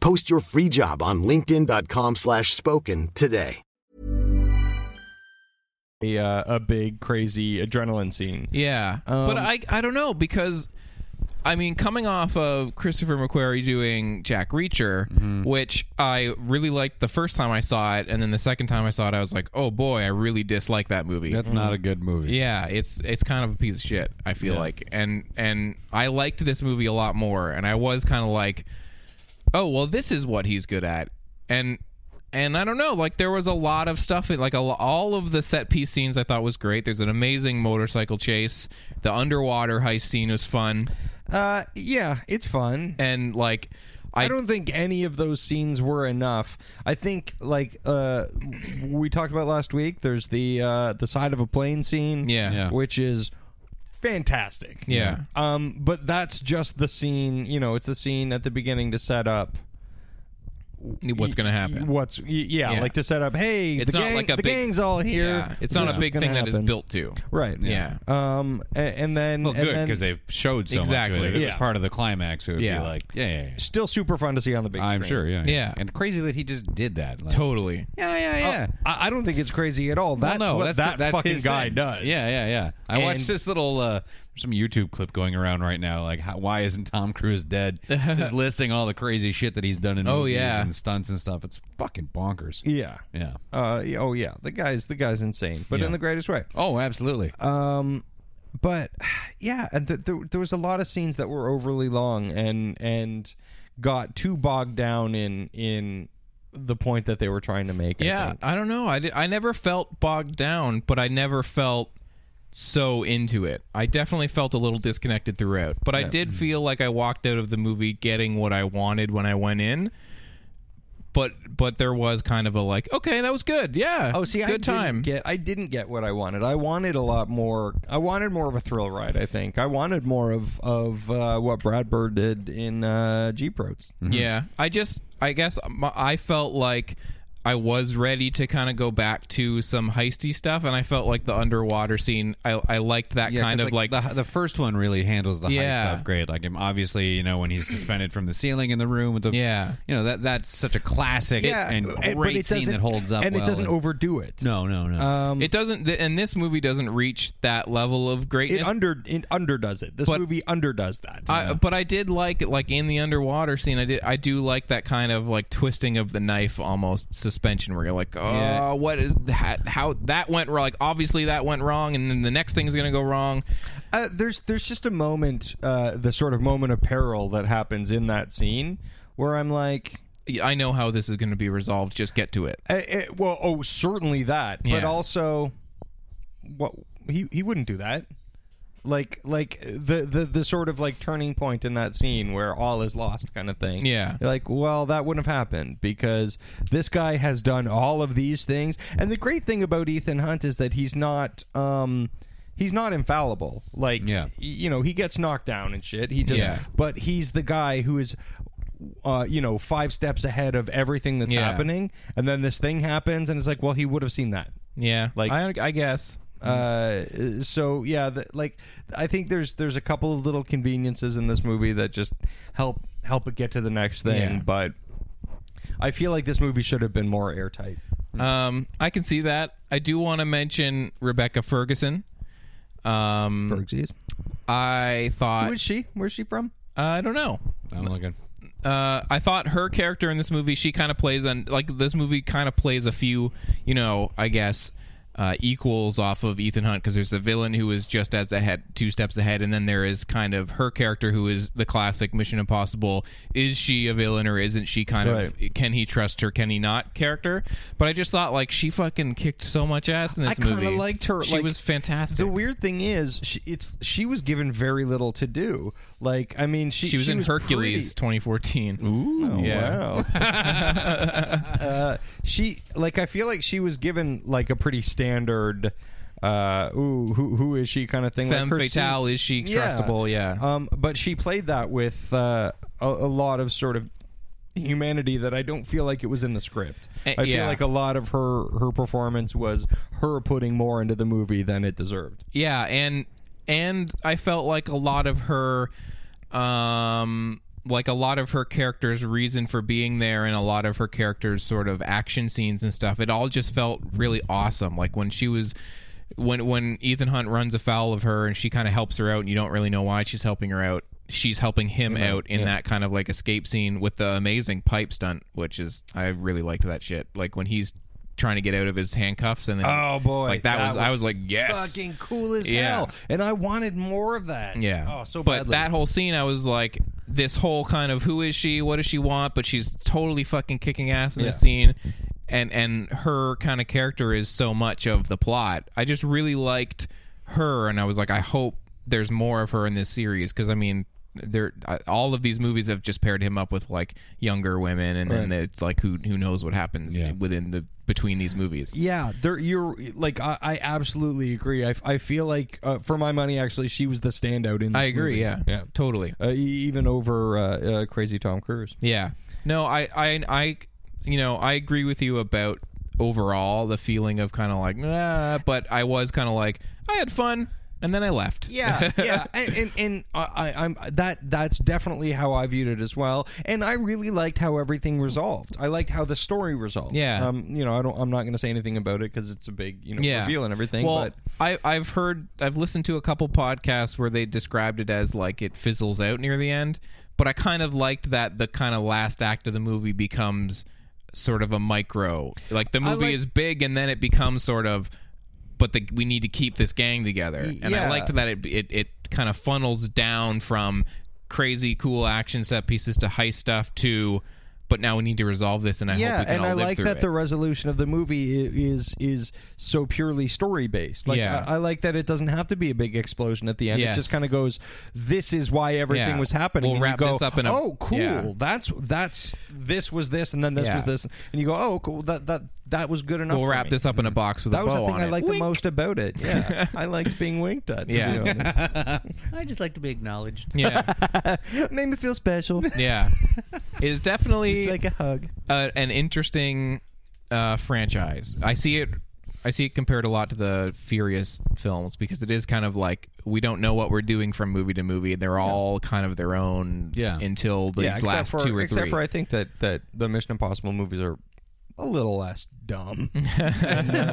Speaker 8: Post your free job on linkedin.com/spoken slash spoken today.
Speaker 2: a, uh, a big crazy adrenaline scene.
Speaker 1: Yeah, but I I don't know because I mean coming off of Christopher McQuarrie doing Jack Reacher, which I really liked the first time I saw it, and then the second time I saw it, I was like, oh boy, I really dislike that movie.
Speaker 3: That's not a good movie.
Speaker 1: yeah, it's it's kind of a piece of shit. I feel like, and and I liked this movie a lot more, and I was kind of like, oh well, this is what he's good at, and and I don't know, like there was a lot of stuff, that, like a, lo- all of the set piece scenes I thought was great. There's an amazing motorcycle chase, the underwater heist scene was fun,
Speaker 9: Uh, yeah, it's fun.
Speaker 1: and like
Speaker 2: I don't think any of those scenes were enough. I think like uh we talked about last week, there's the uh the side of a plane scene.
Speaker 1: Yeah. Yeah.
Speaker 2: Which is fantastic.
Speaker 1: Yeah.
Speaker 2: Um but that's just the scene, you know, it's the scene at the beginning to set up
Speaker 1: what's gonna happen.
Speaker 2: what's y- yeah,
Speaker 1: Yeah.
Speaker 2: like to set up, hey,
Speaker 1: It's
Speaker 2: the,
Speaker 1: not
Speaker 2: gang-
Speaker 1: like a
Speaker 2: the
Speaker 1: big-
Speaker 2: gang's all here.
Speaker 1: Yeah, it's
Speaker 2: This
Speaker 1: not
Speaker 2: is
Speaker 1: a big
Speaker 2: gonna
Speaker 1: thing that is
Speaker 2: happen.
Speaker 1: built to.
Speaker 2: Right.
Speaker 1: Yeah.
Speaker 2: Um a- and then
Speaker 3: Well,
Speaker 2: and
Speaker 3: good
Speaker 2: then-
Speaker 3: because they've showed so much.
Speaker 1: Exactly.
Speaker 3: Of it. If it was
Speaker 2: Yeah.
Speaker 3: part of the climax. It would
Speaker 1: Yeah.
Speaker 3: be like, yeah, yeah, yeah.
Speaker 2: still super fun to see on the big
Speaker 3: I'm
Speaker 2: screen.
Speaker 3: sure. Yeah,
Speaker 1: Yeah.
Speaker 3: And crazy that he just did that. Like,
Speaker 1: Totally.
Speaker 3: Yeah, yeah, yeah.
Speaker 2: I, I don't think it's crazy at all. That's
Speaker 3: well, no,
Speaker 2: what
Speaker 3: that's
Speaker 2: that
Speaker 3: that's
Speaker 2: fucking
Speaker 3: his
Speaker 2: guy
Speaker 3: thing.
Speaker 2: does.
Speaker 3: Yeah, yeah, yeah. I watched this little uh, some YouTube clip going around right now. Like, how, why isn't Tom Cruise dead? Just listing all the crazy shit that he's done in
Speaker 1: Oh,
Speaker 3: movies
Speaker 1: yeah.
Speaker 3: and stunts and stuff. It's fucking bonkers.
Speaker 2: Yeah.
Speaker 3: Yeah.
Speaker 2: Uh, yeah, oh yeah, the guy's the guy's insane, but in the greatest way.
Speaker 3: Oh, absolutely.
Speaker 2: Uh, But yeah, and th- there, there was a lot of scenes that were overly long and and got too bogged down in in the point that they were trying to make. I
Speaker 1: Yeah,
Speaker 2: think.
Speaker 1: I don't know. I, di- I never felt bogged down, but I never felt so into it. I definitely felt a little disconnected throughout, but I did feel like I walked out of the movie getting what I wanted when I went in. But but there was kind of a like, okay, that was good. Yeah.
Speaker 2: Oh, see,
Speaker 1: good
Speaker 2: I didn't
Speaker 1: time.
Speaker 2: get I didn't get what I wanted. I wanted a lot more. I wanted more of a thrill ride. I think I wanted more of of uh, what Brad Bird did in uh, Jeep Roads.
Speaker 1: Yeah, I just, I guess my, I felt like I was ready to kind of go back to some heisty stuff, and I felt like the underwater scene. I, I liked that
Speaker 3: Yeah,
Speaker 1: kind
Speaker 3: 'cause,
Speaker 1: of like,
Speaker 3: the, the first one really handles the high
Speaker 1: Yeah.
Speaker 3: stuff great. Like, him obviously, you know, when he's suspended from the ceiling in the room with the
Speaker 1: Yeah.
Speaker 3: you know that that's such a classic and
Speaker 2: but
Speaker 3: great
Speaker 2: it
Speaker 3: scene
Speaker 2: doesn't-
Speaker 3: that holds up
Speaker 2: and
Speaker 3: well.
Speaker 2: it doesn't Uh, overdo it.
Speaker 3: No, no, no.
Speaker 1: it doesn't, th- and this movie doesn't reach that level of
Speaker 2: It
Speaker 1: greatness.
Speaker 2: under it underdoes it. This
Speaker 1: But-
Speaker 2: movie underdoes that.
Speaker 1: I, but I did like it, like in the underwater scene. I did, I do like that kind of like twisting of the knife, almost suspension, where you're like, oh, what is that? How that went wrong? Like, obviously that went wrong, and then the next thing's gonna go wrong.
Speaker 2: Uh, there's there's just a moment, uh, the sort of moment of peril that happens in that scene where I'm like,
Speaker 1: I know how this is gonna be resolved. Just get to it.
Speaker 2: eh, eh, well, oh, certainly that, but
Speaker 1: Yeah.
Speaker 2: also, what he he wouldn't do that. Like like the, the the sort of like turning point in that scene where all is lost kind of thing.
Speaker 1: Yeah.
Speaker 2: You're like, well, that wouldn't have happened because this guy has done all of these things. And the great thing about Ethan Hunt is that he's not um he's not infallible. Like
Speaker 3: Yeah.
Speaker 2: y- you know, he gets knocked down and shit. He just
Speaker 1: Yeah.
Speaker 2: but he's the guy who is uh, you know, five steps ahead of everything that's
Speaker 1: Yeah.
Speaker 2: happening, and then this thing happens, and it's like, well, he would have seen that.
Speaker 1: Yeah,
Speaker 2: Like-
Speaker 1: I, I guess.
Speaker 2: Uh, so yeah, the, like I think there's there's a couple of little conveniences in this movie that just help help it get to the next thing,
Speaker 1: Yeah.
Speaker 2: but I feel like this movie should have been more airtight.
Speaker 1: Um, I can see that. I do want to mention Rebecca Ferguson. Um,
Speaker 2: Bergsies.
Speaker 1: I
Speaker 2: Who
Speaker 1: thought
Speaker 2: is she? Where's she from?
Speaker 1: I don't know.
Speaker 3: I'm looking.
Speaker 1: Uh, I thought her character in this movie, she kind of plays on like this movie kind of plays a few, you know, I guess uh, equals off of Ethan Hunt because there's the villain who is just as ahead, two steps ahead, and then there is kind of her character who is the classic Mission Impossible. Is she a villain or isn't she? Kind of can he trust her? Can he not? Character, but I just thought like she fucking kicked so much ass in this
Speaker 2: I
Speaker 1: movie.
Speaker 2: kind of liked her.
Speaker 1: She
Speaker 2: like,
Speaker 1: was fantastic.
Speaker 2: The weird thing is, she, it's she was given very little to do. Like, I mean, she
Speaker 1: she was in Hercules 2014. Ooh, yeah.
Speaker 2: Wow. uh, she like I feel like she was given like a pretty standard uh ooh who who is she kind of thing
Speaker 1: Femme
Speaker 2: like her
Speaker 1: fatale,
Speaker 2: scene-
Speaker 1: is she trustable? Yeah.
Speaker 2: Um but she played that with uh a, a lot of sort of humanity that I don't feel like it was in the script.
Speaker 1: Eh,
Speaker 2: I feel
Speaker 1: yeah.
Speaker 2: like a lot of her her performance was her putting more into the movie than it deserved.
Speaker 1: Yeah, and and I felt like a lot of her um like a lot of her character's reason for being there and a lot of her character's sort of action scenes and stuff, it all just felt really awesome. Like when she was when when Ethan Hunt runs afoul of her and she kind of helps her out and you don't really know why she's helping her out. She's helping him out in that kind of like escape scene with the amazing pipe stunt, which is I really liked that shit. Like when he's trying to get out of his handcuffs and then
Speaker 2: Oh, boy,
Speaker 1: like that,
Speaker 2: that
Speaker 1: was, I was like yes
Speaker 2: Fucking cool as
Speaker 1: Yeah.
Speaker 2: hell, and I wanted more of that.
Speaker 1: yeah.
Speaker 2: Oh, so
Speaker 1: but
Speaker 2: badly.
Speaker 1: that whole scene, I was like, this whole kind of who is she? What does she want? But she's totally fucking kicking ass in this scene, and and her kind of character is so much of the plot. I just really liked her, and I was like, I hope there's more of her in this series because I mean. There, I- all of these movies have just paired him up with like younger women, and then it's like who who knows what happens within the between these movies.
Speaker 2: Yeah, there you're like I, I absolutely agree. I, I feel like uh, for my money, actually, she was the standout in. This
Speaker 1: I agree.
Speaker 2: movie.
Speaker 1: Yeah,
Speaker 2: yeah,
Speaker 1: totally.
Speaker 2: uh, e- even over uh, uh, Crazy Tom Cruise.
Speaker 1: Yeah. No, I, I, I, you know, I agree with you about overall the feeling of kind of like, nah, but I was kind of like, I had fun and then I left.
Speaker 2: Yeah, yeah, and and, and I, I, I'm that that's definitely how I viewed it as well. And I really liked how everything resolved. I liked how the story resolved.
Speaker 1: Yeah.
Speaker 2: um, you know, I don't, I'm not going to say anything about it because it's a big, you know,
Speaker 1: Yeah.
Speaker 2: reveal and everything.
Speaker 1: Well,
Speaker 2: but
Speaker 1: I, I've heard, I've listened to a couple podcasts where they described it as like it fizzles out near the end, but I kind of liked that the kind of last act of the movie becomes sort of a micro. Like the movie
Speaker 2: like-
Speaker 1: is big and then it becomes sort of, but the, we need to keep this gang together. And I
Speaker 2: yeah.
Speaker 1: liked that it, it, it kind of funnels down from crazy, cool action set pieces to heist stuff to. But now we need to resolve this, and I hope
Speaker 2: yeah,
Speaker 1: we can
Speaker 2: and
Speaker 1: all
Speaker 2: I
Speaker 1: live
Speaker 2: like
Speaker 1: through
Speaker 2: that
Speaker 1: it.
Speaker 2: the resolution of the movie i- is is so purely story based. Like
Speaker 1: Yeah.
Speaker 2: I, I like that it doesn't have to be a big explosion at the end. It
Speaker 1: Yes.
Speaker 2: just kind of goes, "This is why everything
Speaker 1: Yeah.
Speaker 2: was happening."
Speaker 1: We'll
Speaker 2: and
Speaker 1: wrap
Speaker 2: you go,
Speaker 1: this up in a-
Speaker 2: oh, cool.
Speaker 1: Yeah.
Speaker 2: That's that's this was this, and then this
Speaker 1: Yeah.
Speaker 2: was this, and you go, oh, cool. That that that was good enough.
Speaker 1: We'll
Speaker 2: for
Speaker 1: wrap
Speaker 2: me."
Speaker 1: this up in a box with a
Speaker 2: That was
Speaker 1: bow
Speaker 2: the thing
Speaker 1: on
Speaker 2: I
Speaker 1: it.
Speaker 2: liked the most about it. Yeah, I liked being winked at. to be
Speaker 1: Yeah.
Speaker 2: honest.
Speaker 10: I just like to be acknowledged.
Speaker 1: Yeah,
Speaker 2: it made me feel special.
Speaker 1: yeah. It's definitely
Speaker 2: It's like a hug.
Speaker 1: uh, an interesting uh, franchise. I see it. I see it compared a lot to the Furious films because it is kind of like we don't know what we're doing from movie to movie. They're all kind of their own
Speaker 4: Yeah.
Speaker 1: until these
Speaker 2: yeah, except
Speaker 1: last
Speaker 2: for,
Speaker 1: two or
Speaker 2: except
Speaker 1: three.
Speaker 2: for I think that that the Mission Impossible movies are a little less dumb.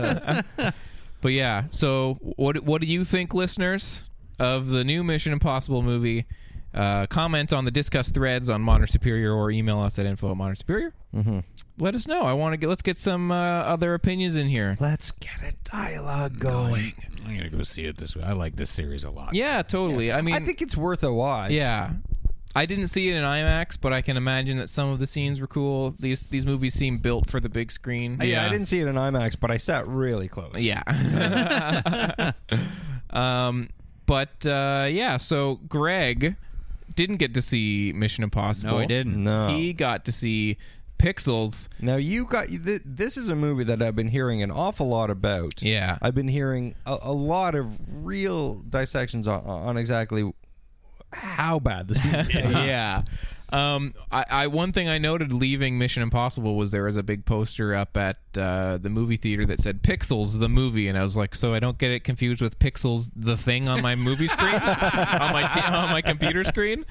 Speaker 1: but yeah, so what what do you think, listeners, of the new Mission Impossible movie? Uh, comment on the discuss threads on Modern Superior or email us at info at Modern Superior. Mm-hmm. Let us know. I want to get let's get some uh, other opinions in here.
Speaker 2: Let's get a dialogue going.
Speaker 4: I'm gonna go see it this way. I like this series a lot.
Speaker 1: Yeah, totally. I mean,
Speaker 2: I think it's worth a watch.
Speaker 1: Yeah. I didn't see it in IMAX, but I can imagine that some of the scenes were cool. These these movies seem built for the big screen.
Speaker 2: Uh, Yeah, I didn't see it in IMAX, but I sat really close.
Speaker 1: Yeah. um, but uh, yeah, so Greg didn't get to see Mission Impossible.
Speaker 4: No, I didn't.
Speaker 2: No.
Speaker 1: He got to see Pixels.
Speaker 2: Now you got th- this is a movie that I've been hearing an awful lot about.
Speaker 1: Yeah.
Speaker 2: I've been hearing a, a lot of real dissections on, on exactly how bad this movie is.
Speaker 1: yeah. Um, I, I one thing I noted leaving Mission Impossible was there was a big poster up at uh, the movie theater that said Pixels the movie, and I was like, so I don't get it confused with Pixels the thing on my movie screen on my t- on my computer screen.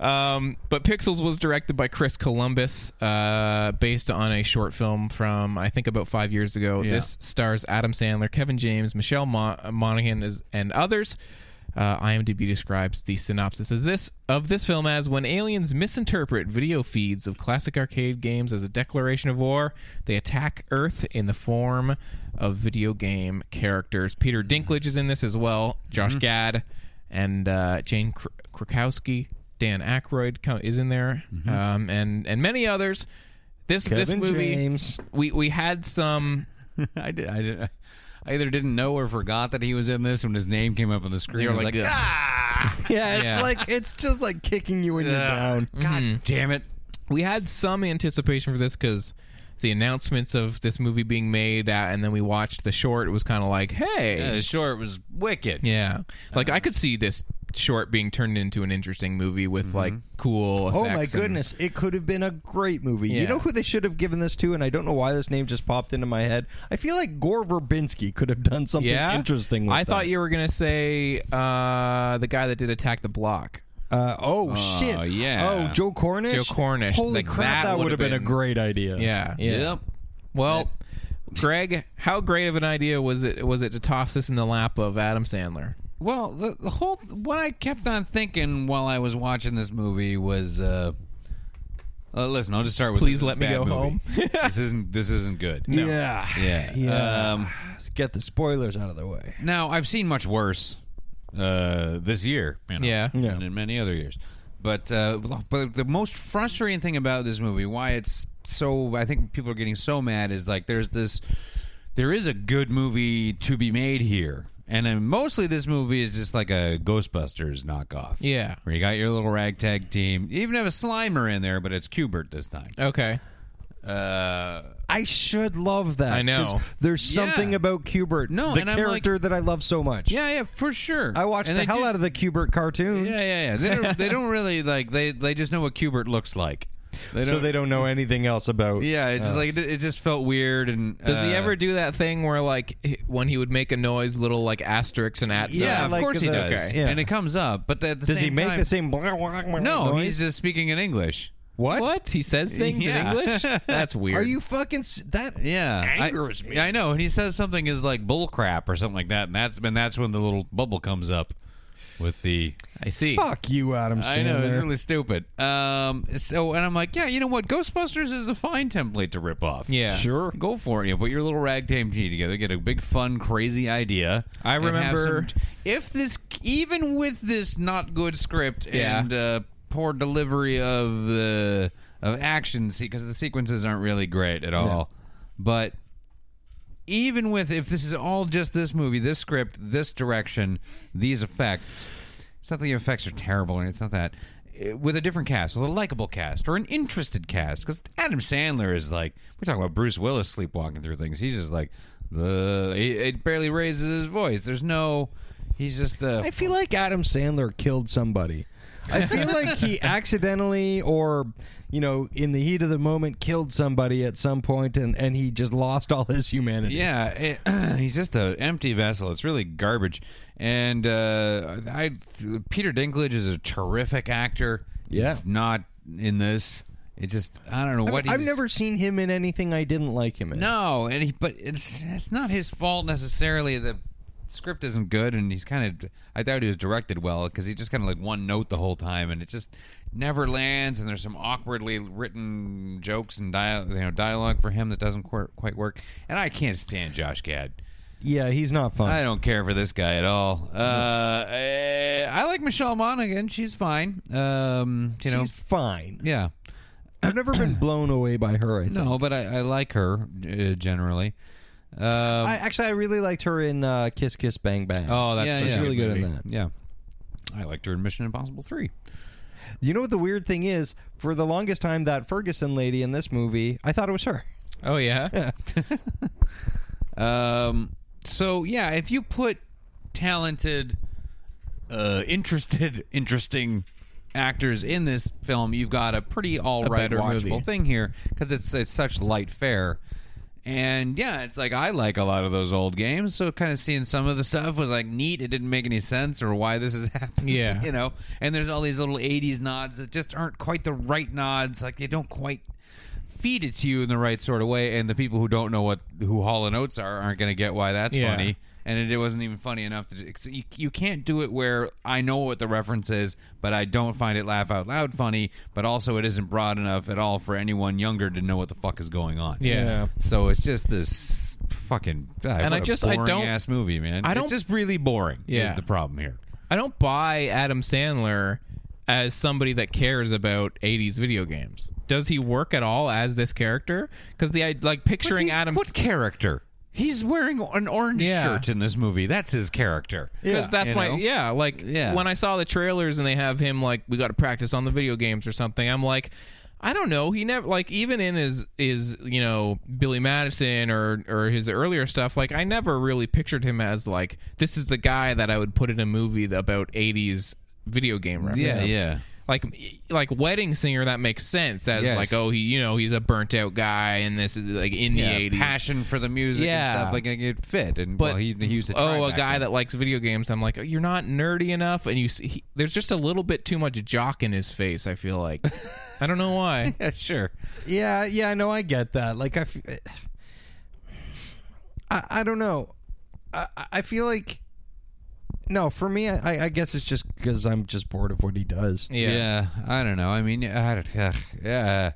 Speaker 1: Um, but Pixels was directed by Chris Columbus, uh, based on a short film from I think about five years ago. This stars Adam Sandler, Kevin James, Michelle Mon- Monaghan, is, and others. Uh, IMDb describes the synopsis as this of this film as when aliens misinterpret video feeds of classic arcade games as a declaration of war, they attack Earth in the form of video game characters. Peter Dinklage is in this as well. Josh Gad and uh, Jane Kr- Krakowski, Dan Aykroyd co- is in there, um, and and many others. This this
Speaker 2: Mm-hmm. Kevin
Speaker 1: movie,
Speaker 2: James.
Speaker 1: we we had some.
Speaker 4: I did. I did. I either didn't know or forgot that he was in this when his name came up on the screen.
Speaker 1: You're
Speaker 4: I was
Speaker 1: like,
Speaker 4: like
Speaker 1: "Ugh."
Speaker 4: ah,
Speaker 2: Yeah, it's
Speaker 1: Yeah.
Speaker 2: like it's just like kicking you when you're down.
Speaker 3: Mm-hmm.
Speaker 4: God damn it.
Speaker 1: we had some anticipation for this because the announcements of this movie being made, uh, and then we watched the short. It was kind of like, hey,
Speaker 4: Yeah, the short was wicked.
Speaker 1: yeah, like I could see this short being turned into an interesting movie with like cool.
Speaker 2: Mm-hmm. Oh my
Speaker 1: effects and-
Speaker 2: goodness! It could have been a great movie. You
Speaker 1: Yeah.
Speaker 2: know who they should have given this to, and I don't know why this name just popped into my head. I feel like Gore Verbinski could have done something
Speaker 1: yeah,
Speaker 2: interesting. With
Speaker 1: I thought
Speaker 2: that.
Speaker 1: you were gonna say uh, the guy that did Attack the Block.
Speaker 2: Uh, oh shit!
Speaker 3: yeah.
Speaker 2: Oh, Joe Cornish.
Speaker 1: Joe Cornish.
Speaker 2: Holy
Speaker 1: Like,
Speaker 2: crap!
Speaker 1: that
Speaker 2: That, would have been, a great idea.
Speaker 1: Yeah.
Speaker 3: Yep.
Speaker 1: Well, Greg, how great of an idea was it was it to toss this in the lap of Adam Sandler?
Speaker 3: Well, the, the whole th- what I kept on thinking while I was watching this movie was, uh, uh listen, I'll just start with
Speaker 1: Please
Speaker 3: this is a
Speaker 1: let me
Speaker 3: bad
Speaker 1: go
Speaker 3: movie.
Speaker 1: home.
Speaker 3: this isn't this isn't good.
Speaker 2: Yeah.
Speaker 3: Yeah.
Speaker 2: Yeah.
Speaker 3: Um,
Speaker 2: Let's get the spoilers out of the way.
Speaker 3: now I've seen much worse uh, this year, you know,
Speaker 1: Yeah.
Speaker 2: Yeah.
Speaker 3: and in many other years. But uh, but the most frustrating thing about this movie, why it's so, I think people are getting so mad, is like there's this, there is a good movie to be made here, and then mostly this movie is just like a Ghostbusters knockoff.
Speaker 1: Yeah.
Speaker 3: where you got your little ragtag team. You even have a Slimer in there, but it's Cubert this time.
Speaker 1: Okay.
Speaker 3: Uh,
Speaker 2: I should love that.
Speaker 1: I know.
Speaker 2: 'cause There's something
Speaker 3: Yeah.
Speaker 2: about Cubert,
Speaker 3: No,
Speaker 2: the
Speaker 3: and I'm like-
Speaker 2: character that I love so much.
Speaker 3: yeah, yeah, for sure.
Speaker 2: I watched the hell out of the Cubert cartoon,
Speaker 3: Yeah, yeah, yeah. They don't, they don't really like they they just know what Kubert looks like. Uh, They
Speaker 2: so they don't know anything else about.
Speaker 3: Yeah, it's just like it, it just felt weird and
Speaker 1: Does he
Speaker 3: uh,
Speaker 1: ever do that thing where like h- when he would make a noise, little like asterisks and uh, at?
Speaker 3: Yeah,
Speaker 2: Yeah,
Speaker 3: of
Speaker 2: like
Speaker 3: course he
Speaker 2: the-
Speaker 3: does.
Speaker 2: okay. Yeah.
Speaker 3: And it comes up, but at the
Speaker 2: Does he
Speaker 3: same
Speaker 2: make
Speaker 3: time-
Speaker 2: the same? blah, blah, blah
Speaker 3: No,
Speaker 2: noise?
Speaker 3: he's just speaking in English.
Speaker 2: what?
Speaker 1: What he says things
Speaker 3: Yeah.
Speaker 1: in English? That's weird.
Speaker 2: Are you fucking s- that?
Speaker 3: Yeah,
Speaker 2: angers
Speaker 3: I,
Speaker 2: me.
Speaker 3: I know, and he says something is like bull crap or something like that, and that's and that's when the little bubble comes up with the
Speaker 1: I see.
Speaker 2: Fuck you, Adam Sandler.
Speaker 3: I know it's really stupid. Um, so and I'm like, yeah, you know what? Ghostbusters is a fine template to rip off.
Speaker 1: Yeah.
Speaker 2: Sure.
Speaker 3: Go for it. You put your little ragtag team together, get a big, fun, crazy idea.
Speaker 1: I
Speaker 3: and have
Speaker 1: remember-
Speaker 3: some- if this, even with this not good script
Speaker 1: Yeah.
Speaker 3: and uh, poor delivery of the of action, because the sequences aren't really great at all, but. Even with if this is all just this movie, this script, this direction, these effects, it's not that the effects are terrible, and it's not that Uh, with a different cast, with a likable cast or an interested cast, because Adam Sandler is like we're talking about Bruce Willis sleepwalking through things. He's just like the he it barely raises his voice. There's no, he's just the
Speaker 2: I feel like Adam Sandler killed somebody. I feel like he accidentally or you know in the heat of the moment killed somebody at some point and and he just lost all his humanity.
Speaker 3: Yeah, it, he's just a empty vessel. It's really garbage. And uh, I, Peter Dinklage is a terrific actor.
Speaker 2: Yeah.
Speaker 3: he's not in this. It just I don't know
Speaker 2: I
Speaker 3: what
Speaker 2: have
Speaker 3: he's-
Speaker 2: never seen him in anything I didn't like him in.
Speaker 3: No, and he but it's it's not his fault necessarily. The script isn't good, and he's kind of I doubt he was directed well because he just kind of like one note the whole time, and it just never lands. And there's some awkwardly written jokes and dia- you know dialogue for him that doesn't quite quite work. And I can't stand Josh Gad.
Speaker 2: Yeah, he's not fun.
Speaker 3: I don't care for this guy at all. Uh, eh, I like Michelle Monaghan; she's fine. Um, you know,
Speaker 2: She's fine.
Speaker 3: yeah.
Speaker 2: I've never been blown away by her. I think.
Speaker 3: No, but I, I like her uh, generally. Um,
Speaker 2: I actually I really liked her in uh, Kiss Kiss Bang Bang.
Speaker 1: Oh, that's
Speaker 3: Yeah,
Speaker 1: such a
Speaker 3: yeah.
Speaker 2: she's really good
Speaker 1: movie.
Speaker 2: in that.
Speaker 3: Yeah. I liked her in Mission Impossible 3.
Speaker 2: You know what the weird thing is? For the longest time, that Ferguson lady in this movie, I thought it was her.
Speaker 1: Oh yeah.
Speaker 3: Um, so, yeah, if you put talented, uh, interested, interesting actors in this film, you've got a pretty all right
Speaker 1: better
Speaker 3: watchable
Speaker 1: movie.
Speaker 3: thing here because it's, it's such light fare. And yeah, it's like I like a lot of those old games, so kind of seeing some of the stuff was like neat. It didn't make any sense or why this is happening.
Speaker 1: Yeah.
Speaker 3: you know. And there's all these little '80s nods that just aren't quite the right nods. Like they don't quite feed it to you in the right sort of way. And the people who don't know what who Hall and Oates are aren't going to get why that's
Speaker 1: Yeah.
Speaker 3: funny. And it, it wasn't even funny enough to. do- so You, you can't do it where I know what the reference is, but I don't find it laugh out loud funny. But also, it isn't broad enough at all for anyone younger to know what the fuck is going on.
Speaker 1: Yeah.
Speaker 3: So it's just this fucking and I just boring I
Speaker 1: don't-
Speaker 3: ass movie, man.
Speaker 1: I
Speaker 3: it's
Speaker 1: don't-
Speaker 3: just really boring.
Speaker 1: Yeah.
Speaker 3: is the problem here.
Speaker 1: I don't buy Adam Sandler as somebody that cares about 80s video games. Does he work at all as this character? Because the I like picturing Adam
Speaker 3: what character? He's wearing an orange
Speaker 1: Yeah.
Speaker 3: shirt in this movie. That's his character.
Speaker 1: because that's
Speaker 3: You
Speaker 1: my
Speaker 3: know?
Speaker 1: yeah like
Speaker 3: Yeah.
Speaker 1: when I saw the trailers and they have him like we got to practice on the video games or something. I'm like. I don't know. He never like even in his is you know Billy Madison or or his earlier stuff. Like I never really pictured him as like this is the guy that I would put in a movie about '80s video game references.
Speaker 3: yeah.
Speaker 1: Like like wedding singer that makes sense as
Speaker 3: Yes.
Speaker 1: like oh he you know he's a burnt out guy and this is like in
Speaker 3: Yeah,
Speaker 1: the 80s
Speaker 3: passion for the music
Speaker 1: Yeah.
Speaker 3: and stuff like it fit. And
Speaker 1: But-
Speaker 3: well, he, he used to
Speaker 1: oh, a guy that likes video games. I'm like, oh, you're not nerdy enough, and you see, he, there's just a little bit too much jock in his face. I feel like, I don't know why.
Speaker 3: that sure.
Speaker 2: Yeah, yeah, no, I get that. Like I, f- I, I don't know. I, I feel like no. For me, I, I guess it's just because I'm just bored of what he does.
Speaker 3: Yeah. I don't know. I mean, I don't, uh, yeah.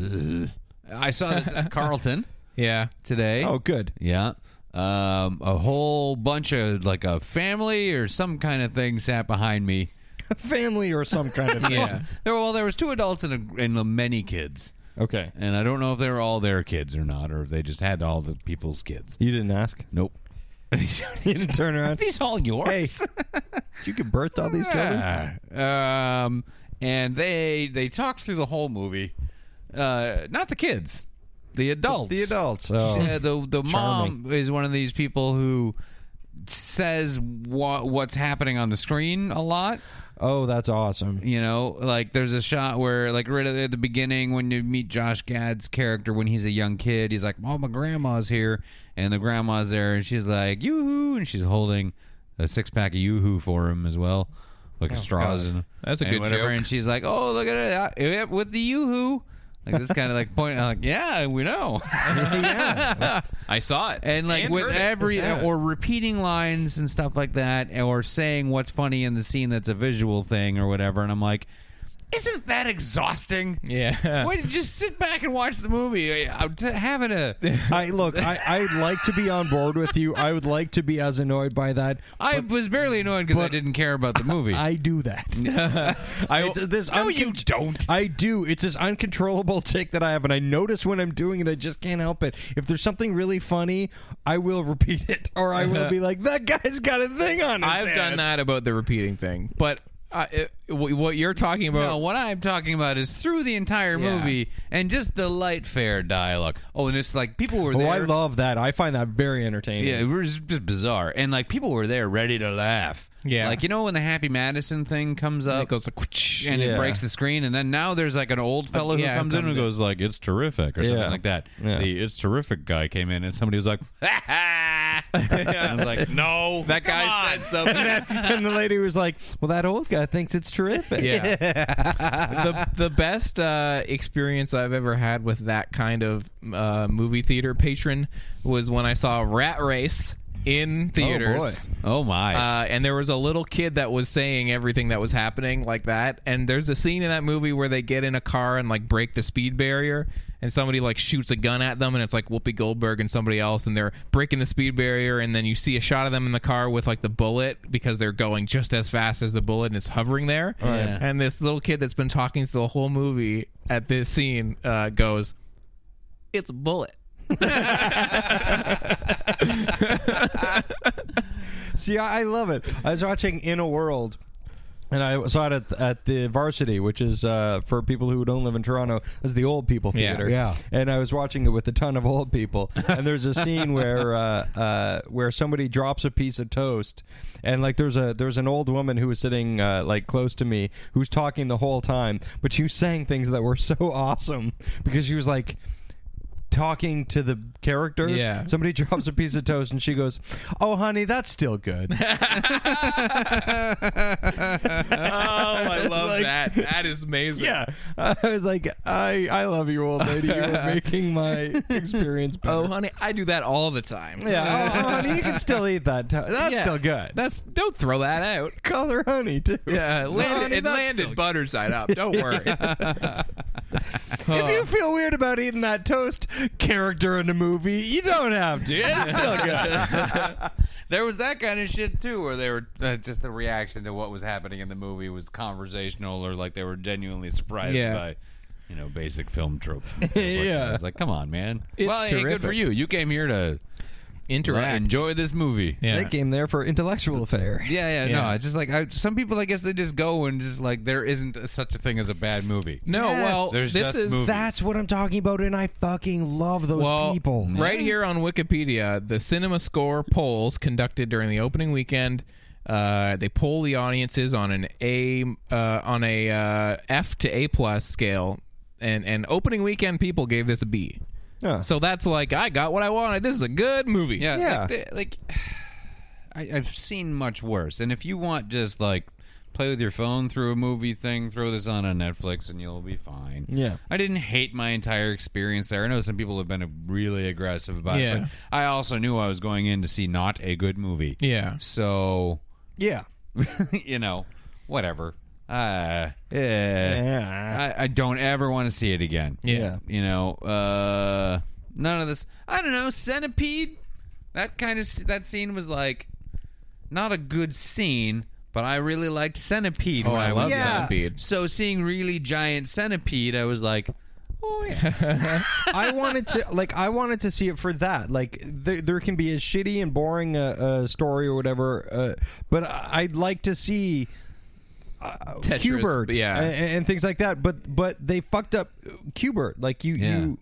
Speaker 3: Ugh. I saw this at Carlton
Speaker 1: Yeah,
Speaker 3: today.
Speaker 2: Oh, good.
Speaker 3: Yeah. Um, a whole bunch of like a family or some kind of thing sat behind me.
Speaker 2: Family or some kind of
Speaker 1: yeah.
Speaker 3: There, well, there was two adults and, a, and many kids,
Speaker 2: okay.
Speaker 3: and I don't know if they were all their kids or not, or if they just had all the people's kids.
Speaker 2: You didn't ask.
Speaker 3: Nope.
Speaker 2: You didn't turn
Speaker 3: Are
Speaker 2: around.
Speaker 3: these all yours?
Speaker 2: hey, did you give birth to all these children?
Speaker 3: Yeah. Um, and they they talked through the whole movie. Uh, not the kids, the adults.
Speaker 2: The adults. Oh.
Speaker 3: Uh, the the mom is one of these people who says what what's happening on the screen a lot.
Speaker 2: Oh, that's awesome.
Speaker 3: You know, like there's a shot where, like, right at the beginning, when you meet Josh Gad's character when he's a young kid, he's like, "Oh, my grandma's here," and the grandma's there, and she's like, "Yoo-hoo," and she's holding a six pack of yoo-hoo for him as well, like a straws. And,
Speaker 1: Oh, That's a
Speaker 3: and
Speaker 1: good
Speaker 3: whatever.
Speaker 1: joke.
Speaker 3: And she's like, "Oh, look at it uh, yep, with the yoo-hoo." Like this kind of like point, I'm like, "Yeah, we know."
Speaker 1: I saw it,
Speaker 3: and like with
Speaker 1: heard it.
Speaker 3: every or repeating lines and stuff like that or saying what's funny in the scene that's a visual thing or whatever and i'm like isn't that exhausting
Speaker 1: yeah,
Speaker 3: why did you just sit back and watch the movie i'm t- having a
Speaker 2: I look. I I'd like to be on board with you. I would like to be as annoyed by that.
Speaker 3: i was barely annoyed because i didn't care about the movie
Speaker 2: I do that. I it's this.
Speaker 3: no
Speaker 2: uncon-
Speaker 3: you don't
Speaker 2: I do. It's this uncontrollable tick that I have, and I notice when I'm doing it. I just can't help it. If there's something really funny, I will repeat it, or I will be like, "That guy's got a thing on his
Speaker 1: I've
Speaker 2: head."
Speaker 1: done that about the repeating thing, but I, it, w- what you're talking about,
Speaker 3: no, what I'm talking about is through the entire
Speaker 1: Yeah.
Speaker 3: movie and just the light fair dialogue. Oh, and it's like people were
Speaker 2: Oh,
Speaker 3: there.
Speaker 2: I love that. I find that very entertaining.
Speaker 3: Yeah, it was just bizarre. And like people were there ready to laugh.
Speaker 1: Yeah.
Speaker 3: Like you know when the Happy Madison thing comes up
Speaker 1: it goes like, whoosh.
Speaker 3: and
Speaker 2: Yeah.
Speaker 3: it breaks the screen and then now there's like an old fellow who
Speaker 1: yeah,
Speaker 3: comes, in
Speaker 1: comes
Speaker 3: and
Speaker 1: in.
Speaker 3: goes like it's terrific or
Speaker 2: Yeah.
Speaker 3: something like that.
Speaker 2: Yeah.
Speaker 3: The it's terrific guy came in and somebody was like ha ha And I was like no
Speaker 1: that
Speaker 3: come
Speaker 1: guy
Speaker 3: on."
Speaker 1: said something.
Speaker 2: and the lady was like, "Well, that old guy thinks it's terrific."
Speaker 1: Yeah. the the best uh, experience I've ever had with that kind of uh, movie theater patron was when I saw Rat Race in theaters.
Speaker 3: Oh my.
Speaker 1: Uh, and there was a little kid that was saying everything that was happening like that. And there's a scene in that movie where they get in a car and like break the speed barrier, and somebody like shoots a gun at them, and it's like Whoopi Goldberg and somebody else, and they're breaking the speed barrier, and then you see a shot of them in the car with like the bullet because they're going just as fast as the bullet, and it's hovering there. And this little kid that's been talking through the whole movie at this scene uh, goes, "It's a bullet."
Speaker 2: See, I I love it. I was watching In a World. And I saw it at, at the Varsity, which is uh, for people who don't live in Toronto, is the old people
Speaker 1: Yeah.
Speaker 2: theater.
Speaker 11: Yeah.
Speaker 2: And I was watching it with a ton of old people. And there's a scene where uh, uh, where somebody drops a piece of toast, and like there's a there's an old woman who was sitting uh, like close to me who's talking the whole time, but she was saying things that were so awesome because she was like talking to the characters.
Speaker 1: Yeah.
Speaker 2: Somebody drops a piece of toast, and she goes, "Oh, honey, that's still
Speaker 1: Oh,
Speaker 2: good."
Speaker 1: I love
Speaker 2: Like-
Speaker 1: that. That is amazing.
Speaker 2: Yeah, I was like, I I love you, old lady. You are making my experience better.
Speaker 1: Oh, honey, I do that all the time.
Speaker 2: yeah, oh, honey, you can still eat that. To- that's
Speaker 1: Yeah.
Speaker 2: still good.
Speaker 1: That's don't throw that out.
Speaker 2: color honey too.
Speaker 1: Yeah, it landed,
Speaker 2: honey,
Speaker 1: it
Speaker 2: that's
Speaker 1: landed
Speaker 2: still-
Speaker 1: butter side up. Don't worry.
Speaker 2: If
Speaker 1: Uh-huh.
Speaker 2: you feel weird about eating that toast character in the movie, you don't have to. It's still good.
Speaker 3: there was that kind of shit too where they were uh, just the reaction to what was happening in the movie was conversational or like they were genuinely surprised
Speaker 1: Yeah.
Speaker 3: by you know basic film tropes. And stuff like that.
Speaker 2: Yeah.
Speaker 3: It's like, come on, man.
Speaker 1: It's
Speaker 3: well, hey, good
Speaker 1: terrific.
Speaker 3: for you. You came here to
Speaker 1: interact.
Speaker 3: enjoy this movie.
Speaker 1: Yeah.
Speaker 2: They came there for intellectual affair.
Speaker 3: Yeah, yeah, no.
Speaker 1: Yeah.
Speaker 3: It's just like I, some people, I guess, they just go and just like there isn't a- such a thing as a bad movie.
Speaker 1: No, well,
Speaker 3: There's
Speaker 1: this
Speaker 3: just
Speaker 1: is
Speaker 3: movies.
Speaker 2: That's what I'm talking about, and I fucking love those
Speaker 1: well,
Speaker 2: people.
Speaker 1: Right here on Wikipedia, the cinema score polls conducted during the opening weekend. Uh, they poll the audiences on an A uh, on a uh, F to A plus scale, and and opening weekend people gave this a B.
Speaker 2: Yeah.
Speaker 1: So that's like I got what I wanted. This is a good movie.
Speaker 3: Yeah,
Speaker 2: Yeah.
Speaker 3: Like, they- like, I, I've seen much worse. And if you want, just like play with your phone through a movie thing, throw this on on Netflix, and you'll be fine.
Speaker 2: Yeah.
Speaker 3: I didn't hate my entire experience there. I know some people have been really aggressive about
Speaker 1: Yeah.
Speaker 3: it. But I also knew I was going in to see not a good movie.
Speaker 1: Yeah.
Speaker 3: So,
Speaker 2: Yeah.
Speaker 3: you know, whatever. Uh, yeah.
Speaker 2: Yeah.
Speaker 3: I, I don't ever want to see it again.
Speaker 1: Yeah.
Speaker 3: You know, uh, none of this. I don't know. Centipede. That kind of that scene was like not a good scene, but I really liked Centipede. Oh,
Speaker 1: I love Centipede.
Speaker 3: So seeing really giant Centipede, I was like, oh yeah,
Speaker 2: I wanted to like I wanted to see it for that. Like there, there can be a shitty and boring uh, uh, story or whatever, uh, but I, I'd like to see uh,
Speaker 1: Tetris,
Speaker 2: Qbert,
Speaker 1: yeah.
Speaker 2: a- a- and, things like that. But but they fucked up uh, Qbert. Like you
Speaker 3: Yeah.
Speaker 2: you.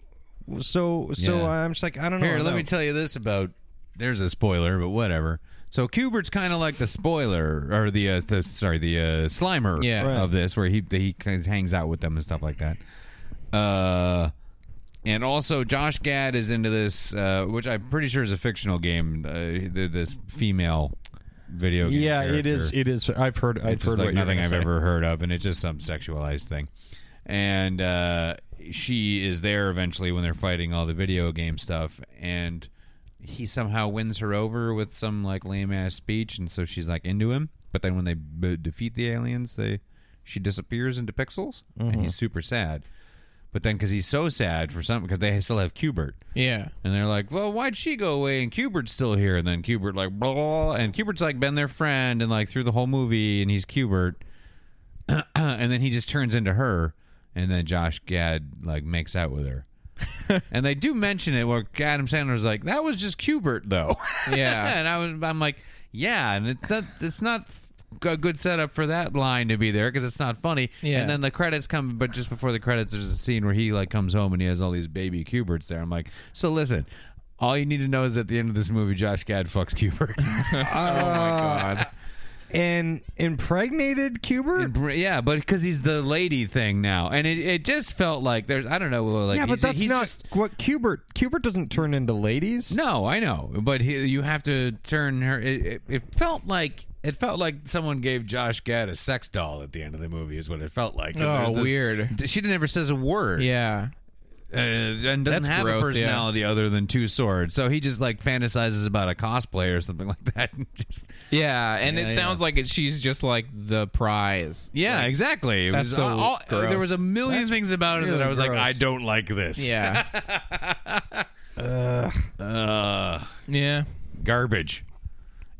Speaker 2: So so
Speaker 3: Yeah.
Speaker 2: I'm just like I don't know.
Speaker 3: Here,
Speaker 2: I
Speaker 3: let
Speaker 2: don't
Speaker 3: me
Speaker 2: know.
Speaker 3: tell you this about. There's a spoiler, but whatever. So Kubert's kind of like the spoiler, or the, uh, the sorry, the uh, Slimer
Speaker 1: Yeah. Right.
Speaker 3: of this, where he he kind of hangs out with them and stuff like that. Uh, and also Josh Gad is into this, uh, which I'm pretty sure is a fictional game. Uh, th- this female video game.
Speaker 2: Yeah, it
Speaker 3: character
Speaker 2: is. It is. I've heard. I've
Speaker 3: it's just
Speaker 2: heard
Speaker 3: like
Speaker 2: what you're
Speaker 3: nothing
Speaker 2: gonna
Speaker 3: I've
Speaker 2: say.
Speaker 3: ever heard of, and it's just some sexualized thing. And uh, she is there eventually when they're fighting all the video game stuff, and he somehow wins her over with some like lame ass speech, and so she's like into him. But then when they b- defeat the aliens, they she disappears into pixels, and
Speaker 2: Mm-hmm.
Speaker 3: he's super sad. But then because he's so sad for something, because they still have Qbert.
Speaker 1: Yeah.
Speaker 3: And they're like, "Well, why'd she go away and Cubert's still here?" And then Cubert like blah, blah, blah, and Cubert's like been their friend and like through the whole movie, and he's Cubert, and then he just turns into her, and then Josh Gad like makes out with her, and they do mention it where Adam Sandler's like, "That was just Cubert though,"
Speaker 1: Yeah.
Speaker 3: and I was, I'm like, "Yeah," and it's not, it's not a good setup for that line to be there because it's not funny.
Speaker 1: Yeah.
Speaker 3: And then the credits come, but just before the credits, there's a scene where he like comes home and he has all these baby Cuberts there. I'm like, so listen, all you need to know is at the end of this movie, Josh Gad fucks Cubert. Oh
Speaker 2: An Uh, impregnated Qbert.
Speaker 3: yeah, but because he's the lady thing now, and it, it just felt like there's I don't know, like
Speaker 2: yeah, but
Speaker 3: he's-
Speaker 2: that's
Speaker 3: he's
Speaker 2: not
Speaker 3: just-
Speaker 2: what Qbert. Qbert doesn't turn into ladies.
Speaker 3: No, I know, but he, you have to turn her. It, it, it felt like it felt like someone gave Josh Gad a sex doll at the end of the movie. Is what it felt like. 'Cause
Speaker 1: Oh,
Speaker 3: there's this-
Speaker 1: weird.
Speaker 3: She never says a word.
Speaker 1: Yeah.
Speaker 3: uh, and doesn't
Speaker 1: That's
Speaker 3: have
Speaker 1: gross,
Speaker 3: a
Speaker 1: yeah.
Speaker 3: personality other than two swords. So he just like fantasizes about a cosplay or something like that. and just,
Speaker 1: Yeah, and
Speaker 3: Yeah,
Speaker 1: it
Speaker 3: yeah.
Speaker 1: sounds like it, she's just like the prize.
Speaker 3: yeah, exactly. It
Speaker 1: that's
Speaker 3: was uh,
Speaker 1: so
Speaker 3: there was a
Speaker 1: gross.
Speaker 3: million things about it that I was like,
Speaker 2: gross.
Speaker 3: I don't like this.
Speaker 1: Yeah.
Speaker 3: uh,
Speaker 1: yeah.
Speaker 3: garbage.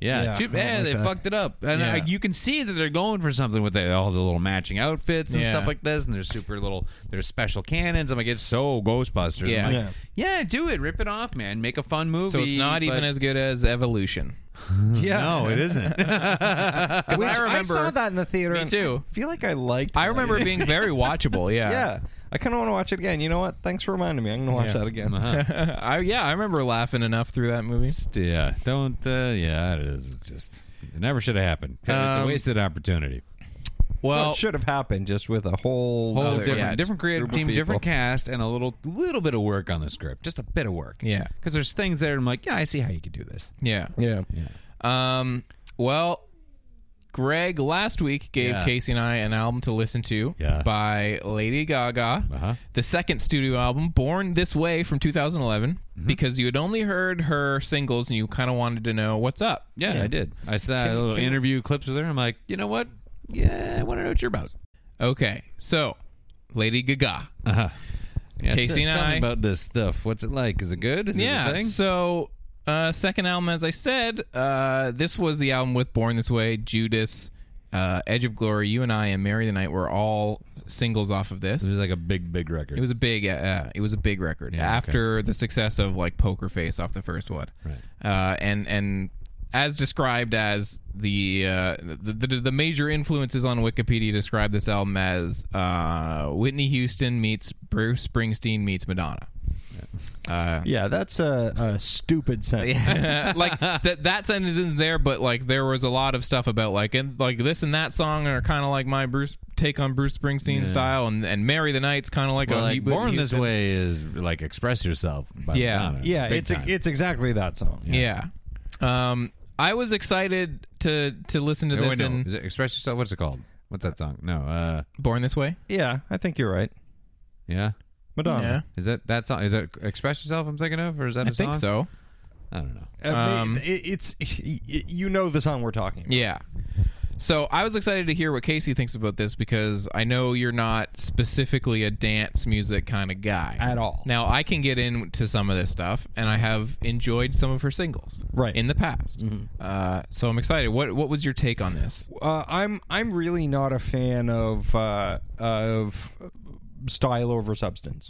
Speaker 3: Yeah,
Speaker 2: Yeah,
Speaker 3: too-
Speaker 2: I don't
Speaker 3: yeah,
Speaker 2: like
Speaker 3: they
Speaker 2: that.
Speaker 3: fucked it up, and
Speaker 1: Yeah.
Speaker 3: I, you can see that they're going for something with the, all the little matching outfits and
Speaker 1: Yeah.
Speaker 3: stuff like this. And there's super little, there's special cannons. I'm like, it's so Ghostbusters. I'm
Speaker 1: Yeah.
Speaker 3: like,
Speaker 1: Yeah.
Speaker 3: yeah, do it, rip it off, man, make a fun movie.
Speaker 1: So it's not even
Speaker 3: but-
Speaker 1: as good as Evolution.
Speaker 2: Yeah.
Speaker 3: no, it isn't.
Speaker 2: Which
Speaker 1: I remember-
Speaker 2: saw that in the theater.
Speaker 1: Me
Speaker 2: and
Speaker 1: too.
Speaker 2: I feel like I liked.
Speaker 1: I
Speaker 2: that.
Speaker 1: remember it being very watchable. Yeah.
Speaker 2: Yeah, I kind of want to watch it again. You know what? Thanks for reminding me. I'm gonna watch that again.
Speaker 3: Uh-huh.
Speaker 1: I yeah, I remember laughing enough through that movie.
Speaker 3: Just, yeah, don't. Uh, yeah, it is. It's just it never should have happened. it's
Speaker 1: Um,
Speaker 3: a wasted opportunity.
Speaker 2: Well,
Speaker 1: Well,
Speaker 2: it should have happened just with a whole,
Speaker 1: Whole
Speaker 2: other-
Speaker 1: different- yeah,
Speaker 3: different creative
Speaker 2: group of
Speaker 3: team, different
Speaker 2: people.
Speaker 3: cast, and a little little bit of work on the script. Just a bit of work.
Speaker 1: Yeah.
Speaker 3: because there's things there. I'm like, yeah, I see how you could do this.
Speaker 1: yeah.
Speaker 2: Yeah.
Speaker 1: Um well, Greg last week gave
Speaker 3: Yeah.
Speaker 1: Casey and I an album to listen to
Speaker 3: Yeah.
Speaker 1: by Lady Gaga.
Speaker 3: Uh-huh.
Speaker 1: The second studio album, Born This Way from 2011,
Speaker 3: Mm-hmm.
Speaker 1: because you had only heard her singles and you kind of wanted to know what's up.
Speaker 3: Yeah, I did. I saw a little interview clips with her. I'm like, you know what? Yeah, I want to know what you're about.
Speaker 1: Okay. So, Lady Gaga.
Speaker 3: Uh-huh. Yeah,
Speaker 1: Casey
Speaker 3: t-
Speaker 1: and
Speaker 3: tell me
Speaker 1: I-
Speaker 3: about this stuff. What's it like? Is it good? Is it a
Speaker 1: yeah
Speaker 3: thing?
Speaker 1: so uh second album as i said uh this was the album with born this way judas uh, Edge of Glory, You and I, and Mary the Night were all singles off of this.
Speaker 3: It was like a big, big record.
Speaker 1: It was a big, uh, uh, it was a big record
Speaker 3: Yeah,
Speaker 1: after the success of like Poker Face off the first one,
Speaker 3: Right.
Speaker 1: uh, and and as described as the, uh, the the the major influences on Wikipedia describe this album as uh, Whitney Houston meets Bruce Springsteen meets Madonna.
Speaker 2: uh, Yeah, that's a, a stupid sentence.
Speaker 1: like that that sentence is there, but like there was a lot of stuff about like and like this and that song are kind of like my Bruce take on Bruce Springsteen style, and and Mary the Night's kind of like
Speaker 3: Well,
Speaker 1: a
Speaker 3: like
Speaker 1: Whitney
Speaker 3: Born This
Speaker 1: Houston.
Speaker 3: Way is like Express Yourself. By
Speaker 1: Yeah.
Speaker 3: Madonna.
Speaker 2: Yeah,
Speaker 3: Big
Speaker 2: it's a,
Speaker 3: time.
Speaker 2: it's exactly that song.
Speaker 1: Yeah. Um, I was excited to to listen to
Speaker 3: Oh, wait,
Speaker 1: this
Speaker 3: no.
Speaker 1: and
Speaker 3: Is it Express Yourself? What's it called? What's that song? No. Uh,
Speaker 1: Born This Way.
Speaker 2: Yeah, I think you're right.
Speaker 3: yeah.
Speaker 2: Madonna.
Speaker 3: Is that that song? Is that Express Yourself? I'm thinking of, or is that a
Speaker 1: I think
Speaker 3: song?
Speaker 1: so.
Speaker 3: I don't know.
Speaker 2: I mean,
Speaker 1: Um,
Speaker 2: it- it's you know the song we're talking about.
Speaker 1: Yeah. So I was excited to hear what Casey thinks about this because I know you're not specifically a dance music kind of guy
Speaker 2: At all.
Speaker 1: Now I can get into some of this stuff, and I have enjoyed some of her singles
Speaker 2: Right.
Speaker 1: in the past. Uh, so I'm excited. What What was your take on this?
Speaker 2: Uh, I'm I'm really not a fan of uh, of style over substance.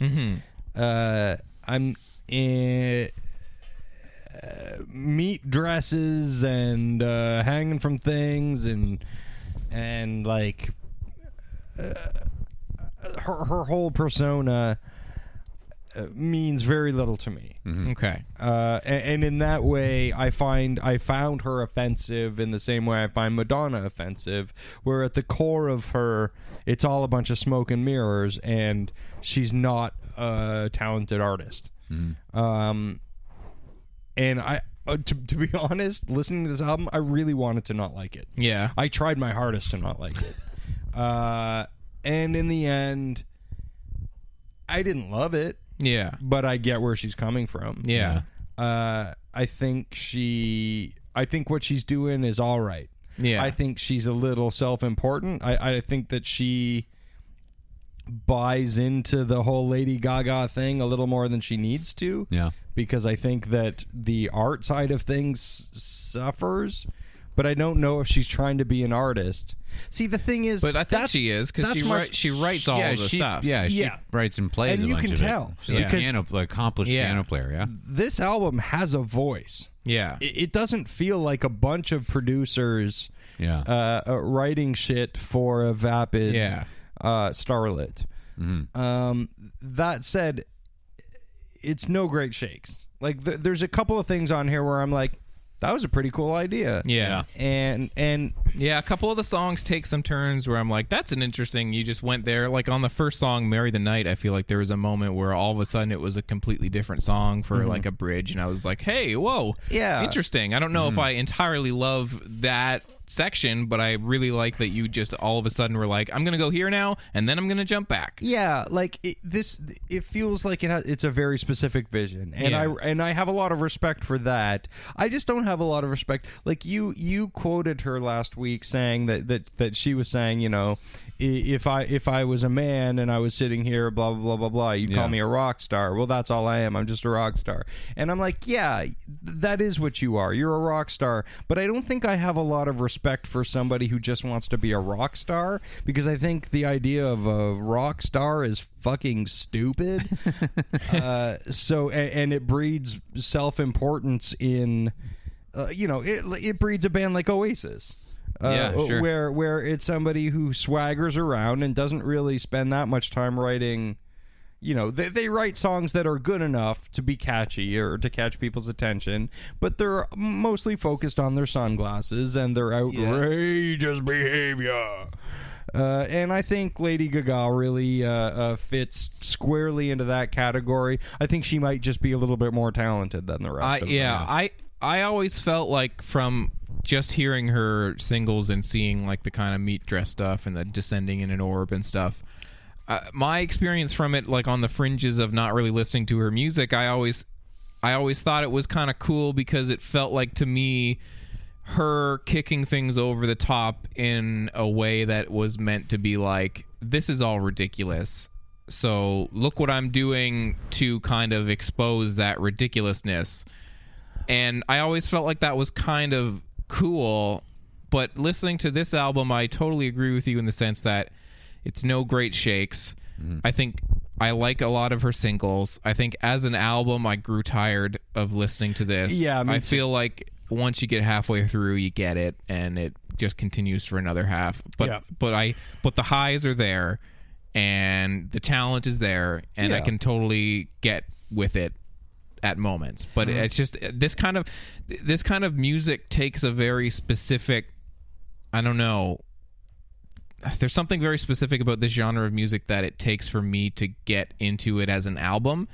Speaker 2: Uh, I'm eh, uh, meat dresses and uh, hanging from things and and like uh, her her whole persona uh, means very little to me
Speaker 1: Okay.
Speaker 2: uh, a- and, in that way, I find I found her offensive in the same way I find Madonna offensive. Where at the core of her, it's all a bunch of smoke and mirrors, and she's not a talented artist.
Speaker 1: Hmm.
Speaker 2: Um, and I, uh, to, to be honest, listening to this album, I really wanted to not like it.
Speaker 1: Yeah.
Speaker 2: I tried my hardest to not like it, uh, and in the end, I didn't love it,
Speaker 1: yeah.
Speaker 2: but I get where she's coming from
Speaker 1: Yeah.
Speaker 2: uh, I think she, I think what she's doing is all right.
Speaker 1: Yeah.
Speaker 2: I think she's a little self-important. I, I think that she buys into the whole Lady Gaga thing a little more than she needs to.
Speaker 3: Yeah.
Speaker 2: Because I think that the art side of things suffers, but I don't know if she's trying to be an artist. See, the thing is,
Speaker 1: But I think
Speaker 2: that's-
Speaker 1: she is because
Speaker 2: that's
Speaker 1: she
Speaker 2: my-
Speaker 1: wri- she writes all
Speaker 3: yeah,
Speaker 1: of the
Speaker 3: she,
Speaker 1: stuff.
Speaker 3: Yeah, she
Speaker 2: Yeah.
Speaker 3: writes and plays.
Speaker 2: And
Speaker 3: a
Speaker 2: you
Speaker 3: bunch
Speaker 2: can
Speaker 3: of it.
Speaker 2: tell,
Speaker 3: She's like a
Speaker 2: because-
Speaker 3: piano, like, accomplished
Speaker 1: Yeah.
Speaker 3: piano player. Yeah.
Speaker 2: This album has a voice.
Speaker 1: Yeah.
Speaker 2: It it doesn't feel like a bunch of producers
Speaker 3: Yeah.
Speaker 2: uh, uh, writing shit for a vapid
Speaker 1: Yeah.
Speaker 2: uh, starlet. Um, that said, it's no great shakes. Like th- there's a couple of things on here where I'm like, that was a pretty cool idea.
Speaker 1: Yeah.
Speaker 2: and and
Speaker 1: Yeah, a couple of the songs take some turns where I'm like, that's an interesting. You just went there. Like on the first song, "Marry the Night," I feel like there was a moment where all of a sudden it was a completely different song for like a bridge, and I was like, hey, whoa,
Speaker 2: Yeah.
Speaker 1: interesting. I don't know if I entirely love that section, but I really like that you just all of a sudden were like, I'm gonna go here now, and then I'm gonna jump back.
Speaker 2: yeah, like it, this, it feels like it has, it's a very specific vision, and
Speaker 1: Yeah.
Speaker 2: I and I have a lot of respect for that. I just don't have a lot of respect. Like you, you quoted her last week saying that that that she was saying, you know, "I- if I if I was a man and I was sitting here, blah blah blah blah blah, you'd call me a rock star. Well, that's all I am. I'm just a rock star, and I'm like, yeah, th- that is what you are. You're a rock star, but I don't think I have a lot of respect for somebody who just wants to be a rock star because I think the idea of a rock star is fucking stupid. uh, so and, and it breeds self-importance in uh, you know it, it breeds a band like oasis uh,
Speaker 3: Yeah, sure.
Speaker 2: where where it's somebody who swaggers around and doesn't really spend that much time writing you know they, they write songs that are good enough to be catchy or to catch people's attention but they're mostly focused on their sunglasses and their outrageous behavior uh, and I think Lady Gaga really uh, uh, fits squarely into that category. I think she might just be a little bit more talented than the rest.
Speaker 1: I
Speaker 2: of them.
Speaker 1: yeah, I I always felt like from just hearing her singles and seeing like the kind of meat dress stuff and the descending in an orb and stuff. Uh, my experience from it, like on the fringes of not really listening to her music, I always, I always thought it was kind of cool because it felt like to me, her kicking things over the top in a way that was meant to be like, this is all ridiculous. So look what I'm doing to kind of expose that ridiculousness and I always felt like that was kind of cool But listening to this album, I totally agree with you in the sense that it's no great shakes. I think I like a lot of her singles. I think as an album, I grew tired of listening to this.
Speaker 2: Yeah, me
Speaker 1: I
Speaker 2: too.
Speaker 1: feel like once you get halfway through, you get it, and it just continues for another half. But
Speaker 2: Yeah.
Speaker 1: but I but the highs are there, and the talent is there, and I
Speaker 2: Yeah.
Speaker 1: can totally get with it at moments. But
Speaker 2: Mm-hmm.
Speaker 1: it's just this kind of this kind of music takes a very specific. I don't know there's something very specific about this genre of music that it takes for me to get into it as an album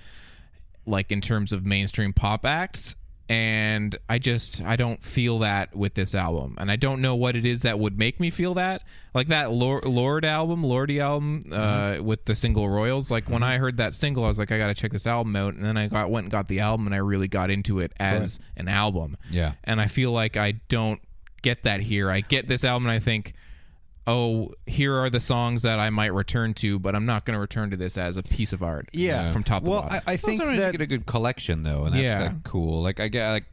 Speaker 1: like in terms of mainstream pop acts and i just i don't feel that with this album and i don't know what it is that would make me feel that like that lord, lord album lordy album uh, with the single royals like when i heard that single i was like i gotta check this album out and then i got went and got the album and i really got into it as an album
Speaker 3: Yeah.
Speaker 1: and i feel like i don't get that here i get this album and i think oh, here are the songs that I might return to, but I'm not going to return to this as a piece of art.
Speaker 2: Yeah.
Speaker 1: from top
Speaker 2: well,
Speaker 1: to bottom.
Speaker 2: I, I think
Speaker 3: sometimes
Speaker 2: that
Speaker 3: you get a good collection though, and that's
Speaker 1: Yeah.
Speaker 3: like, cool. Like I get, like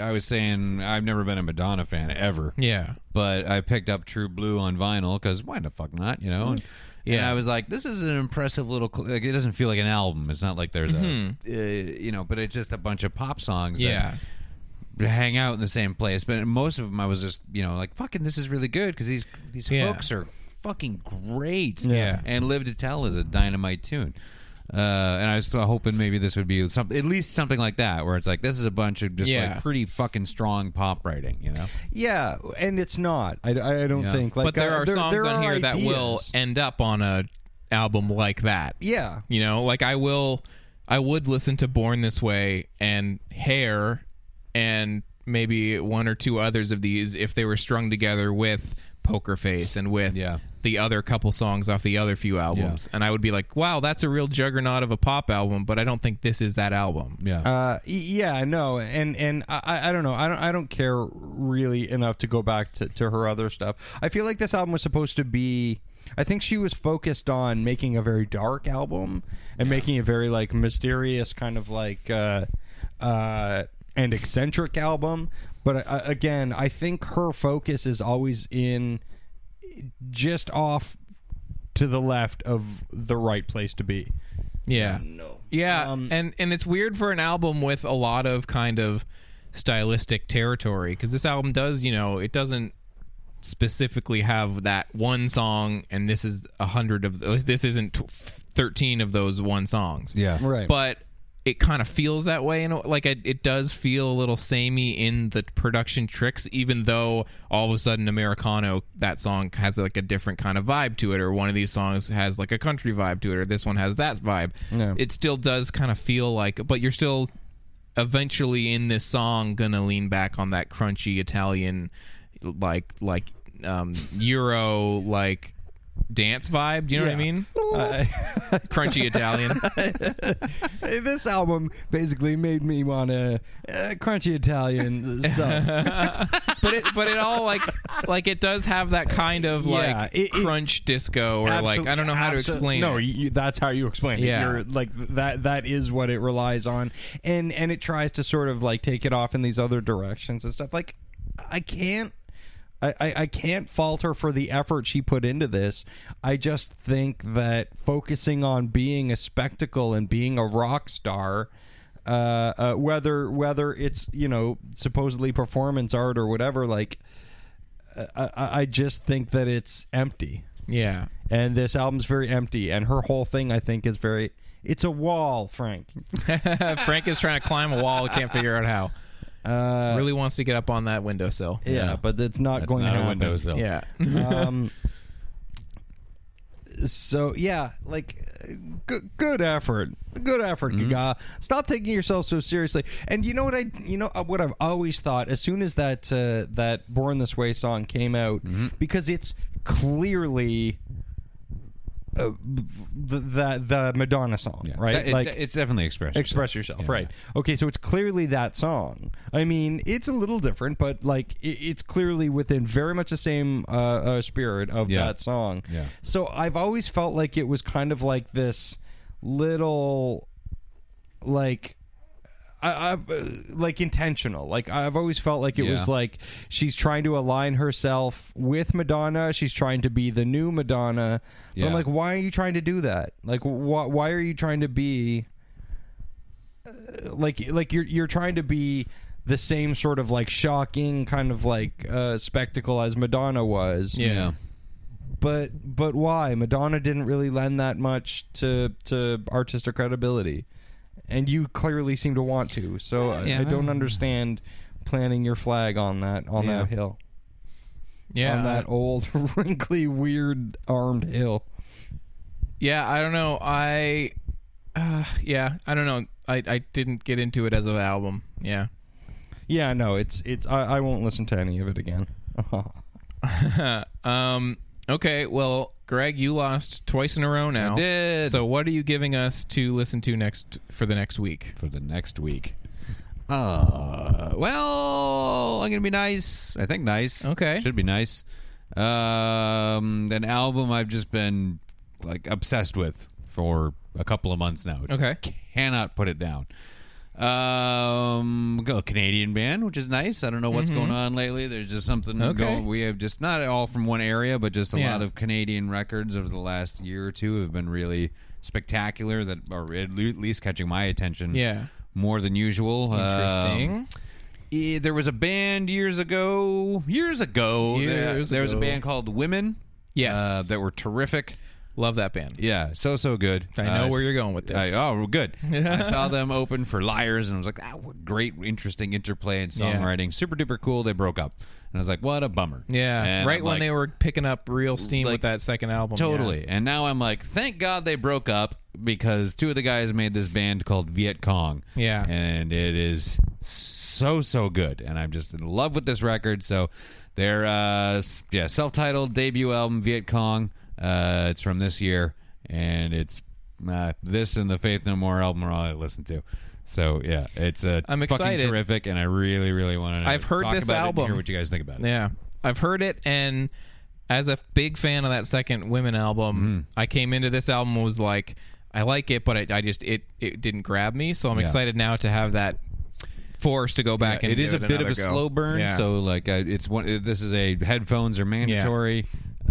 Speaker 3: I was saying, I've never been a Madonna fan ever.
Speaker 1: yeah,
Speaker 3: but I picked up True Blue on vinyl because why the fuck not, you know? And, and
Speaker 1: Yeah.
Speaker 3: I was like, this is an impressive little. cl- Like, it doesn't feel like an album. It's not like there's a, uh, you know, but it's just a bunch of pop songs. that
Speaker 1: Mm-hmm. yeah,
Speaker 3: hang out in the same place. But most of them, I was just, you know, like fucking, this is really good because these these
Speaker 1: Yeah.
Speaker 3: hooks are fucking great.
Speaker 1: Yeah.
Speaker 3: and Live to Tell is a dynamite tune. Uh, and I was hoping maybe this would be some, at least something like that, where it's like this is a bunch of just
Speaker 1: Yeah.
Speaker 3: like pretty fucking strong pop writing, you know?
Speaker 2: yeah, and it's not. I, I don't
Speaker 3: Yeah.
Speaker 2: think like
Speaker 1: but there
Speaker 2: uh,
Speaker 1: are songs
Speaker 2: there
Speaker 1: on
Speaker 2: are
Speaker 1: here that will
Speaker 2: ideas.
Speaker 1: end up on a album like that.
Speaker 2: yeah.
Speaker 1: You know, like I will, I would listen to Born This Way and Hair and maybe one or two others of these if they were strung together with Poker Face and with
Speaker 3: Yeah.
Speaker 1: the other couple songs off the other few albums. And I would be like, wow, that's a real juggernaut of a pop album, but I don't think this is that album.
Speaker 3: Yeah.
Speaker 2: Uh, y- yeah, no, and and I- I, I don't know, I don't I don't care really enough to go back to, to her other stuff. I feel like this album was supposed to be. I think she was focused on making a very dark album and making a very like mysterious kind of like uh, uh, and eccentric album. But uh, again, I think her focus is always in just off to the left of the right place to be.
Speaker 1: Yeah. Yeah, and and it's weird for an album with a lot of kind of stylistic territory because this album does, you know, it doesn't specifically have that one song, and this is a hundred of th- this isn't tw- thirteen of those one songs.
Speaker 3: Yeah.
Speaker 2: Right.
Speaker 1: but it kind of feels that way, and like it, it does feel a little samey in the production tricks, even though all of a sudden Americano that song has like a different kind of vibe to it, or one of these songs has like a country vibe to it, or this one has that vibe. It still does kind of feel like, but you're still eventually in this song gonna lean back on that crunchy Italian like like um Euro like dance vibe. Do you know what I mean? Uh, crunchy Italian.
Speaker 2: this album basically made me want a, uh crunchy Italian sub.
Speaker 1: But it but it all like like it does have that kind of
Speaker 2: Yeah,
Speaker 1: like
Speaker 2: it- it-
Speaker 1: crunch disco or like I don't know how to
Speaker 2: Absolute-
Speaker 1: explain
Speaker 2: No,
Speaker 1: it.
Speaker 2: you, that's how you explain it.
Speaker 1: Yeah.
Speaker 2: You're like that. That is what it relies on, and and it tries to sort of like take it off in these other directions and stuff. Like, I can't. I, I, I can't falter for the effort she put into this. I just think that focusing on being a spectacle and being a rock star uh, uh, whether whether it's you know supposedly performance art or whatever. Like, uh, I, I I just think that it's empty,
Speaker 1: yeah.
Speaker 2: and this album's very empty, and her whole thing I think is very. It's a wall, Frank.
Speaker 1: Frank is trying to climb a wall, can't figure out how.
Speaker 2: Uh,
Speaker 1: really wants to get up on that windowsill.
Speaker 2: Yeah, but it's not
Speaker 3: That's
Speaker 2: going
Speaker 3: not
Speaker 2: to
Speaker 3: a
Speaker 2: happen. Um,
Speaker 3: windowsill.
Speaker 1: Yeah.
Speaker 2: So yeah, like uh, good, good effort, good effort,
Speaker 3: Mm-hmm.
Speaker 2: Gaga. Stop taking yourself so seriously. And you know what I, you know uh, what I've always thought. As soon as that uh, that "Born This Way" song came out,
Speaker 3: Mm-hmm.
Speaker 2: because it's clearly uh, b- the, the the Madonna song, right?
Speaker 3: That- it- it's definitely expressed.
Speaker 2: express yourself right okay so it's clearly that song i mean it's a little different but like it, it's clearly within very much the same uh, uh spirit of
Speaker 3: Yeah.
Speaker 2: that song
Speaker 3: Yeah.
Speaker 2: so i've always felt like it was kind of like this little like I, I've, uh, like intentional. Like I've always felt like it was
Speaker 3: Yeah.
Speaker 2: like she's trying to align herself with Madonna. She's trying to be the new Madonna. But I'm
Speaker 3: Yeah.
Speaker 2: like, why are you trying to do that? Like, wh- why are you trying to be like like you're you're trying to be the same sort of like shocking kind of like uh, spectacle as Madonna was.
Speaker 3: yeah.
Speaker 2: But but why? Madonna didn't really lend that much to to artistic credibility, and you clearly seem to want to. So I-
Speaker 3: Yeah,
Speaker 2: I
Speaker 3: I
Speaker 2: don't
Speaker 3: don't-
Speaker 2: understand planting your flag on that on that hill
Speaker 1: yeah,
Speaker 2: on that old wrinkly weird armed hill.
Speaker 1: Yeah, I don't know. I uh, yeah, I don't know. I, I didn't get into it as an album. Yeah.
Speaker 2: Yeah, no, it's it's I, I won't listen to any of it again.
Speaker 1: Um okay, well, Greg, you lost twice in a row now.
Speaker 3: did.
Speaker 1: So what are you giving us to listen to next for the next week?
Speaker 3: for the next week. Uh, well, I'm gonna be nice. I think nice.
Speaker 1: Okay.
Speaker 3: should be nice. Um, an album I've just been like obsessed with for a couple of months now.
Speaker 1: Okay.
Speaker 3: cannot put it down. Um, a Canadian band, which is nice. I don't know what's going on lately. There's just something
Speaker 1: Mm-hmm. Okay.
Speaker 3: going. We have just not all from one area, but just a
Speaker 1: Yeah.
Speaker 3: lot of Canadian records over the last year or two have been really spectacular. That are at le- least catching my attention.
Speaker 1: Yeah.
Speaker 3: more than usual. Um,
Speaker 1: Interesting.
Speaker 3: eh, there was a band years ago. Years ago, there,
Speaker 1: Years
Speaker 3: there was a
Speaker 1: ago.
Speaker 3: band called Women.
Speaker 1: Yes.
Speaker 3: uh, that were terrific.
Speaker 1: Love that band.
Speaker 3: Yeah, so so good.
Speaker 1: I know
Speaker 3: Uh,
Speaker 1: where you're going with this.
Speaker 3: I, oh, well, good. I saw them open for Liars, and I was like, ah, what great, interesting interplay and
Speaker 1: Yeah.
Speaker 3: songwriting. Super duper cool. They broke up, and I was like, what a bummer.
Speaker 1: Yeah,
Speaker 3: And
Speaker 1: right
Speaker 3: I'm
Speaker 1: when
Speaker 3: like,
Speaker 1: they were picking up real steam with
Speaker 3: like,
Speaker 1: that second album. yeah.
Speaker 3: totally. And now I'm like, thank God they broke up because two of the guys made this band called Viet Cong.
Speaker 1: Yeah.
Speaker 3: and it is so so good, and I'm just in love with this record. So their uh, s- yeah self-titled debut album Viet Cong. Uh, it's from this year, and it's uh, this and the Faith No More album are all I listen to. So yeah, it's uh,
Speaker 1: I'm
Speaker 3: fucking
Speaker 1: excited.
Speaker 3: terrific, and I really really want to.
Speaker 1: I've heard
Speaker 3: talk
Speaker 1: this
Speaker 3: about it and
Speaker 1: album.
Speaker 3: hear what you guys think about it.
Speaker 1: Yeah. I've heard it and as a big fan of that second women
Speaker 3: Mm-hmm.
Speaker 1: album, I came into this album and was like I like it but I, I just it it didn't grab me, so I'm excited now to have that force to go back and
Speaker 3: it is a
Speaker 1: give
Speaker 3: bit of a
Speaker 1: another go.
Speaker 3: slow burn
Speaker 1: Yeah.
Speaker 3: so like uh, it's one uh, this is a headphones are mandatory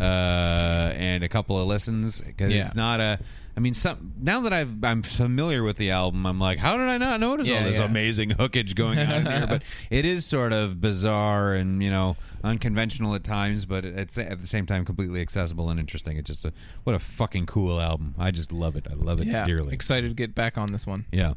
Speaker 3: uh and a couple of listens 'cause
Speaker 1: Yeah.
Speaker 3: it's not a I mean, some, now that I've, I'm familiar with the album, I'm like, how did I not notice
Speaker 1: Yeah,
Speaker 3: all this
Speaker 1: yeah.
Speaker 3: amazing hookage going on in here? But it is sort of bizarre and you know unconventional at times, but it's at the same time completely accessible and interesting. It's just a what a fucking cool album. I just love it. I love it
Speaker 1: yeah.
Speaker 3: dearly.
Speaker 1: Excited to get back on this one.
Speaker 3: yeah.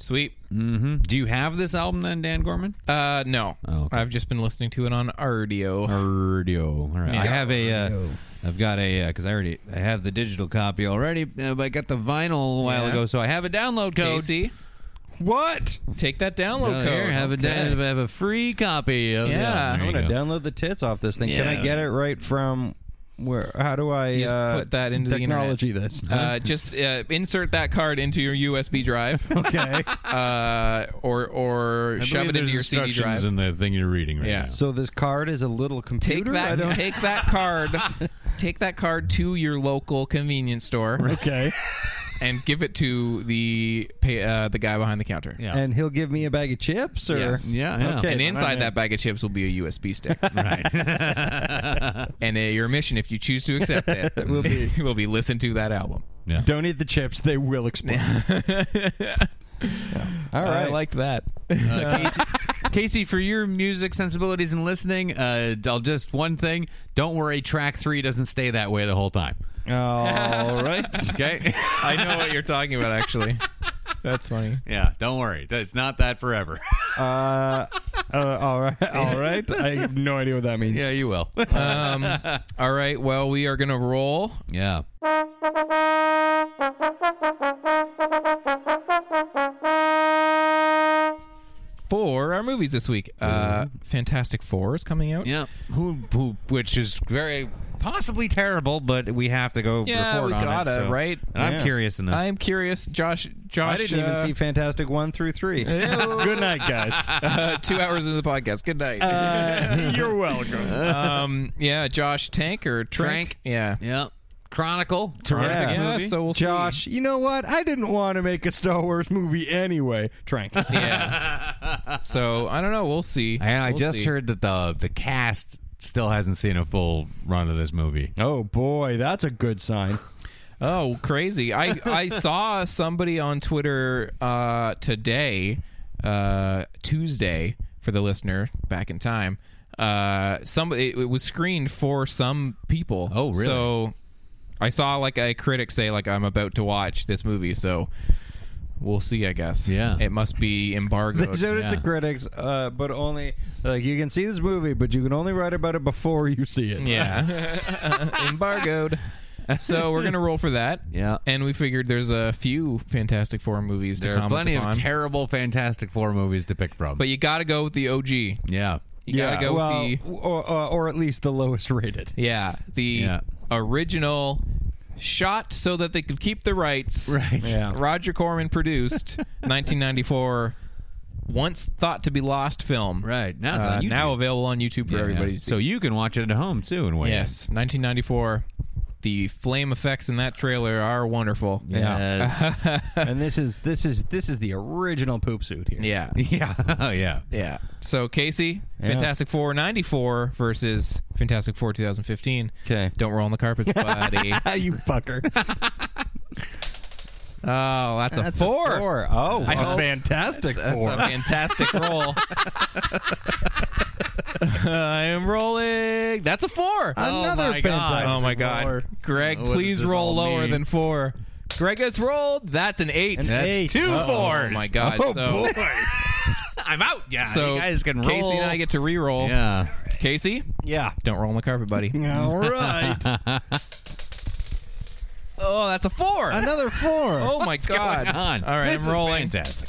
Speaker 1: Sweet.
Speaker 3: hmm Do you have this album then, Dan Gorman?
Speaker 1: Uh no.
Speaker 3: Oh, okay. Oh,
Speaker 1: I've just been listening to it on audio.
Speaker 3: Cardio. All right.
Speaker 1: Yeah.
Speaker 3: I have a. Uh, I've got a because I already I have the digital copy already, uh, but I got the vinyl a while
Speaker 1: Yeah.
Speaker 3: ago, so I have a download code.
Speaker 1: Casey,
Speaker 3: What?
Speaker 1: take that download
Speaker 3: Oh,
Speaker 1: code.
Speaker 3: here, have
Speaker 1: Okay.
Speaker 3: a da- have a free copy. Of
Speaker 1: Yeah.
Speaker 3: there
Speaker 2: I'm
Speaker 3: you
Speaker 2: gonna
Speaker 3: go.
Speaker 2: download the tits off this thing. Can I
Speaker 3: Yeah.
Speaker 2: get it right from where? How do I
Speaker 1: Just
Speaker 2: uh,
Speaker 1: put that into the internet.
Speaker 2: technology? this
Speaker 1: Uh, just uh, insert that card into your USB drive.
Speaker 2: okay.
Speaker 1: uh, or or
Speaker 3: I
Speaker 1: shove
Speaker 3: believe
Speaker 1: it into
Speaker 3: there's
Speaker 1: your CD
Speaker 3: instructions
Speaker 1: drive.
Speaker 3: in the thing you're reading right
Speaker 1: Yeah.
Speaker 3: now.
Speaker 2: So this card is a little computer.
Speaker 1: take
Speaker 2: I
Speaker 1: that
Speaker 2: don't-
Speaker 1: take that card, take that card to your local convenience store
Speaker 2: okay.
Speaker 1: and give it to the pay, uh, the guy behind the counter.
Speaker 3: Yeah.
Speaker 2: And he'll give me a bag of chips, or
Speaker 1: Yes.
Speaker 3: Yeah, yeah.
Speaker 2: Okay.
Speaker 1: And
Speaker 2: then I'm
Speaker 1: inside
Speaker 2: in.
Speaker 1: that bag of chips will be a USB stick. and uh, your mission, if you choose to accept it, will be will be listen to that album.
Speaker 2: Don't eat the chips; they will explode. All right.
Speaker 1: I liked that.
Speaker 3: Casey, for your music sensibilities and listening, uh, I'll just one thing: don't worry, track three doesn't stay that way the whole time.
Speaker 2: All right.
Speaker 3: Okay.
Speaker 1: I know what you're talking about. Actually, that's funny.
Speaker 3: yeah. Don't worry. It's not that forever.
Speaker 2: Uh, all right. All right. I have no idea what that means.
Speaker 3: yeah, you will.
Speaker 1: All right. Well, we are gonna roll.
Speaker 3: yeah.
Speaker 1: for our movies this week. Uh, Fantastic Four is coming out.
Speaker 3: Mm-hmm. Yeah, who, who, which is very possibly terrible, but we have to go
Speaker 1: Yeah,
Speaker 3: report
Speaker 1: we
Speaker 3: on
Speaker 1: gotta,
Speaker 3: it. So.
Speaker 1: right?
Speaker 3: And I'm
Speaker 2: Yeah.
Speaker 3: curious enough.
Speaker 1: I'm curious, Josh. Josh,
Speaker 2: I didn't even
Speaker 1: uh,
Speaker 2: see Fantastic One through three. Good night, guys.
Speaker 1: uh, two hours into the podcast. Good night.
Speaker 2: You're welcome.
Speaker 1: um, yeah, Josh Tank or Trank?
Speaker 3: Trank.
Speaker 1: Yeah,
Speaker 3: yeah, Chronicle.
Speaker 1: Terrific
Speaker 3: Terrific
Speaker 1: yeah,
Speaker 3: movie.
Speaker 1: so we'll see.
Speaker 2: Josh, you know what? I didn't want to make a Star Wars movie anyway. Trank.
Speaker 1: Yeah. so I don't know. We'll see.
Speaker 3: and I
Speaker 1: We'll
Speaker 3: just
Speaker 1: see.
Speaker 3: heard that the the cast still hasn't seen a full run of this movie.
Speaker 2: oh boy, that's a good sign.
Speaker 1: Oh, crazy! I I saw somebody on Twitter uh, today, uh, Tuesday, for the listener back in time. Uh, somebody it, it was screened for some people.
Speaker 3: Oh, really?
Speaker 1: So I saw like a critic say like I'm about to watch this movie, so we'll see. I guess.
Speaker 3: Yeah.
Speaker 1: It must be
Speaker 2: They
Speaker 1: embargoed.
Speaker 2: showed it to
Speaker 3: yeah.
Speaker 2: critics, uh, but only like you can see this movie, but you can only write about it before you see it.
Speaker 1: yeah. embargoed. So we're gonna roll for that.
Speaker 3: Yeah.
Speaker 1: And we figured there's a few Fantastic Four movies to
Speaker 3: There are
Speaker 1: comment
Speaker 3: plenty
Speaker 1: upon.
Speaker 3: of terrible Fantastic Four movies to pick from.
Speaker 1: but you got to go with the OG. You
Speaker 3: yeah,
Speaker 1: got to go
Speaker 2: well,
Speaker 1: with the
Speaker 2: or, or, or at least the lowest rated.
Speaker 1: yeah, the
Speaker 3: Yeah.
Speaker 1: original shot so that they could keep the rights.
Speaker 3: right.
Speaker 2: Yeah.
Speaker 1: Roger Corman produced 1994 once thought to be lost film.
Speaker 3: Right. Now it's
Speaker 1: Uh,
Speaker 3: on YouTube.
Speaker 1: now available on YouTube for
Speaker 3: Yeah.
Speaker 1: everybody to see.
Speaker 3: So you can watch it at home too and wait.
Speaker 1: yes, 1994 the flame effects in that trailer are wonderful.
Speaker 3: Yes.
Speaker 2: and this is this is this is the original poop suit here.
Speaker 1: Yeah.
Speaker 3: yeah. Oh, yeah.
Speaker 1: Yeah. So Casey, Fantastic Four '94 versus Fantastic Four 2015.
Speaker 2: 'Kay.
Speaker 1: Don't roll on the carpet, buddy. oh,
Speaker 2: Ah, you fucker.
Speaker 1: Oh, that's, a four.
Speaker 2: Four. Oh, a
Speaker 1: hope-
Speaker 2: fantastic
Speaker 1: That's
Speaker 2: four.
Speaker 1: a fantastic roll. I am rolling. That's a four.
Speaker 2: Another
Speaker 3: my God.
Speaker 2: fantastic
Speaker 1: oh my god, Oh,
Speaker 2: four.
Speaker 1: Greg,
Speaker 3: What does
Speaker 1: please
Speaker 3: this
Speaker 1: roll
Speaker 3: all
Speaker 1: lower
Speaker 3: mean?
Speaker 1: than four. Greg has rolled. That's an eight.
Speaker 2: An eight.
Speaker 3: Two
Speaker 2: Uh-oh.
Speaker 3: fours.
Speaker 1: Oh my god.
Speaker 2: Oh,
Speaker 1: so,
Speaker 2: boy.
Speaker 3: I'm out. Yeah.
Speaker 1: so
Speaker 3: you guys can roll.
Speaker 1: Casey and I get to re-roll.
Speaker 3: Yeah.
Speaker 1: Casey,
Speaker 2: Yeah.
Speaker 1: don't roll on the carpet, buddy.
Speaker 2: All right.
Speaker 1: Oh, that's a four.
Speaker 2: Another four.
Speaker 1: Oh my god!
Speaker 3: Going on.
Speaker 1: All right,
Speaker 3: This
Speaker 1: I'm
Speaker 3: is
Speaker 1: rolling.
Speaker 3: Fantastic.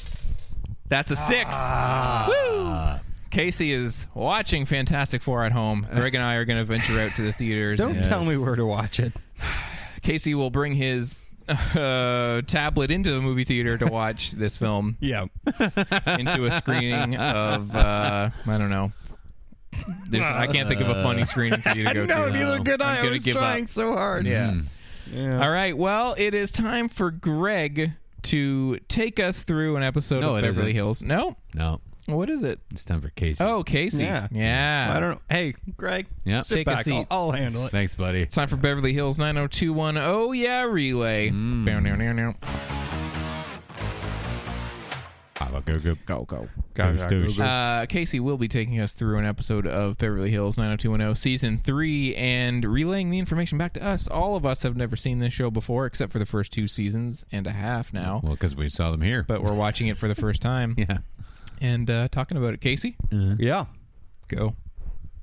Speaker 1: That's a six.
Speaker 2: Ah.
Speaker 1: Woo! Casey is watching Fantastic Four at home. Greg and I are going to venture out to the theaters.
Speaker 2: Don't tell me where to watch it.
Speaker 1: Casey will bring his uh, tablet into the movie theater to watch this film
Speaker 2: Yeah.
Speaker 1: into a screening of uh, I don't know. There's, I can't think of a funny screening for you to go
Speaker 2: no,
Speaker 1: to.
Speaker 2: neither could
Speaker 1: I'm
Speaker 2: I. I
Speaker 1: gonna
Speaker 2: was
Speaker 1: give up.
Speaker 2: trying so hard. Mm.
Speaker 1: Yeah.
Speaker 2: Yeah.
Speaker 1: All right. Well, it is time for Greg to take us through an episode
Speaker 3: No,
Speaker 1: of
Speaker 3: it isn't.
Speaker 1: Beverly Hills. No.
Speaker 3: No,
Speaker 1: What is it?
Speaker 3: it's time for Casey.
Speaker 1: Oh, Casey.
Speaker 2: Yeah.
Speaker 1: Yeah.
Speaker 2: I don't know. Hey, Greg.
Speaker 3: Yeah.
Speaker 2: Sit
Speaker 1: Take a
Speaker 2: back.
Speaker 1: seat.
Speaker 2: I'll, I'll handle it.
Speaker 3: Thanks, buddy.
Speaker 1: It's time for Beverly Hills 90210. Oh, yeah, relay.
Speaker 2: Mm.
Speaker 1: Bow, now, now, now.
Speaker 3: Go, go,
Speaker 1: Go, go.
Speaker 3: go, go, go.
Speaker 1: Uh, Casey will be taking us through an episode of Beverly Hills 90210 season 3 and relaying the information back to us. All of us have never seen this show before except for the first two seasons and a half now,
Speaker 3: Well, because we saw them here.
Speaker 1: but we're watching it for the first time
Speaker 3: yeah.
Speaker 1: and uh, talking about it. Casey,
Speaker 2: Yeah.
Speaker 1: go.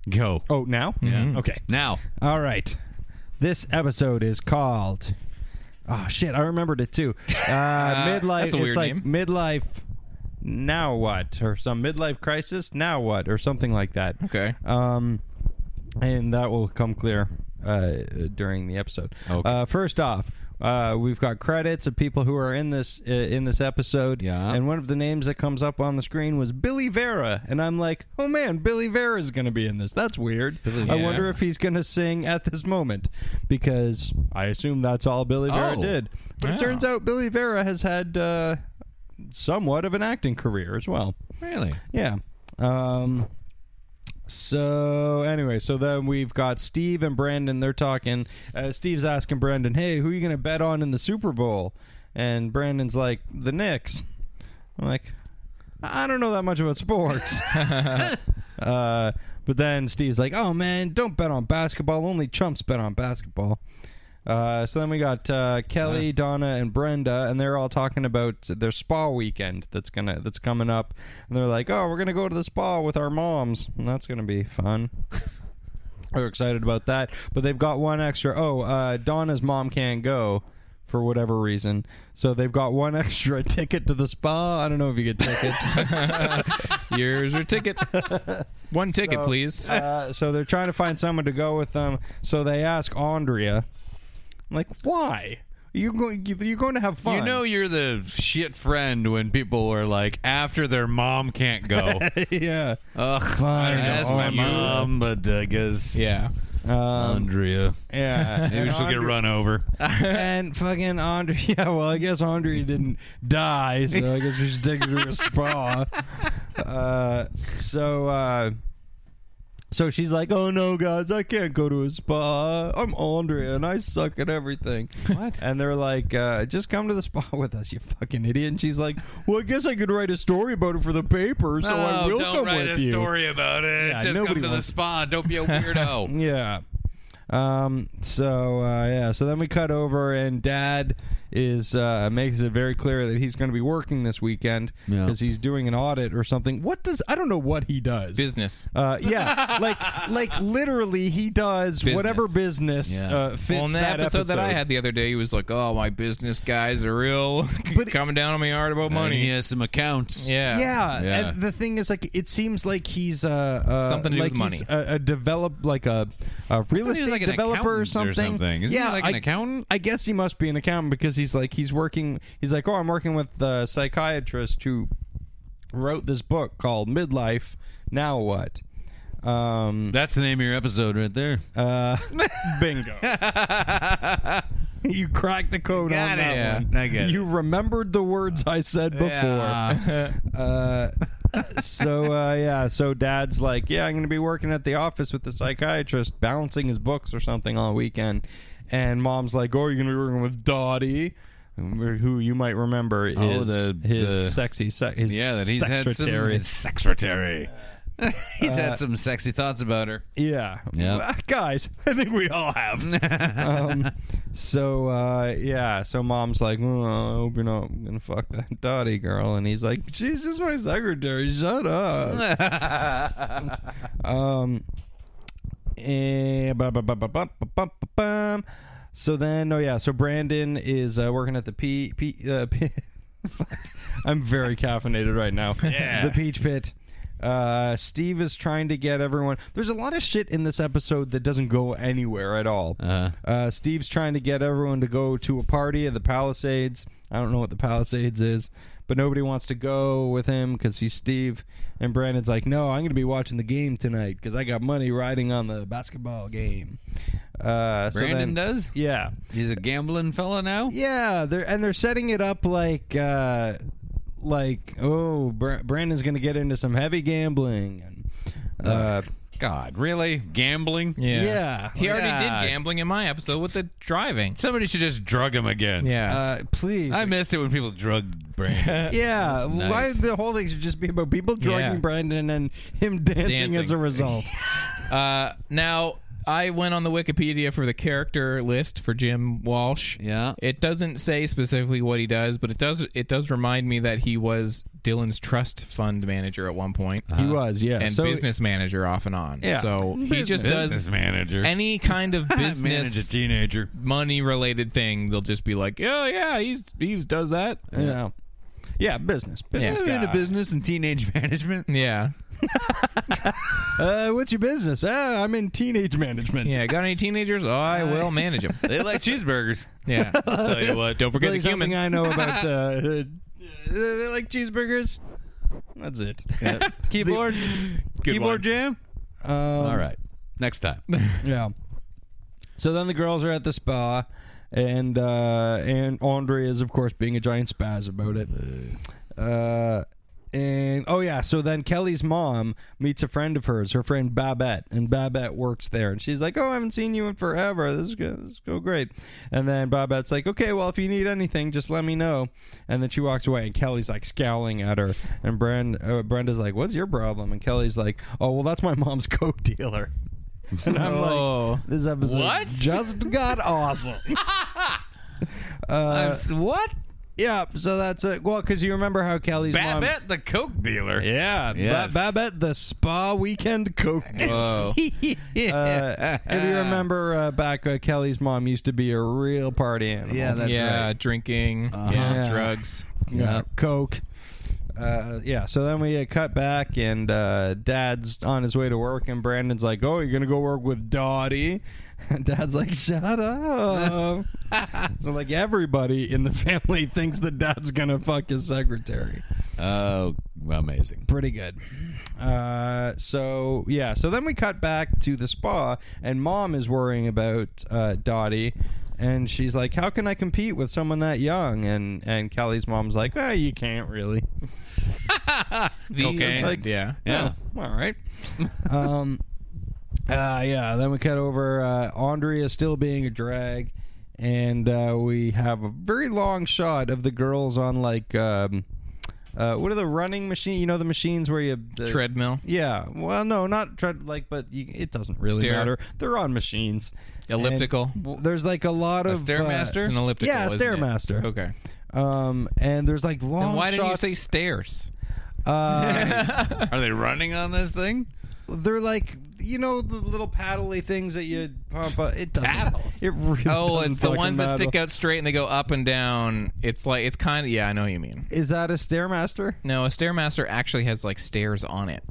Speaker 3: Go.
Speaker 2: Oh, now?
Speaker 1: Mm-hmm.
Speaker 2: Yeah. Okay.
Speaker 3: Now.
Speaker 2: All right. This episode is called. Oh shit! I remembered it too. Uh, midlife.
Speaker 1: that's a weird
Speaker 2: it's like
Speaker 1: name.
Speaker 2: midlife. Now what? Or some midlife crisis? Now what? Or something like that.
Speaker 1: Okay.
Speaker 2: Um, and that will come clear uh, during the episode.
Speaker 3: Okay.
Speaker 2: Uh, first off, uh, we've got credits of people who are in this uh, in this episode.
Speaker 3: Yeah.
Speaker 2: And one of the names that comes up on the screen was Billy Vera, and I'm like, oh man, Billy Vera is going to be in this. That's weird. I
Speaker 1: Vera.
Speaker 2: wonder if he's going to sing at this moment because I assume that's all Billy Vera
Speaker 3: Oh.
Speaker 2: did. But
Speaker 1: Wow.
Speaker 2: it turns out Billy Vera has had uh, somewhat of an acting career as well.
Speaker 3: Really?
Speaker 2: Yeah. Um, so anyway, so then we've got Steve and Brandon. They're talking. Uh, Steve's asking Brandon, "Hey, who are you going to bet on in the Super Bowl?" And Brandon's like, "The Knicks." I'm like, "I don't know that much about sports." uh, but then Steve's like, "Oh man, don't bet on basketball. Only chumps bet on basketball." Uh, so then we got uh, Kelly, Donna, and Brenda, and they're all talking about their spa weekend that's gonna that's coming up, and they're like, "Oh, we're gonna go to the spa with our moms, and that's gonna be fun." We're excited about that, but they've got one extra. Oh, uh, Donna's mom can't go for whatever reason, so they've got one extra ticket to the spa. I don't know if you get tickets.
Speaker 1: Here's your ticket. One ticket, please.
Speaker 2: uh, so they're trying to find someone to go with them. So they ask Andrea, I'm like, why? You're going, you're going to have fun.
Speaker 3: You know you're the shit friend when people are like after their mom can't go.
Speaker 2: yeah.
Speaker 3: Ugh,
Speaker 2: Fine,
Speaker 3: I asked my
Speaker 2: I'll-
Speaker 3: mom, but I guess
Speaker 1: yeah.
Speaker 2: Um,
Speaker 3: Andrea.
Speaker 2: yeah,
Speaker 3: Maybe she'll get run over.
Speaker 2: and fucking Andre. Yeah, well, I guess Andre didn't die, so I guess we should take her to a spa. Uh, so, uh, so she's like, "Oh no, guys, I can't go to a spa. I'm Andrea, and I suck at everything." What? And they're like, uh, "Just come to the spa with us, you fucking idiot." And she's like, "Well, I guess I could write a story about it for the paper, so I
Speaker 3: Oh,
Speaker 2: will
Speaker 3: don't
Speaker 2: come
Speaker 3: write
Speaker 2: with
Speaker 3: a
Speaker 2: you."
Speaker 3: story about it.
Speaker 2: Yeah,
Speaker 3: Just
Speaker 2: nobody
Speaker 3: come to the
Speaker 2: wants-
Speaker 3: spa. Don't be a weirdo.
Speaker 2: Yeah. Um. So uh, yeah. So then we cut over, and Dad is uh, makes it very clear that he's going to be working this weekend because he's doing an audit or something. What does I don't know what he does.
Speaker 1: Business.
Speaker 2: Uh, yeah, like like literally, he does
Speaker 1: Business.
Speaker 2: whatever business uh, fits
Speaker 1: Well, in that, episode, that I
Speaker 2: episode.
Speaker 1: had the other day, he was like, "Oh, my business guys are real coming down on me hard about money."
Speaker 3: He has some accounts.
Speaker 1: Yeah.
Speaker 2: Yeah.
Speaker 3: Yeah.
Speaker 2: and the thing is, like, it seems like he's uh, uh
Speaker 1: Something to do
Speaker 2: like
Speaker 1: with
Speaker 2: he's
Speaker 1: money.
Speaker 2: A, a develop like a, a real
Speaker 3: he was
Speaker 2: estate
Speaker 3: like an
Speaker 2: developer or
Speaker 3: accountant
Speaker 2: something.
Speaker 3: or something. Isn't he
Speaker 2: yeah,
Speaker 3: like
Speaker 2: I,
Speaker 3: an accountant?
Speaker 2: I guess he must be an accountant because he's like he's working. He's like, oh, I'm working with the psychiatrist who wrote this book called Midlife. Now what? Um,
Speaker 3: That's the name of your episode right there.
Speaker 2: uh, bingo. you cracked the code on
Speaker 3: Got
Speaker 2: that
Speaker 3: it.
Speaker 1: Yeah,
Speaker 2: one.
Speaker 3: I get it.
Speaker 2: you remembered the words I said before. Uh, so uh, yeah, so dad's like, yeah, I'm going to be working at the office with the psychiatrist, balancing his books or something all weekend. And mom's like, oh, you're going to be working with Dottie, who you might remember is
Speaker 3: Oh, the-
Speaker 2: his
Speaker 3: the-
Speaker 2: sexy, sec- his
Speaker 3: yeah, that he's had some
Speaker 2: secretary.
Speaker 3: his secretary. he's
Speaker 2: Uh,
Speaker 3: had some sexy thoughts about her.
Speaker 2: yeah, Uh,
Speaker 3: Yeah.
Speaker 2: guys, I think we all have. um, so uh, yeah, so mom's like, "Oh, I hope you're not gonna fuck that Dottie girl, and he's like, she's just my secretary. Shut up. um, eh, ba- ba- ba- ba- ba- ba- ba- ba- bum. So then, oh yeah, so Brandon is uh, working at the P. P, uh, P I'm very caffeinated right now. the Peach Pit. Uh, Steve is trying to get everyone. There's a lot of shit in this episode that doesn't go anywhere at all. Uh-huh. Steve's trying to get everyone to go to a party at the Palisades. I don't know what the Palisades is, but nobody wants to go with him because he's Steve. And Brandon's like, "No, I'm going to be watching the game tonight because I got money riding on the basketball game." Uh, so
Speaker 3: Brandon
Speaker 2: then-
Speaker 3: does?
Speaker 2: yeah.
Speaker 3: He's a gambling fella now?
Speaker 2: Yeah, they're and they're setting it up like uh like oh Br- Brandon's going to get into some heavy gambling and uh
Speaker 3: God, really? Gambling?
Speaker 1: Yeah.
Speaker 2: Yeah.
Speaker 1: He already
Speaker 3: Yeah.
Speaker 1: did gambling in my episode with the driving.
Speaker 3: Somebody should just drug him again.
Speaker 1: Yeah.
Speaker 2: uh please
Speaker 3: I missed it when people drugged Brandon.
Speaker 2: yeah, why
Speaker 3: nice.
Speaker 2: the whole thing should just be about people drugging
Speaker 1: Yeah.
Speaker 2: Brandon and him dancing, as
Speaker 1: Dancing.
Speaker 2: a result.
Speaker 1: Uh, now, I went on the Wikipedia for the character list for Jim Walsh.
Speaker 3: Yeah.
Speaker 1: It doesn't say specifically what he does, but it does it does remind me that he was Dylan's trust fund manager at one point.
Speaker 2: he was, yeah.
Speaker 1: And
Speaker 2: so
Speaker 1: business manager off and on.
Speaker 2: Yeah.
Speaker 1: So he just
Speaker 3: Business
Speaker 1: does
Speaker 3: manager.
Speaker 1: any kind of
Speaker 3: Manage a
Speaker 1: business
Speaker 3: teenager.
Speaker 1: money related thing. They'll just be like, oh, yeah, he's he's does that.
Speaker 2: yeah. Yeah, business. Business.
Speaker 1: Yeah.
Speaker 2: guy.
Speaker 3: into business and teenage management.
Speaker 1: Yeah.
Speaker 2: Uh, what's your business? Uh, I'm in teenage management.
Speaker 1: Yeah. Got any teenagers? Oh, I will manage them.
Speaker 3: They like cheeseburgers.
Speaker 1: Yeah.
Speaker 3: Tell you what, don't
Speaker 1: Forget
Speaker 2: Really
Speaker 1: the human.
Speaker 2: something I know about uh, uh, they like cheeseburgers. That's it.
Speaker 3: keyboards. Keyboard
Speaker 1: one.
Speaker 3: jam. All right, next time.
Speaker 2: Yeah. So then the girls are at the spa, and uh, and Andre is of course being a giant spaz about it. Uh, and oh yeah, so then Kelly's mom meets a friend of hers, her friend Babette, and Babette works there, and she's like, "Oh, I haven't seen you in forever. This is go, this is go great." And then Babette's like, "Okay, well, if you need anything, just let me know." And then she walks away, and Kelly's like scowling at her, and Brand, uh, Brenda's like, "What's your problem?" And Kelly's like, "Oh, well, that's my mom's coke dealer." And I'm
Speaker 1: Oh.
Speaker 2: like, this episode
Speaker 3: What?
Speaker 2: just got awesome. Uh,
Speaker 3: I'm s- what?
Speaker 2: yeah, so that's it. Well, because you remember how Kelly's mom.
Speaker 3: Babette, the Coke dealer.
Speaker 2: Yeah, Ba-
Speaker 3: Yes.
Speaker 2: Babette, the spa weekend coke.
Speaker 1: Whoa.
Speaker 2: Uh, if you remember uh, back, uh, Kelly's mom used to be a real party animal.
Speaker 3: that's
Speaker 1: yeah, drinking, yeah,
Speaker 2: Yeah.
Speaker 1: drugs.
Speaker 2: Uh, coke. Uh, yeah, so then we uh, cut back, and uh, Dad's on his way to work, and Brandon's like, "Oh, you're gonna go work with Dottie," and Dad's like, "Shut up." so like everybody in the family thinks that Dad's gonna fuck his secretary.
Speaker 3: Oh, amazing.
Speaker 2: Pretty good. Uh, so yeah, so then we cut back to the spa, and mom is worrying about uh, Dottie, and she's like, "How can I compete with someone that young?" And and Kelly's mom's like, "Well, you can't really."
Speaker 1: The,
Speaker 3: Cocaine.
Speaker 1: like, yeah.
Speaker 3: Yeah.
Speaker 2: Oh, all right. um, uh, yeah. Then we cut over. Uh, Andrea still being a drag, and uh, we have a very long shot of the girls on like um, uh, what are the running machine? You know the machines where you the,
Speaker 1: Treadmill.
Speaker 2: Yeah. Well, no, not tread like, but you, it doesn't really
Speaker 1: Stair.
Speaker 2: matter. They're on machines.
Speaker 1: Elliptical.
Speaker 2: And w- there's like a lot of
Speaker 3: Stairmaster?
Speaker 1: It's an
Speaker 2: Uh,
Speaker 1: elliptical.
Speaker 2: yeah,
Speaker 1: isn't it?
Speaker 2: stairmaster.
Speaker 1: Okay.
Speaker 2: um, and there's like long.
Speaker 1: Then why didn't you
Speaker 2: shots. uh,
Speaker 1: say stairs?
Speaker 3: Are they running on this thing?
Speaker 2: They're like you know the little paddly things that you pump. Up. It doesn't.
Speaker 3: Paddles?
Speaker 2: It really.
Speaker 1: Oh,
Speaker 2: doesn't
Speaker 1: it's the
Speaker 2: fucking
Speaker 1: ones that
Speaker 2: matter.
Speaker 1: stick out straight and they go up and down. It's like it's kind of yeah, I know what you mean.
Speaker 2: Is that a stairmaster?
Speaker 1: No, a stairmaster actually has like stairs on it,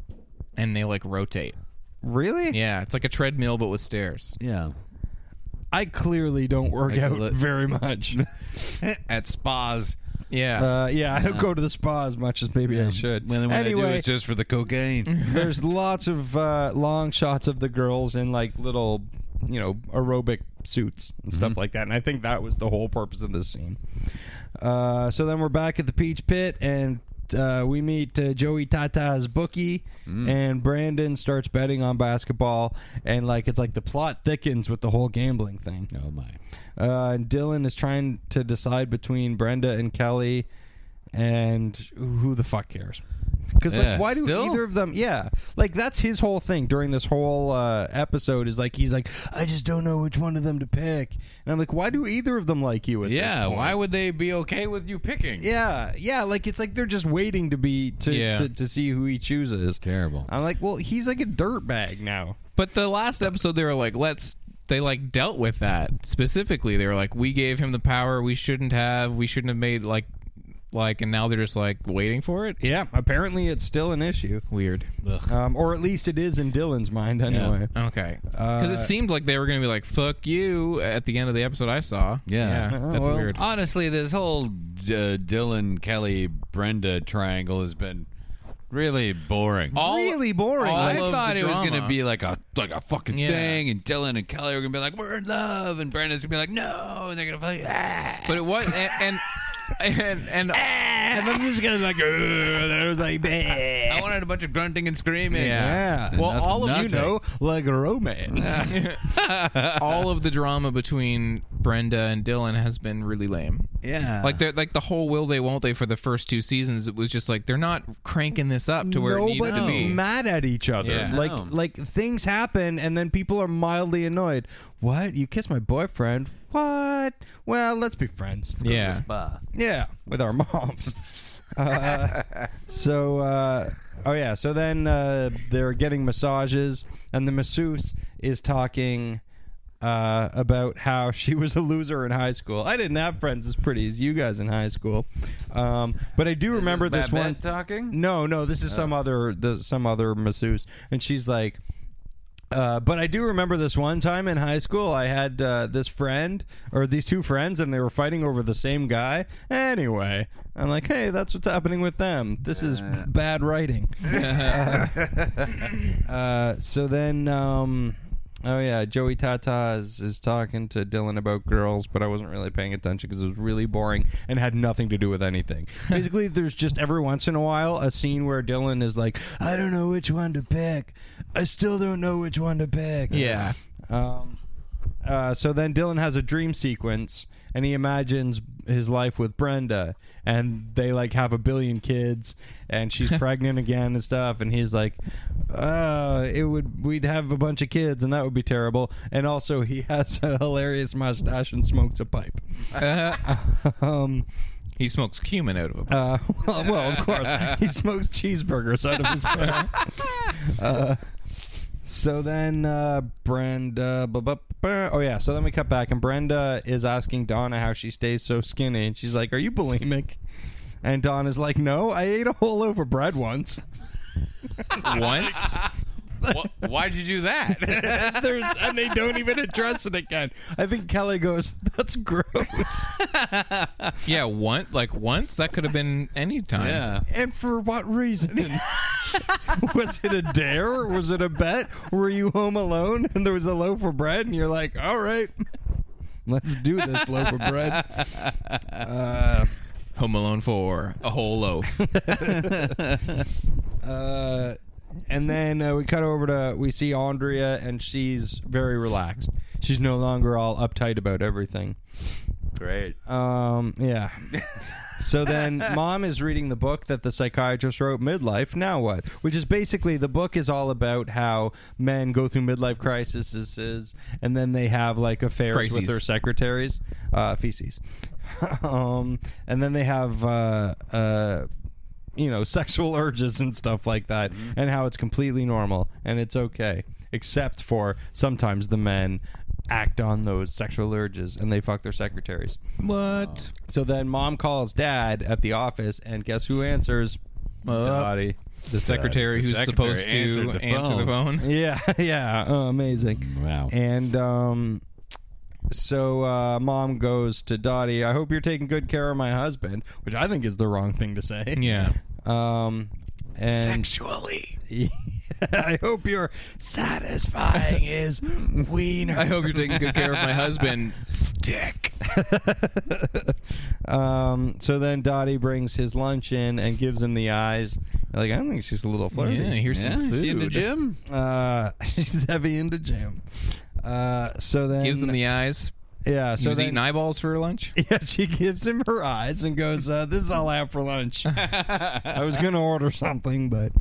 Speaker 1: and they like rotate.
Speaker 2: Really?
Speaker 1: Yeah, it's like a treadmill but with stairs.
Speaker 3: Yeah.
Speaker 2: I clearly don't work out Oh, very much.
Speaker 3: At spas.
Speaker 1: Yeah,
Speaker 2: Uh, yeah, I don't go to the spa as much as maybe I should.
Speaker 3: When, when I do
Speaker 2: anyway, Mm.
Speaker 3: it's just for the cocaine.
Speaker 2: there's lots of uh, long shots of the girls in like little, you know, aerobic suits and stuff like that. And I think that was the whole purpose of this scene. Uh, so then we're back at the Peach Pit and. Uh, we meet uh, Joey Tata's bookie, and Brandon starts betting on basketball, and like it's like the plot thickens with the whole gambling thing.
Speaker 3: oh my.
Speaker 2: Uh, and Dylan is trying to decide between Brenda and Kelly, and who the fuck cares? Because
Speaker 3: Yeah,
Speaker 2: like, why do
Speaker 3: still?
Speaker 2: either of them? Yeah, like that's his whole thing during this whole uh, episode is like he's like, I just don't know which one of them to pick, and I'm like, why do either of them like you? At this
Speaker 3: Yeah,
Speaker 2: point?
Speaker 3: why would they be okay with you picking?
Speaker 2: Yeah, yeah, like it's like they're just waiting to be to
Speaker 1: Yeah.
Speaker 2: to, to see who he chooses.
Speaker 3: Terrible.
Speaker 2: I'm like, well, he's like a dirtbag now.
Speaker 1: but the last episode they were like, let's. They like dealt with that specifically. They were like, we gave him the power we shouldn't have. We shouldn't have made like, like, and now they're just like waiting for it.
Speaker 2: Yeah, apparently it's still an issue,
Speaker 1: Weird.
Speaker 2: um, or at least it is in Dylan's mind anyway.
Speaker 1: Okay.
Speaker 3: Uh,
Speaker 1: Because it seemed like they were going to be like, fuck you at the end of the episode I saw.
Speaker 3: Yeah. Uh-huh.
Speaker 1: that's weird.
Speaker 3: Honestly, this whole uh, Dylan Kelly Brenda triangle has been really boring.
Speaker 1: All-
Speaker 2: really boring.
Speaker 1: all
Speaker 3: I
Speaker 1: of
Speaker 3: thought
Speaker 1: the
Speaker 3: it was going
Speaker 1: drama.
Speaker 3: to be like a like a fucking
Speaker 1: Yeah.
Speaker 3: thing, and Dylan and Kelly were going to be like, "We're in love," and Brenda's going to be like, "No," and they're going to fight. Ah.
Speaker 1: But it was. And. and and,
Speaker 3: Eh.
Speaker 1: and
Speaker 3: and I'm just gonna like, I was like, I wanted a bunch of grunting and screaming.
Speaker 1: Yeah.
Speaker 3: And
Speaker 1: Well,
Speaker 3: that's
Speaker 1: all of you
Speaker 3: nothing.
Speaker 1: know,
Speaker 2: like romance.
Speaker 1: all of the drama between Brenda and Dylan has been really lame.
Speaker 3: Yeah.
Speaker 1: Like they're like the whole will they won't they for the first two seasons. It was just like they're not cranking this up to where it needs to
Speaker 2: Nobody's
Speaker 1: be.
Speaker 2: mad at each other.
Speaker 1: Yeah.
Speaker 2: Like
Speaker 3: No.
Speaker 2: like things happen and then people are mildly annoyed. What? You kissed my boyfriend? What? Well, let's be friends.
Speaker 1: yeah.
Speaker 2: Yeah, with our moms. uh, so, uh, oh yeah. So then uh, they're getting massages, and the masseuse is talking uh, about how she was a loser in high school. I didn't have friends as pretty as you guys in high school, um, but I do remember this,
Speaker 3: Babette
Speaker 2: one
Speaker 3: talking?
Speaker 2: No, no, this is some other the, some other masseuse, and she's like. Uh, but I do remember this one time in high school. I had uh, this friend or these two friends, and they were fighting over the same guy. Anyway, I'm like, hey, that's what's happening with them. This is bad writing. Uh, so then, um, oh yeah, Joey Tata is, is talking to Dylan about girls, but I wasn't really paying attention because it was really boring and had nothing to do with anything. Basically, there's just every once in a while a scene where Dylan is like, "I don't know which one to pick. I still don't know which one to pick."
Speaker 1: Yeah.
Speaker 2: Um, uh, so then Dylan has a dream sequence, and he imagines his life with Brenda, and they like have a billion kids, and she's pregnant again and stuff, and he's like, "Uh, it would we'd have a bunch of kids, and that would be terrible." And also, he has a hilarious mustache and smokes a pipe. um,
Speaker 1: He smokes cumin out of him.
Speaker 2: uh, well, well, of course, he smokes cheeseburgers out of his pipe. Uh, so then, uh, Brenda. bu- bu- bu- Oh yeah. So then we cut back, and Brenda is asking Donna how she stays so skinny, and she's like, "Are you bulimic?" And Donna's like, "No, I ate a whole loaf of bread once."
Speaker 1: Once.
Speaker 3: Wh- Why'd you do that?
Speaker 2: And there's, and they don't even address it again. I think Kelly goes, "That's gross."
Speaker 1: Yeah, one like once. That could have been any time.
Speaker 3: yeah.
Speaker 2: and for what reason? was it a dare? Was it a bet? Were you home alone and there was a loaf of bread and you're like, all right, let's do this loaf of bread? Uh,
Speaker 1: Home Alone for a whole loaf.
Speaker 2: uh, and then uh, we cut over to we see Andrea and she's very relaxed. She's no longer all uptight about everything.
Speaker 3: Great.
Speaker 2: Um, yeah. So then, mom is reading the book that the psychiatrist wrote, Midlife. Now what? Which is basically the book is all about how men go through midlife crises and then they have like affairs with
Speaker 1: Crises.
Speaker 2: their secretaries, uh, feces, um, and then they have. Uh, uh, you know, sexual urges and stuff like that, and how it's completely normal and it's okay, except for sometimes the men act on those sexual urges and they fuck their secretaries.
Speaker 1: what?
Speaker 2: So then mom calls dad at the office, and guess who answers? Dottie.
Speaker 1: The secretary who's
Speaker 3: secretary
Speaker 1: supposed
Speaker 3: answered
Speaker 1: to
Speaker 3: the
Speaker 1: answer the phone.
Speaker 2: Yeah, yeah, oh, amazing.
Speaker 3: Wow.
Speaker 2: And um, so uh, mom goes to Dottie, I hope you're taking good care of my husband, which I think is the wrong thing to say.
Speaker 1: Yeah.
Speaker 2: Um, and
Speaker 4: Sexually
Speaker 2: I hope you're
Speaker 4: satisfying is wiener.
Speaker 1: I hope you're taking good care of my husband. Stick.
Speaker 2: Um, so then Dottie brings his lunch in and gives him the eyes. Like, I think she's a little flirty.
Speaker 1: Yeah, here's some food.
Speaker 3: She in the gym?
Speaker 2: Uh, she's heavy into gym. Uh, so then
Speaker 1: Gives him the eyes.
Speaker 2: yeah.
Speaker 1: So
Speaker 2: So
Speaker 1: he was
Speaker 2: then
Speaker 1: eating eyeballs for lunch.
Speaker 2: yeah, she gives him her eyes and goes, uh, "This is all I have for lunch." I was gonna order something, but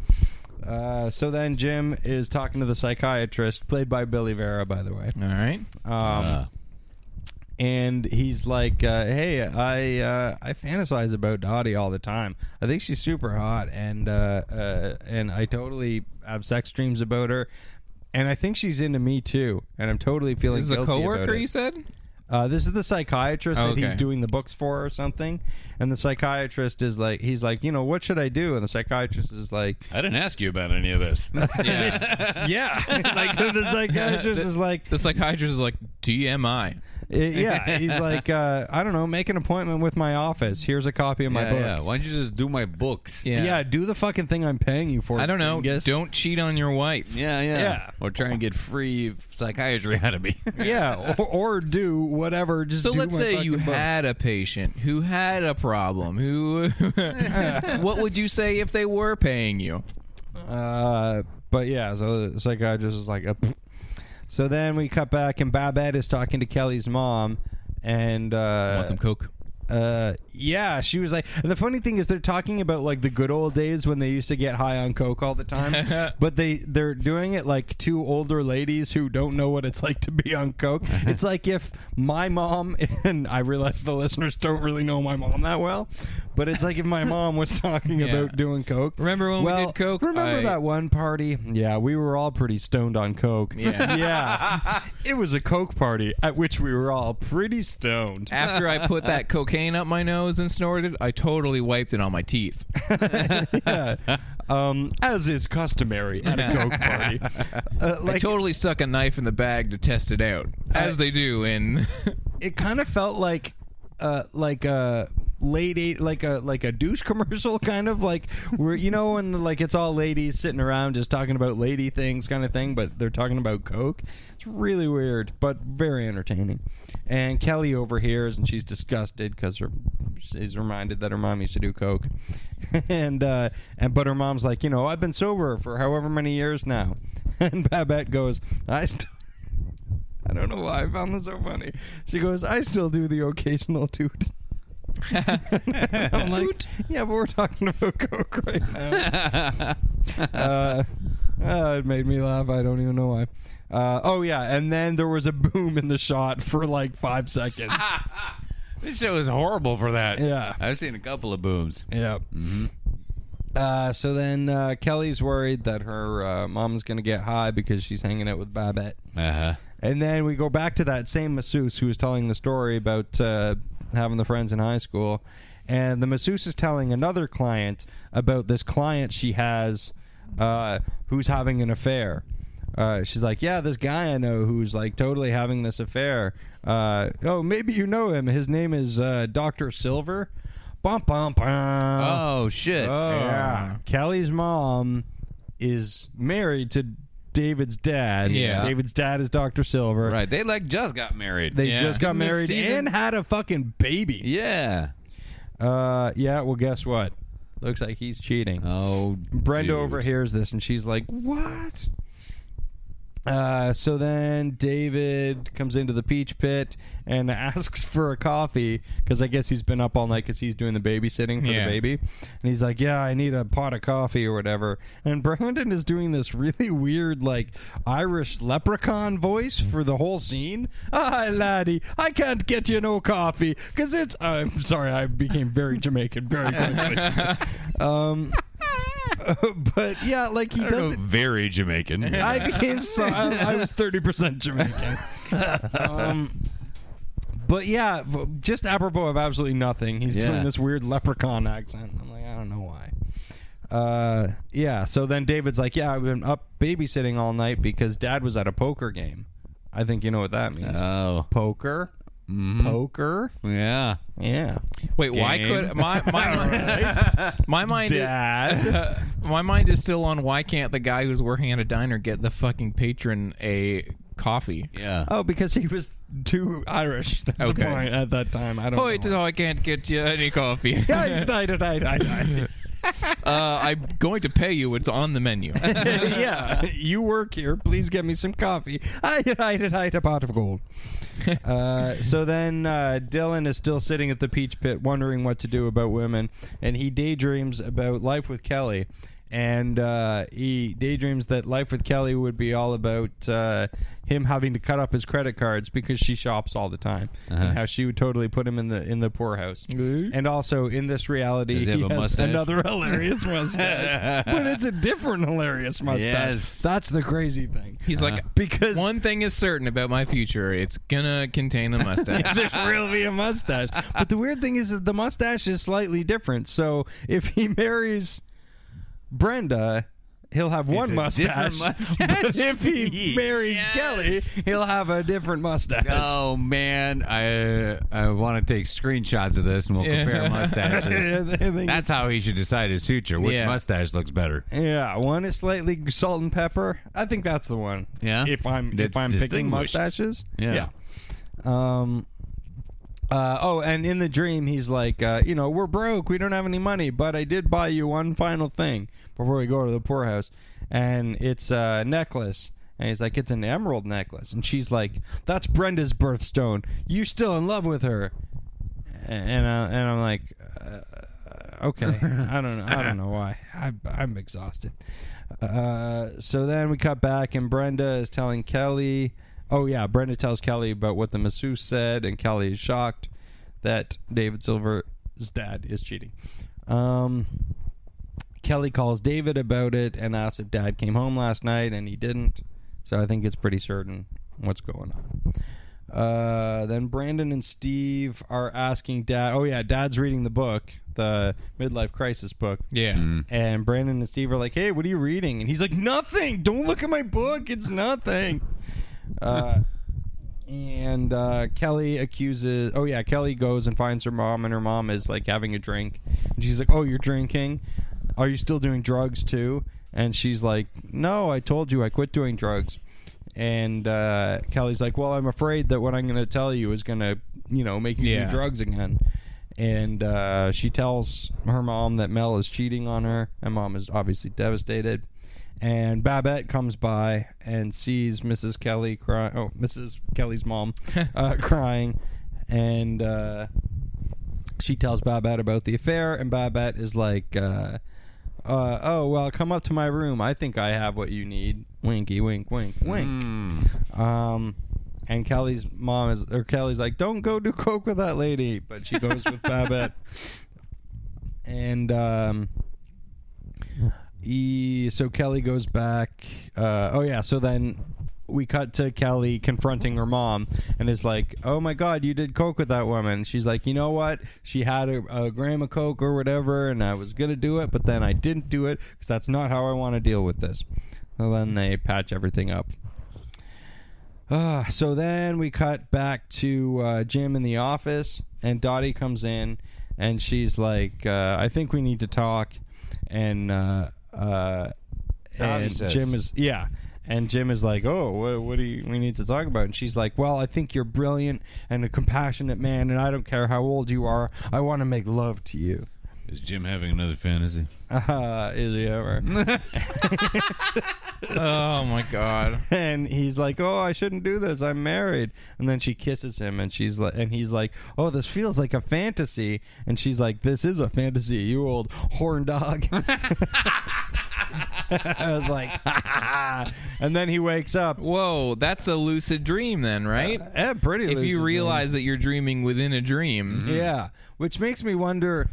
Speaker 2: uh, so then Jim is talking to the psychiatrist, played by Billy Vera, by the way.
Speaker 1: All right.
Speaker 2: Um,
Speaker 1: Uh.
Speaker 2: and he's like, uh, "Hey, I uh, I fantasize about Dottie all the time. I think she's super hot, and uh, uh, and I totally have sex dreams about her." And I think she's into me too, and I'm totally feeling.
Speaker 1: This is a
Speaker 2: guilty about
Speaker 1: coworker,
Speaker 2: it.
Speaker 1: you said?
Speaker 2: Uh, this is the psychiatrist
Speaker 1: Oh,
Speaker 2: that he's
Speaker 1: okay.
Speaker 2: doing the books for or something. And the psychiatrist is like, he's like, you know, what should I do? And the psychiatrist is like,
Speaker 3: I didn't ask you about any of this.
Speaker 2: yeah. like the psychiatrist is like,
Speaker 1: The psychiatrist is like, DMI.
Speaker 2: uh, yeah. He's like, uh, I don't know, make an appointment with my office. Here's a copy of my
Speaker 3: yeah,
Speaker 2: book.
Speaker 3: yeah. Why don't you just do my books?
Speaker 2: Yeah. do the fucking thing I'm paying you for.
Speaker 1: I don't know.
Speaker 2: dingus.
Speaker 1: Don't cheat on your wife.
Speaker 3: Yeah, yeah,
Speaker 2: Yeah.
Speaker 3: Or try and get free psychiatry out of me.
Speaker 2: Yeah, or, or do whatever. Just
Speaker 1: So
Speaker 2: do
Speaker 1: let's
Speaker 2: my
Speaker 1: say you
Speaker 2: fucking books.
Speaker 1: had a patient who had a problem. Who? what would you say if they were paying you?
Speaker 2: Uh, but yeah, so the psychiatrist is like, uh, pfft. so then we cut back and Babette is talking to Kelly's mom, and uh,
Speaker 1: Want some coke?
Speaker 2: uh, yeah, she was like, and the funny thing is they're talking about like the good old days when they used to get high on coke all the time, but they they're doing it like two older ladies who don't know what it's like to be on coke. it's like if my mom and I realize the listeners don't really know my mom that well, but it's like if my mom was talking about doing coke.
Speaker 1: Remember when we
Speaker 2: well,
Speaker 1: did coke?
Speaker 2: Remember
Speaker 1: I-
Speaker 2: that one party? Yeah, we were all pretty stoned on coke.
Speaker 1: Yeah.
Speaker 2: yeah, it was a coke party at which we were all pretty stoned.
Speaker 1: After I put that cocaine up my nose and snorted, I totally wiped it on my teeth.
Speaker 2: um, as is customary at a coke party. Uh,
Speaker 1: I
Speaker 2: like
Speaker 1: totally stuck a knife in the bag to test it out, as they do in.
Speaker 2: it kind of felt like, uh, like a late eight, like a like a douche commercial, kind of like where you know when like it's all ladies sitting around just talking about lady things, kind of thing, but they're talking about coke. It's really weird, but very entertaining. And Kelly overhears, and she's disgusted because her is reminded that her mom used to do coke, and uh, and but her mom's like, you know, I've been sober for however many years now, and Babette goes, I still. I don't know why I found this so funny. She goes, I still do the occasional toot. I'm like, yeah, but we're talking about coke right now. uh, uh, it made me laugh. I don't even know why. Uh, oh yeah, and then there was a boom in the shot for like five seconds.
Speaker 3: this show is horrible for that.
Speaker 2: Yeah.
Speaker 3: I've seen a couple of booms.
Speaker 2: yeah. Uh, so then uh, Kelly's worried that her uh, mom's gonna get high because she's hanging out with Babette.
Speaker 3: Uh huh.
Speaker 2: And then we go back to that same masseuse who was telling the story about uh, having the friends in high school. And the masseuse is telling another client about this client she has uh, who's having an affair. Uh, she's like, Yeah, this guy I know who's like totally having this affair. Uh, oh, maybe you know him. His name is uh, Dr. Silver. Bum, bum, bum.
Speaker 3: Oh shit.
Speaker 2: Yeah. Kelly's mom is married to David's dad.
Speaker 1: Yeah.
Speaker 2: David's dad is Dr. Silver.
Speaker 3: Right. They like just got married.
Speaker 2: They
Speaker 1: Yeah.
Speaker 2: just got
Speaker 3: In this
Speaker 2: married
Speaker 3: season-
Speaker 2: and had a fucking baby.
Speaker 3: yeah.
Speaker 2: Uh, yeah, well, guess what? Looks like he's cheating.
Speaker 3: Oh,
Speaker 2: Brenda
Speaker 3: dude.
Speaker 2: overhears this and she's like, What? Uh, so then David comes into the peach pit and asks for a coffee because I guess he's been up all night because he's doing the babysitting for
Speaker 1: Yeah.
Speaker 2: the baby. And he's like, Yeah, I need a pot of coffee or whatever. And Brandon is doing this really weird, like, Irish leprechaun voice for the whole scene. Hi, laddie, I can't get you no coffee because it's. I'm sorry, I became very Jamaican very quickly. um, but yeah, like he
Speaker 3: I don't know,
Speaker 2: doesn't.
Speaker 3: very Jamaican.
Speaker 2: I became so I, I was thirty percent Jamaican. um, but yeah, v- just apropos of absolutely nothing, he's
Speaker 3: Yeah.
Speaker 2: doing this weird leprechaun accent. I'm like, I don't know why. Uh, yeah. So then David's like, Yeah, I've been up babysitting all night because Dad was at a poker game. I think you know what that means.
Speaker 3: oh,
Speaker 2: poker, poker.
Speaker 3: yeah.
Speaker 2: Mm-hmm. Yeah.
Speaker 1: Wait, why
Speaker 3: Game.
Speaker 1: could my my my mind
Speaker 2: Dad.
Speaker 1: my mind is still on why can't the guy who's working at a diner get the fucking patron a coffee?
Speaker 3: Yeah.
Speaker 2: oh, because he was too Irish at, the
Speaker 1: Okay.
Speaker 2: point at that time. I don't.
Speaker 1: Oh, it's
Speaker 2: know.
Speaker 1: oh, I can't get you any coffee.
Speaker 2: Yeah, I- I- I- I-
Speaker 1: Uh, I'm going to pay you. It's on the menu.
Speaker 2: yeah, you work here. Please get me some coffee. I I I a pot of gold. Uh, so then uh, Dylan is still sitting at the peach pit, wondering what to do about women, and he daydreams about life with Kelly, and uh, he daydreams that life with Kelly would be all about uh, him having to cut up his credit cards because she shops all the time,
Speaker 3: Uh-huh.
Speaker 2: and how she would totally put him in the in the poorhouse, and also in this reality
Speaker 3: Mm-hmm. Does he
Speaker 2: he,
Speaker 3: have a
Speaker 2: has
Speaker 3: mustache?
Speaker 2: another hilarious mustache, but it's a different hilarious mustache.
Speaker 3: Yes.
Speaker 2: That's the crazy thing.
Speaker 1: He's like,
Speaker 2: because
Speaker 1: one thing is certain about my future. It's gonna contain a mustache.
Speaker 2: there's really a mustache. But the weird thing is that the mustache is slightly different. So if he marries Brenda, he'll have one
Speaker 3: a
Speaker 2: mustache.
Speaker 3: different mustache.
Speaker 2: But if he marries
Speaker 3: Yes.
Speaker 2: Kelly, he'll have a different mustache.
Speaker 3: Oh man, I I want to take screenshots of this and we'll compare
Speaker 2: I
Speaker 3: mustaches.
Speaker 2: think-
Speaker 3: That's how he should decide his future. Which
Speaker 1: Yeah.
Speaker 3: mustache looks better?
Speaker 2: yeah, one is slightly salt and pepper. I think that's the one.
Speaker 3: Yeah?
Speaker 2: If I'm if
Speaker 3: That's
Speaker 2: I'm picking
Speaker 3: distinguished.
Speaker 2: mustaches.
Speaker 3: Yeah.
Speaker 2: yeah. Um Uh, oh, and in the dream, he's like, uh, you know, we're broke. We don't have any money, but I did buy you one final thing before we go to the poorhouse. And it's a necklace. And he's like, it's an emerald necklace. And she's like, that's Brenda's birthstone. You still in love with her. And, uh, and I'm like, uh, okay. I don't know. I don't know why. I, I'm exhausted. Uh, so then we cut back, and Brenda is telling Kelly. Oh yeah, Brenda tells Kelly about what the masseuse said, and Kelly is shocked that David Silver's dad is cheating. Um, Kelly calls David about it and asks if Dad came home last night, and he didn't. So I think it's pretty certain what's going on. Uh, then Brandon and Steve are asking Dad. Oh yeah, Dad's reading the book, the midlife crisis book.
Speaker 1: yeah.
Speaker 3: Mm.
Speaker 2: And Brandon and Steve are like, "Hey, what are you reading?" And he's like, "Nothing. Don't look at my book. It's nothing." Uh, and uh, Kelly accuses. Oh yeah, Kelly goes and finds her mom, and her mom is like having a drink, and she's like, "Oh, you're drinking? Are you still doing drugs too?" And she's like, "No, I told you I quit doing drugs." And uh, Kelly's like, "Well, I'm afraid that what I'm going to tell you is going to, you know, make you
Speaker 1: Yeah.
Speaker 2: do drugs again." And uh, she tells her mom that Mel is cheating on her, and mom is obviously devastated. And Babette comes by and sees Mrs. Kelly cry. Oh, Mrs. Kelly's mom uh, crying, and uh, she tells Babette about the affair, and Babette is like, uh, uh, "Oh well, come up to my room. I think I have what you need." Winky, wink, wink, wink. Um, and Kelly's mom is, or Kelly's like, "Don't go do coke with that lady," but she goes with Babette, and um, he, so Kelly goes back. Uh, oh yeah, so then we cut to Kelly confronting her mom and is like, "Oh my God, you did coke with that woman." She's like, "You know what? She had a, a gram of coke or whatever, and I was gonna do it, but then I didn't do it because that's not how I want to deal with this." Well, then they patch everything up. Ah, so then we cut back to uh, Jim in the office, and Dottie comes in, and she's like, uh, "I think we need to talk," and uh, uh,
Speaker 3: Tommy
Speaker 2: and
Speaker 3: says.
Speaker 2: Jim is yeah, and Jim is like, "Oh, what, what do you, we need to talk about?" And she's like, "Well, I think you're brilliant and a compassionate man, and I don't care how old you are. I want to make love to you."
Speaker 3: Is Jim having another fantasy?
Speaker 2: Uh, is he ever?
Speaker 1: Oh my god.
Speaker 2: and he's like, "Oh, I shouldn't do this. I'm married." And then she kisses him, and she's like, and he's like, "Oh, this feels like a fantasy." And she's like, "This is a fantasy, you old horn dog." I was like, and then he wakes up.
Speaker 1: Whoa, that's a lucid dream then, right?
Speaker 2: Eh, pretty.
Speaker 1: if
Speaker 2: lucid
Speaker 1: you
Speaker 2: dream.
Speaker 1: realize that you're dreaming within a dream.
Speaker 3: Mm-hmm.
Speaker 2: yeah, which makes me wonder.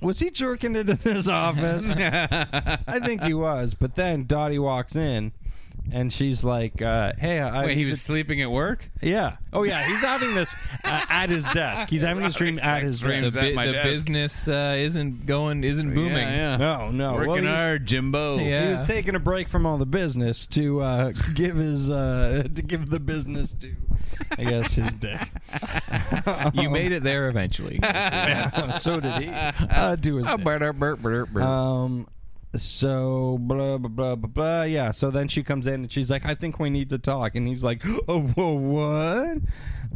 Speaker 2: Was he jerking it in his office? I think he was. But then Dottie walks in, and she's like, uh, "Hey, I,
Speaker 3: Wait, he was sleeping at work.
Speaker 2: Yeah. Oh, yeah. He's having this uh, at his desk. He's having this dream at his
Speaker 1: The,
Speaker 2: desk.
Speaker 3: Dreams at
Speaker 1: bu-
Speaker 3: my
Speaker 1: the
Speaker 3: desk.
Speaker 1: business uh, isn't going, isn't booming.
Speaker 2: No, Oh, no. Well,
Speaker 3: Working
Speaker 2: he's-
Speaker 3: hard, Jimbo.
Speaker 1: Yeah.
Speaker 2: He was taking a break from all the business to uh, give his uh, to give the business to, I guess, his dick.
Speaker 1: You made it there eventually.
Speaker 2: so did he. Uh, to his dick. Um, so blah blah blah blah blah. Yeah. So then she comes in and she's like, "I think we need to talk." And he's like, "Oh, whoa, what?"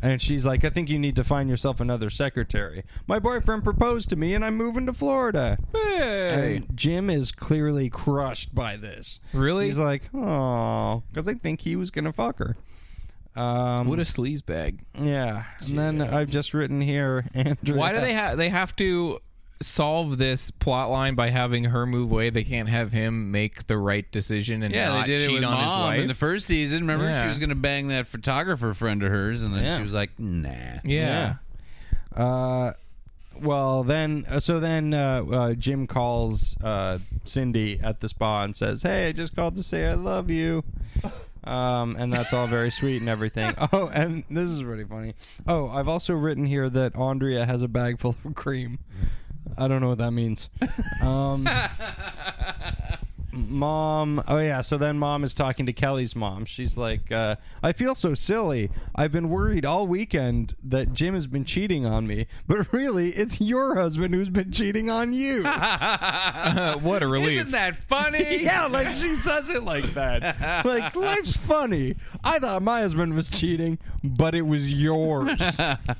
Speaker 2: And she's like, "I think you need to find yourself another secretary. My boyfriend proposed to me, and I'm moving to Florida."
Speaker 1: Hey.
Speaker 2: And Jim is clearly crushed by this.
Speaker 1: Really?
Speaker 2: He's like, "Oh," because I think he was gonna fuck her. Um,
Speaker 1: what a sleaze bag.
Speaker 2: yeah. And then I've just written here, Andrea.
Speaker 1: Why do they have? They have to solve this plot line by having her move away. They can't have him make the right decision and
Speaker 3: Yeah,
Speaker 1: not
Speaker 3: they did it
Speaker 1: cheat
Speaker 3: with
Speaker 1: on his
Speaker 3: mom
Speaker 1: wife.
Speaker 3: in the first season. Remember,
Speaker 1: Yeah.
Speaker 3: she was going to bang that photographer friend of hers, and then
Speaker 2: Yeah.
Speaker 3: she was like, "Nah."
Speaker 1: yeah.
Speaker 2: Uh, well, then, uh, so then uh, uh, Jim calls uh, Cindy at the spa and says, "Hey, I just called to say I love you." Um, and that's all very sweet and everything. Oh, and this is really funny. Oh, I've also written here that Andrea has a bag full of cream. I don't know what that means. Um, mom oh yeah so then mom is talking to kelly's mom she's like uh, i feel so silly i've been worried all weekend that jim has been cheating on me but really it's your husband who's been cheating on you
Speaker 1: Uh, what a relief.
Speaker 3: Isn't that funny?
Speaker 2: yeah like she says it like that like life's funny i thought my husband was cheating but it was yours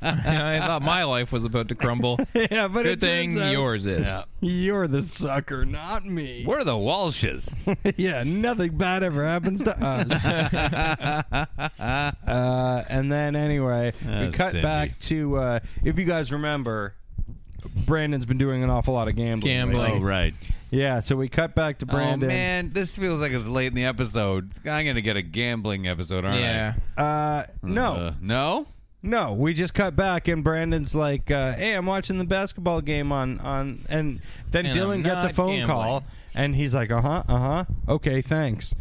Speaker 1: I thought my life was about to crumble.
Speaker 2: yeah but
Speaker 1: Good
Speaker 2: it turns
Speaker 1: thing
Speaker 2: out
Speaker 1: yours is.
Speaker 2: you're the sucker not me
Speaker 3: We're the Walshes.
Speaker 2: yeah, nothing bad ever happens to us. uh, and then anyway, we
Speaker 3: Oh,
Speaker 2: cut
Speaker 3: Cindy.
Speaker 2: back to uh, if you guys remember, Brandon's been doing an awful lot of gambling.
Speaker 1: Gambling.
Speaker 2: lately.
Speaker 3: oh right.
Speaker 2: Yeah, so we cut back to Brandon.
Speaker 3: Oh man, this feels like it's late in the episode. I'm going to get a gambling episode, aren't
Speaker 1: Yeah.
Speaker 2: Uh, no,
Speaker 3: I? Uh, no.
Speaker 2: no, we just cut back, and Brandon's like, uh, "Hey, I'm watching the basketball game on on," and then
Speaker 1: And
Speaker 2: Dylan
Speaker 1: I'm
Speaker 2: gets a
Speaker 1: not
Speaker 2: phone
Speaker 1: gambling.
Speaker 2: call, and he's like, "Uh huh, uh huh, okay, thanks."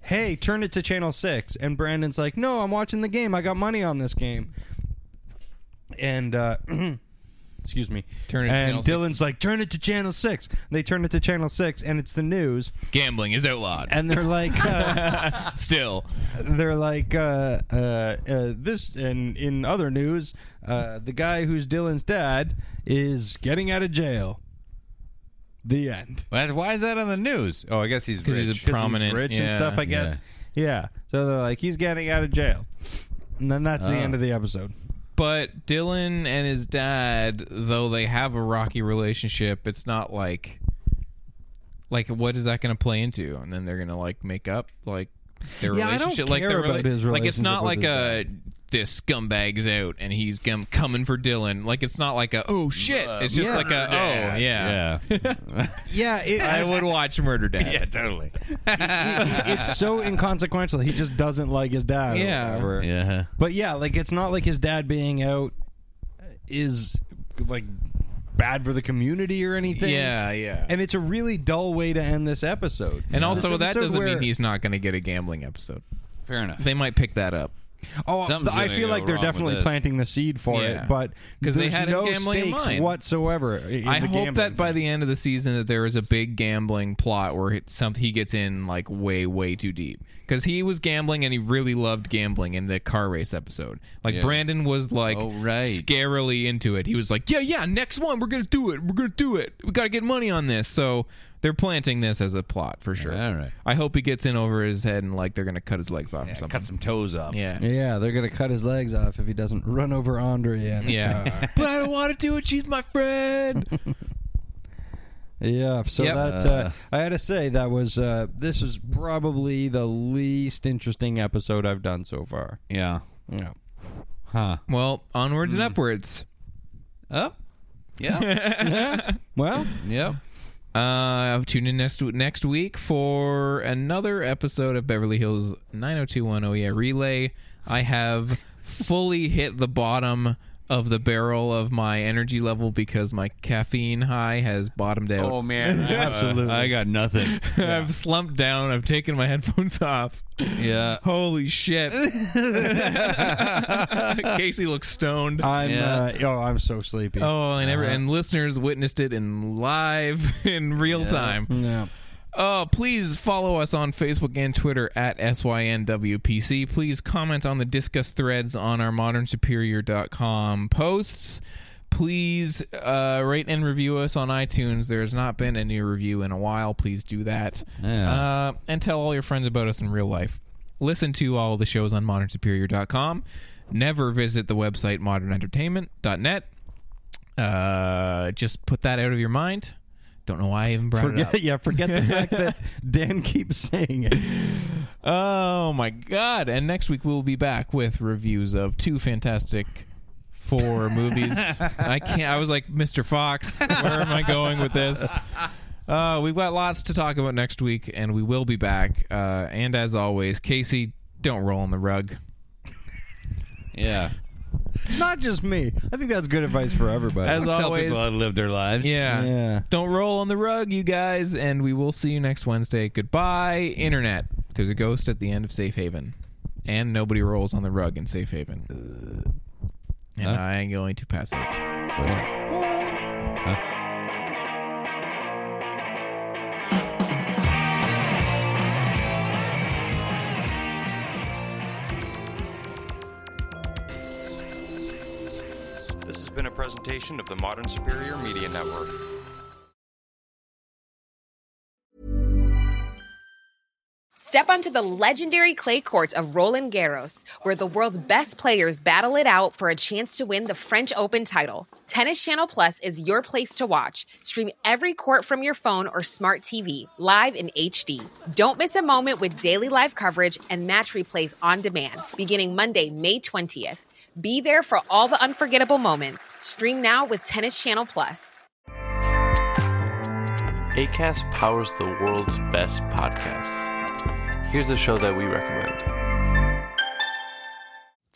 Speaker 2: Hey, turn it to channel six, and Brandon's like, "No, I'm watching the game. I got money on this game." And uh, excuse me,
Speaker 1: Turn it to
Speaker 2: and
Speaker 1: channel six.
Speaker 2: Dylan's like, "Turn it to channel 6. They turn it to channel six, and it's the news,
Speaker 1: Gambling is outlawed.
Speaker 2: and they're like. Uh,
Speaker 1: Still.
Speaker 2: they're like uh, uh, uh, this and in other news uh, the guy who's dylan's dad is getting out of jail the end
Speaker 3: Why why is that on the news? Oh, I guess he's rich.
Speaker 1: Because he's a prominent.
Speaker 2: he's rich and
Speaker 1: yeah.
Speaker 2: stuff i guess yeah. so they're like he's getting out of jail and then that's the
Speaker 1: Oh.
Speaker 2: end of the episode
Speaker 1: But Dylan and his dad, though they have a rocky relationship, it's not like like what is that going to play into? And then they're going to like make up like their
Speaker 2: Yeah, I don't
Speaker 1: relationship. like
Speaker 2: care
Speaker 1: their
Speaker 2: about his
Speaker 1: like it's not like
Speaker 2: relationship with
Speaker 1: a this scumbag's out and he's gum coming for Dylan. Like it's not like a oh shit. It's just like a oh yeah.
Speaker 3: Yeah.
Speaker 2: yeah it,
Speaker 1: I would watch Murder Dad.
Speaker 3: yeah, totally.
Speaker 2: it's so inconsequential he just doesn't like his dad or
Speaker 1: Yeah.
Speaker 2: whatever.
Speaker 3: Yeah.
Speaker 2: But yeah, like it's not like his dad being out is like bad for the community or anything.
Speaker 1: Yeah, yeah.
Speaker 2: And it's a really dull way to end this episode.
Speaker 1: And also
Speaker 2: This
Speaker 1: that
Speaker 2: episode
Speaker 1: doesn't
Speaker 2: where-
Speaker 1: mean he's not going to get a gambling episode.
Speaker 3: Fair enough.
Speaker 1: They might pick that up.
Speaker 2: Oh,
Speaker 3: Something's
Speaker 2: I
Speaker 3: gonna
Speaker 2: feel
Speaker 3: go
Speaker 2: like they're
Speaker 3: wrong with
Speaker 2: definitely
Speaker 3: this.
Speaker 2: planting the seed for
Speaker 1: Yeah.
Speaker 2: it, but
Speaker 1: 'Cause they
Speaker 2: there's
Speaker 1: had him
Speaker 2: no
Speaker 1: gambling in
Speaker 2: stakes
Speaker 1: mind.
Speaker 2: whatsoever. in
Speaker 1: I
Speaker 2: the
Speaker 1: hope that
Speaker 2: gambling
Speaker 1: by
Speaker 2: thing.
Speaker 1: the end of the season that there is a big gambling plot where it, some, he gets in like way way too deep because he was gambling and he really loved gambling in the car race episode. Like Brandon was like
Speaker 3: Oh, right.
Speaker 1: scarily into it. He was like, yeah yeah, next one we're gonna do it. We're gonna do it. We gotta get money on this. So They're planting this as a plot for sure.
Speaker 3: All right.
Speaker 1: I hope he gets in over his head and like they're gonna cut his legs off or something.
Speaker 3: Cut some toes off.
Speaker 1: yeah.
Speaker 2: Yeah, they're gonna cut his legs off if he doesn't run over Andre. And,
Speaker 1: Yeah. but I don't want to do it. She's my friend.
Speaker 2: yeah. So
Speaker 1: Yep.
Speaker 2: that uh, I had to say that was uh, this is probably the least interesting episode I've done so far.
Speaker 3: Yeah.
Speaker 2: Yeah.
Speaker 3: Huh.
Speaker 1: Well, onwards
Speaker 3: Hmm.
Speaker 1: and upwards.
Speaker 3: Up. Yeah.
Speaker 2: Well,
Speaker 3: yep.
Speaker 1: Uh, tune in next next week for another episode of Beverly Hills 90210. Yeah, relay. I have fully hit the bottom of the barrel of my energy level because my caffeine high has bottomed out.
Speaker 3: Oh man. Absolutely. I got nothing.
Speaker 1: I've slumped down. I've taken my headphones off.
Speaker 3: Yeah.
Speaker 1: Holy shit! Casey looks stoned.
Speaker 2: I'm
Speaker 3: Yeah.
Speaker 2: uh, oh, I'm so sleepy.
Speaker 1: Oh, and
Speaker 3: Uh-huh.
Speaker 1: every, and listeners witnessed it in live in real time.
Speaker 2: Yeah.
Speaker 1: Uh, please follow us on Facebook and Twitter at SYNWPC. Please comment on the discuss threads on our modernsuperior.com posts. Please uh, rate and review us on iTunes. There's not been a new review in a while. Please do that. Uh, and tell all your friends about us in real life. Listen to all the shows on modernsuperior.com. Never visit the website modernentertainment.net. Uh, just put that out of your mind. Don't know why I even brought it up.
Speaker 2: Forget, yeah, forget the fact that Dan keeps saying it.
Speaker 1: Oh my god! And next week we'll be back with reviews of two fantastic four movies. I can't. I was like, Mr. Fox, where am I going with this? Uh, we've got lots to talk about next week, and we will be back. Uh, and as always, Casey, don't roll on the rug.
Speaker 3: Yeah.
Speaker 2: Not just me. I think that's good advice for everybody.
Speaker 1: As
Speaker 3: Tell
Speaker 1: always,
Speaker 3: people how to live their lives.
Speaker 1: yeah,
Speaker 2: Yeah.
Speaker 1: don't roll on the rug, you guys. And we will see you next Wednesday. Goodbye, internet. There's a ghost at the end of Safe Haven, and nobody rolls on the rug in Safe Haven. And I am going to pass out.
Speaker 4: This has been a presentation of the Modern Superior Media Network.
Speaker 12: Step onto the legendary clay courts of Roland Garros, where the world's best players battle it out for a chance to win the French Open title. Tennis Channel Plus is your place to watch. Stream every court from your phone or smart TV, live in HD. Don't miss a moment with daily live coverage and match replays on demand, beginning Monday, May 20th. Be there for all the unforgettable moments. Stream now with Tennis Channel Plus.
Speaker 4: ACAST powers the world's best podcasts. Here's a show that we recommend.